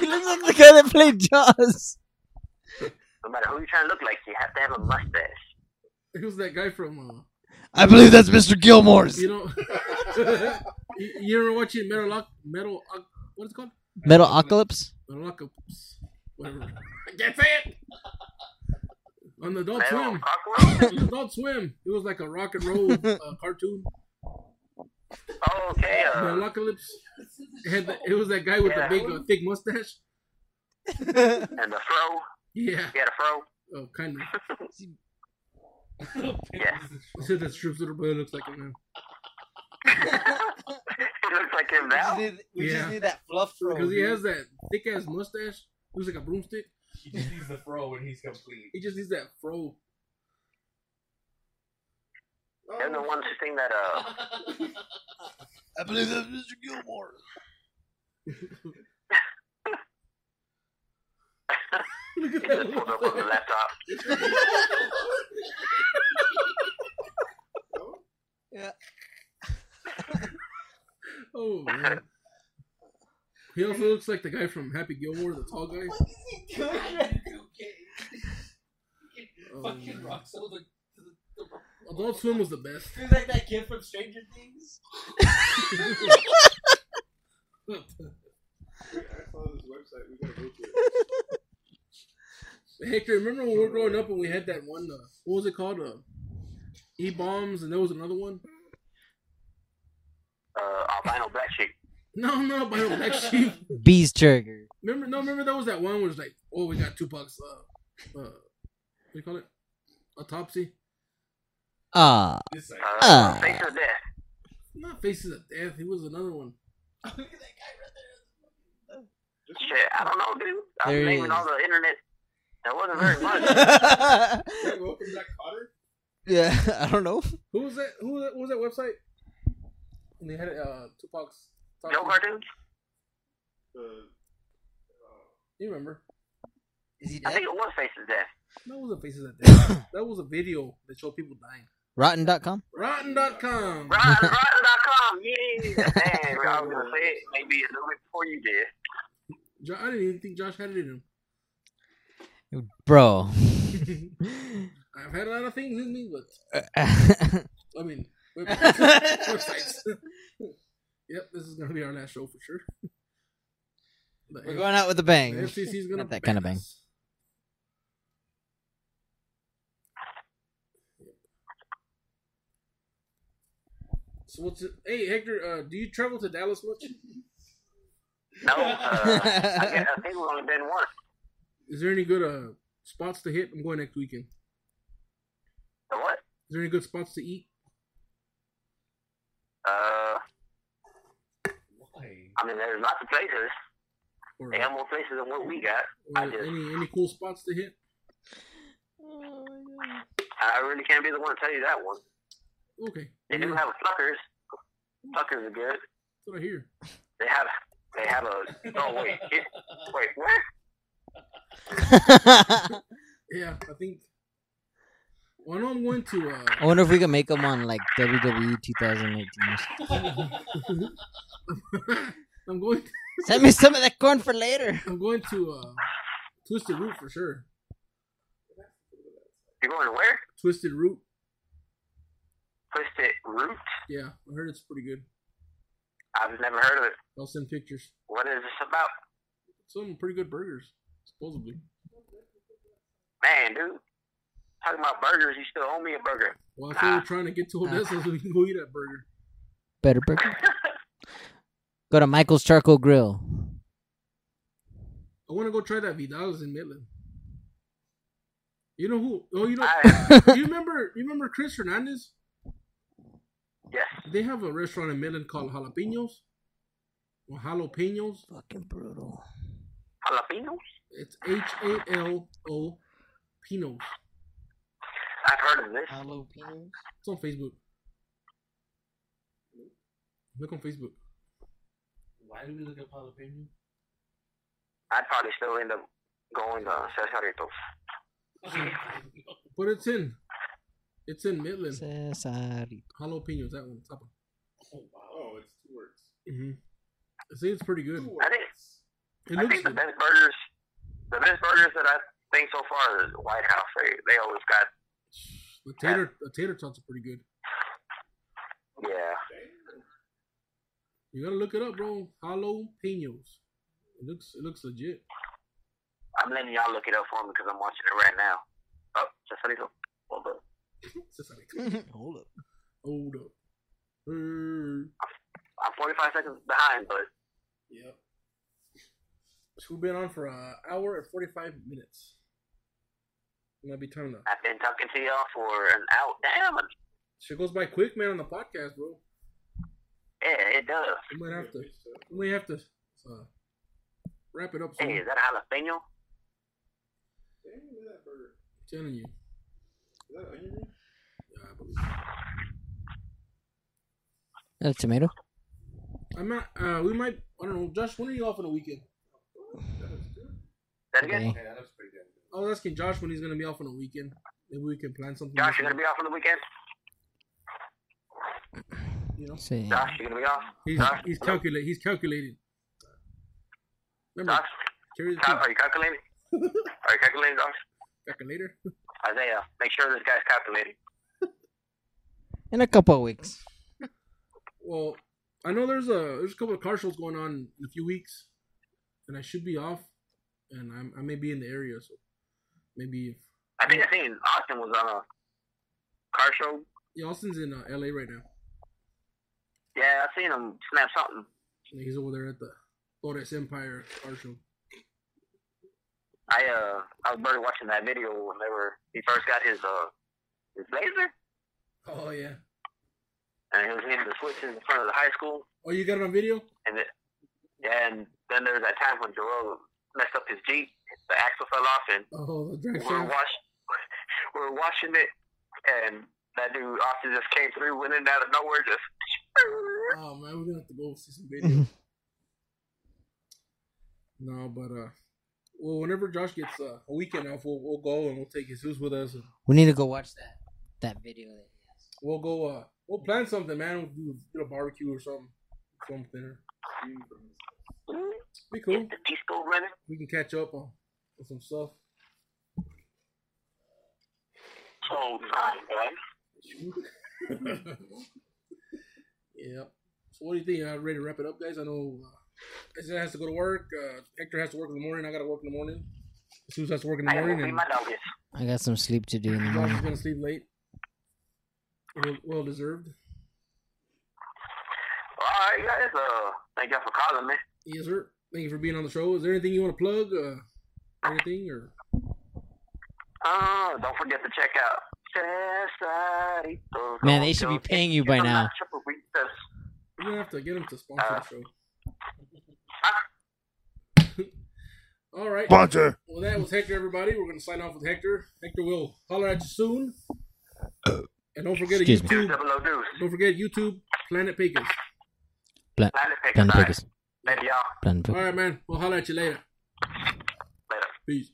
S4: he looks like the guy that played Jaws.
S8: No matter who you trying to look like, you have to have a mustache.
S1: Who's that guy from? Uh,
S4: I believe that's Mr. Gilmore's.
S1: You know, you, you ever watching Metal Lock, Metal Oc- what is it called?
S4: Metal Ocalypse.
S1: Metal Octopus, whatever. I can't say it. On the Adult Swim, on the Adult Swim, it was like a rock and roll uh, cartoon.
S8: Oh, okay. Uh,
S1: Metal Ocalypse. It, had the- it was that guy with
S8: Yeah.
S1: the big, uh, thick mustache.
S8: and the fro.
S1: Yeah.
S8: You got a fro.
S1: Oh, kind of.
S8: Yeah.
S1: I said that Stroop's little brother looks like him now.
S8: it looks like him now.
S4: We just need that fluff fro,
S1: Oh, Because he
S4: dude.
S1: has that thick ass mustache. He looks like a broomstick.
S3: He just needs the fro when he's complete.
S1: He just needs that fro.
S8: They're the ones who sing that. Uh,
S1: I believe that's Mr. Gilmore.
S8: he just pulled up on the laptop.
S1: Oh man. He also looks like the guy from Happy Gilmore, the tall guy.
S3: Fucking rocks. all the-
S1: Oh, Adult Swim was the best.
S4: He's like that kid from Stranger Things.
S12: I saw this website. We gotta go to it.
S1: Hector, remember when we were growing up and we had that one? Uh, what was it called? Uh, e bombs, and there was another one.
S8: Uh, albino black chick.
S1: No, no, but it was actually
S4: Bees Trigger.
S1: remember. No, remember there was that one where it's like, oh, we got Tupac's. Uh, uh, what do you call it? Autopsy.
S4: Ah.
S8: Uh,
S4: Ah.
S8: Face of death.
S1: Not Faces of Death. He was another one.
S8: Shit, I don't know, dude. I'm
S4: There he
S8: naming all the internet. That wasn't very much.
S12: Hey, welcome Black Cotter.
S4: yeah, I don't know.
S1: Who was that? Who was that, what was that website? And they had uh, Tupac's.
S8: no cartoons.
S12: The
S1: You remember?
S4: Is he
S8: I think
S4: dead?
S8: it was Face of Death.
S1: That was a Faces of Death. that was a video that showed people dying.
S4: Rotten.com?
S1: Rotten.com.
S8: Rotten, rotten.com. Yeah. Dang, I was gonna say it maybe a little bit before you did.
S1: Jo- I didn't even think Josh had it in him.
S4: Bro.
S1: I've had a lot of things in me, but I mean, Web- websites. yep, this is gonna be our last show for sure. The
S4: We're going out with a bang.
S1: The FCC's gonna
S4: Not that kind of
S1: ban
S4: bang.
S1: us. So what's it? Hey Hector, uh, do you travel to Dallas much?
S8: No, uh, I, guess, I think we've only been once.
S1: Is there any good uh spots to hit? I'm going next weekend.
S8: The what?
S1: Is there any good spots to eat?
S8: Uh, I mean, there's lots of places. They have more places than what we got. I
S1: Or
S8: just,
S1: any any cool spots to hit?
S8: I really can't be the one to tell you that one.
S1: Okay,
S8: They do have Tuckers. Tuckers are good.
S1: that's what I hear.
S8: They have, they have a. Oh wait, it, wait, what?
S1: Yeah, I think. Well, I know I'm going to. Uh,
S4: I wonder if we can make them on like E WWE 2018.
S1: I'm going.
S4: Send me some of that corn for later.
S1: I'm going to uh, Twisted Root for sure.
S8: You're going to where?
S1: Twisted Root.
S8: Twisted Root.
S1: Yeah, I heard it's pretty good.
S8: I've never heard of it.
S1: I'll send pictures.
S8: What is this about?
S1: Some pretty good burgers, supposedly.
S8: Man, dude, talking about burgers, you still owe me a burger.
S1: Well, I think we're trying to get to Odessa so we can go eat that burger.
S4: Better burger. Go to Michael's Charcoal Grill.
S1: I want to go try that Vidal's in Midland. You know who? Oh, you know. you remember? You remember Chris Hernandez?
S8: Yes.
S1: They have a restaurant in Midland called Jalapenos. Or Jalapenos.
S4: Fucking brutal.
S8: Jalapenos?
S1: It's H A L O Pinos.
S8: I've heard of this.
S4: Jalapenos.
S1: It's on Facebook. Look on Facebook.
S3: Why do we look at jalapeno?
S8: I'd probably still end up going to Cesaritos.
S1: But it's in. It's in Midland.
S4: Cesarito.
S1: Jalapenos, that one. Top one.
S12: Oh, wow. Oh, it's two words.
S1: Mm-hmm. I think it's pretty good.
S8: I think,
S1: It
S8: I
S1: looks
S8: think the best burgers, the best burgers that I think so far is White House. They they always got
S1: The tater, the tater tots are pretty good.
S8: yeah.
S1: You gotta look it up, bro. Jalapenos. It looks, it looks legit.
S8: I'm letting y'all look it up for me because I'm watching it right now. Oh, Cesarito. Hold up.
S4: Hold up.
S1: Hold up. Err.
S8: I'm 45 seconds behind, but
S1: Yep. So we've been on for an hour and 45 minutes. Might be time to.
S8: I've been talking to y'all for an hour. Damn,
S1: Shit goes by quick, man, on the podcast, bro.
S8: yeah, it does.
S1: We might have to. We might have to uh, wrap it up. Soon.
S8: Hey, is that a jalapeno?
S12: Damn, look at that burger.
S1: I'm telling you.
S12: Is that onion ring?
S1: Yeah, I believe.
S4: A tomato?
S1: I'm not. Uh, we might. I don't know. Josh, when are you off on the weekend?
S8: That again?
S4: Today.
S1: I was asking Josh when he's gonna be off on the weekend. Maybe we can plan something.
S8: Josh, you gonna be off on the weekend?
S1: You know?
S4: See.
S8: Josh, you gonna be off?
S1: He's
S8: Josh,
S1: he's
S8: hello?
S1: calculating. He's calculating. Remember,
S8: Josh,
S1: carry the
S8: Cal- are you calculating? are you calculating, Josh?
S1: calculator.
S8: Isaiah, make sure this guy's calculating.
S4: In a couple of weeks.
S1: Well, I know there's a there's a couple of car shows going on in a few weeks, and I should be off, and I'm, I may be in the area, so maybe if
S8: I think I seen Austin was on a car show.
S1: yeah, Austin's in uh, L.A. right now.
S8: Yeah, I seen him snap something.
S1: And he's over there at the Torres Empire car show.
S8: I uh, I was barely watching that video when they were he first got his uh his laser
S1: Oh yeah.
S8: and he was hitting the switches in front of the high school
S1: Oh, you got it on video?
S8: and it, and then there was that time when Joel messed up his jeep, the axle fell off and
S1: Oh, the drag
S8: we were
S1: show.
S8: watching we were watching it and that dude Austin just came through, went in out of nowhere, just
S1: Oh man, we're gonna have to go see some video. no, but uh, well, whenever Josh gets uh, a weekend off, we'll we'll go and we'll take his who's with us. And
S4: We need to go watch that that video.
S1: we'll go. Uh, we'll plan something, man. We'll do, do a barbecue or something, something dinner. Be cool.
S8: get the disco running.
S1: We can catch up on, on some stuff.
S8: Oh my god.
S1: Yep. So what do you think? Y'all ready to wrap it up, guys? I know uh, Isaiah has to go to work. Uh, Hector has to work in the morning. I got to work in the morning. Sue has to work in the
S4: I gotta
S1: morning.
S4: feed
S1: And
S4: my I got some sleep to do in the
S1: Josh is
S4: morning.
S1: going to sleep late. Well, well deserved.
S8: All right, guys. Uh, thank y'all for calling me.
S1: Yes, sir. Thank you for being on the show. Is there anything you want to plug? Uh, anything or
S8: Uh, don't forget to check out Chesarito.
S4: Man, they should be paying you by now.
S1: We're gonna have to get him to sponsor the show. All right.
S6: Sponsor.
S1: Well, that was Hector, everybody. We're gonna sign off with Hector. Hector will holler at you soon. And don't forget
S4: Uh, Excuse me.
S1: YouTube. Don't forget YouTube Planet Pecos.
S4: Plan, plan to focus.
S8: Later, y'all.
S4: Plan to
S1: All right, man. We'll holler at you later. Peace.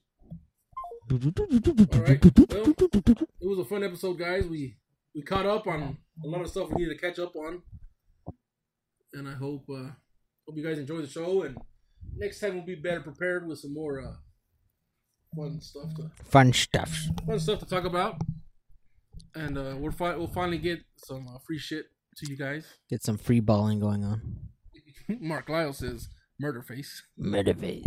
S1: All right. Well, it was a fun episode, guys. We we caught up on a lot of stuff we needed to catch up on, and I hope uh, hope you guys enjoy the show. And next time we'll be better prepared with some more uh, fun stuff to
S4: Fun stuff.
S1: fun stuff to talk about. And uh, we're fi- we'll finally get some uh, free shit to you guys.
S4: Get some free balling going on.
S1: Mark Lyle says murder face.
S4: Motivate.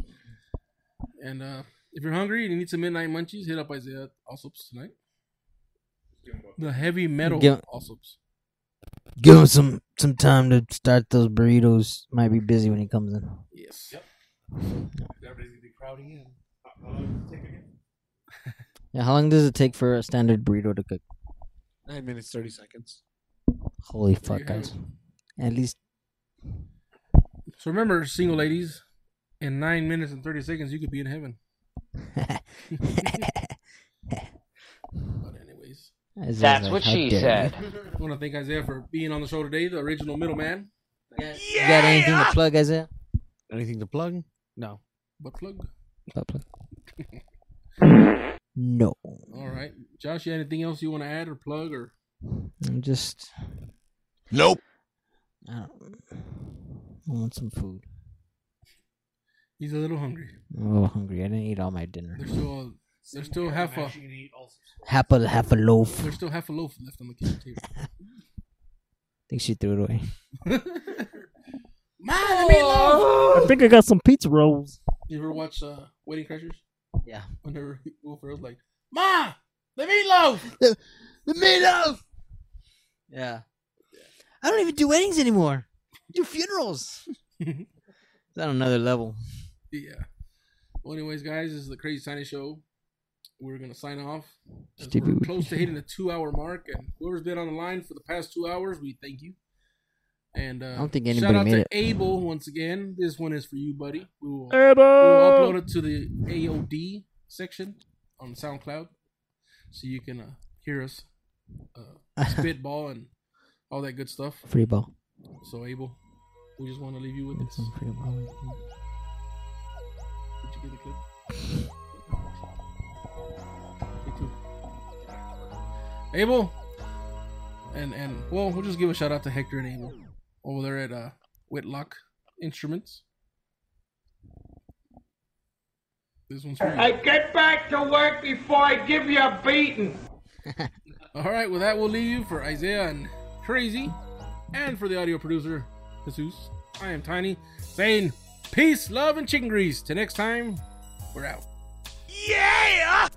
S1: And uh, if you're hungry and you need some midnight munchies, hit up Isaiah Alsops tonight. The heavy metal
S4: Give-
S1: Alsops.
S4: Give him some some time to start those burritos. Might be busy when he comes in.
S1: Yes. Yep. Everybody's gonna be crowding in.
S4: Yeah, how long does it take for a standard burrito to cook?
S3: Nine minutes, thirty seconds.
S4: Holy
S1: There
S4: fuck,
S1: you have
S4: guys! At least
S1: So remember, single ladies, in nine minutes and thirty seconds, you could be in heaven. but anyways,
S4: Isaiah's That's like, what "How she dare said."
S1: I want to thank Isaiah for being on the show today, the original middleman.
S4: Yeah. you got anything to plug, Isaiah?
S3: Anything to plug? No.
S1: Butt plug.
S4: Butt plug. No,
S1: All right, Josh, you had anything else you want to add or plug or?
S4: I'm just.
S6: Nope.
S4: I, don't, I want some food.
S1: He's a little hungry.
S4: I'm a little hungry. I didn't eat all my dinner.
S1: There's still there's still half a
S4: Half a half a loaf.
S1: There's still half a loaf left on the kitchen table.
S4: I think she threw it away.
S1: I
S4: think I got some pizza rolls.
S1: You ever watch uh, Wedding Crashers?
S4: Yeah.
S1: Whenever Will Ferrell's like, Ma, the meatloaf,
S4: the, the meatloaf. Yeah. I don't even do weddings anymore. I do funerals. it's on another level.
S1: Yeah. Well, anyways, guys, this is the Crazy Tiny Show. We're gonna sign off. 'cause
S4: Stevie
S1: We're
S4: Wonder.
S1: close to hitting the two-hour mark, and whoever's been on the line for the past two hours, we thank you. And uh,
S4: I don't think
S1: shout
S4: anybody
S1: out
S4: made
S1: to
S4: it.
S1: Abel once again. This one is for you, buddy. We will, we will
S4: Abel!
S1: upload it to the AOD section on SoundCloud, so you can uh, hear us uh, spitball and all that good stuff.
S4: Free ball.
S1: So Abel, we just want to leave you with this.
S4: Free ball.
S1: Did you get the clip? Abel, and and well, we'll just give a shout out to Hector and Abel over there at uh, Whitlock Instruments. This one's for you.
S2: Hey, get back to work before I give you a beating.
S1: All right, well, that will leave you for Isaiah and Crazy, and for the audio producer, Jesus. I am Tiny, saying peace, love, and chicken grease. Till next time, we're out.
S2: Yeah!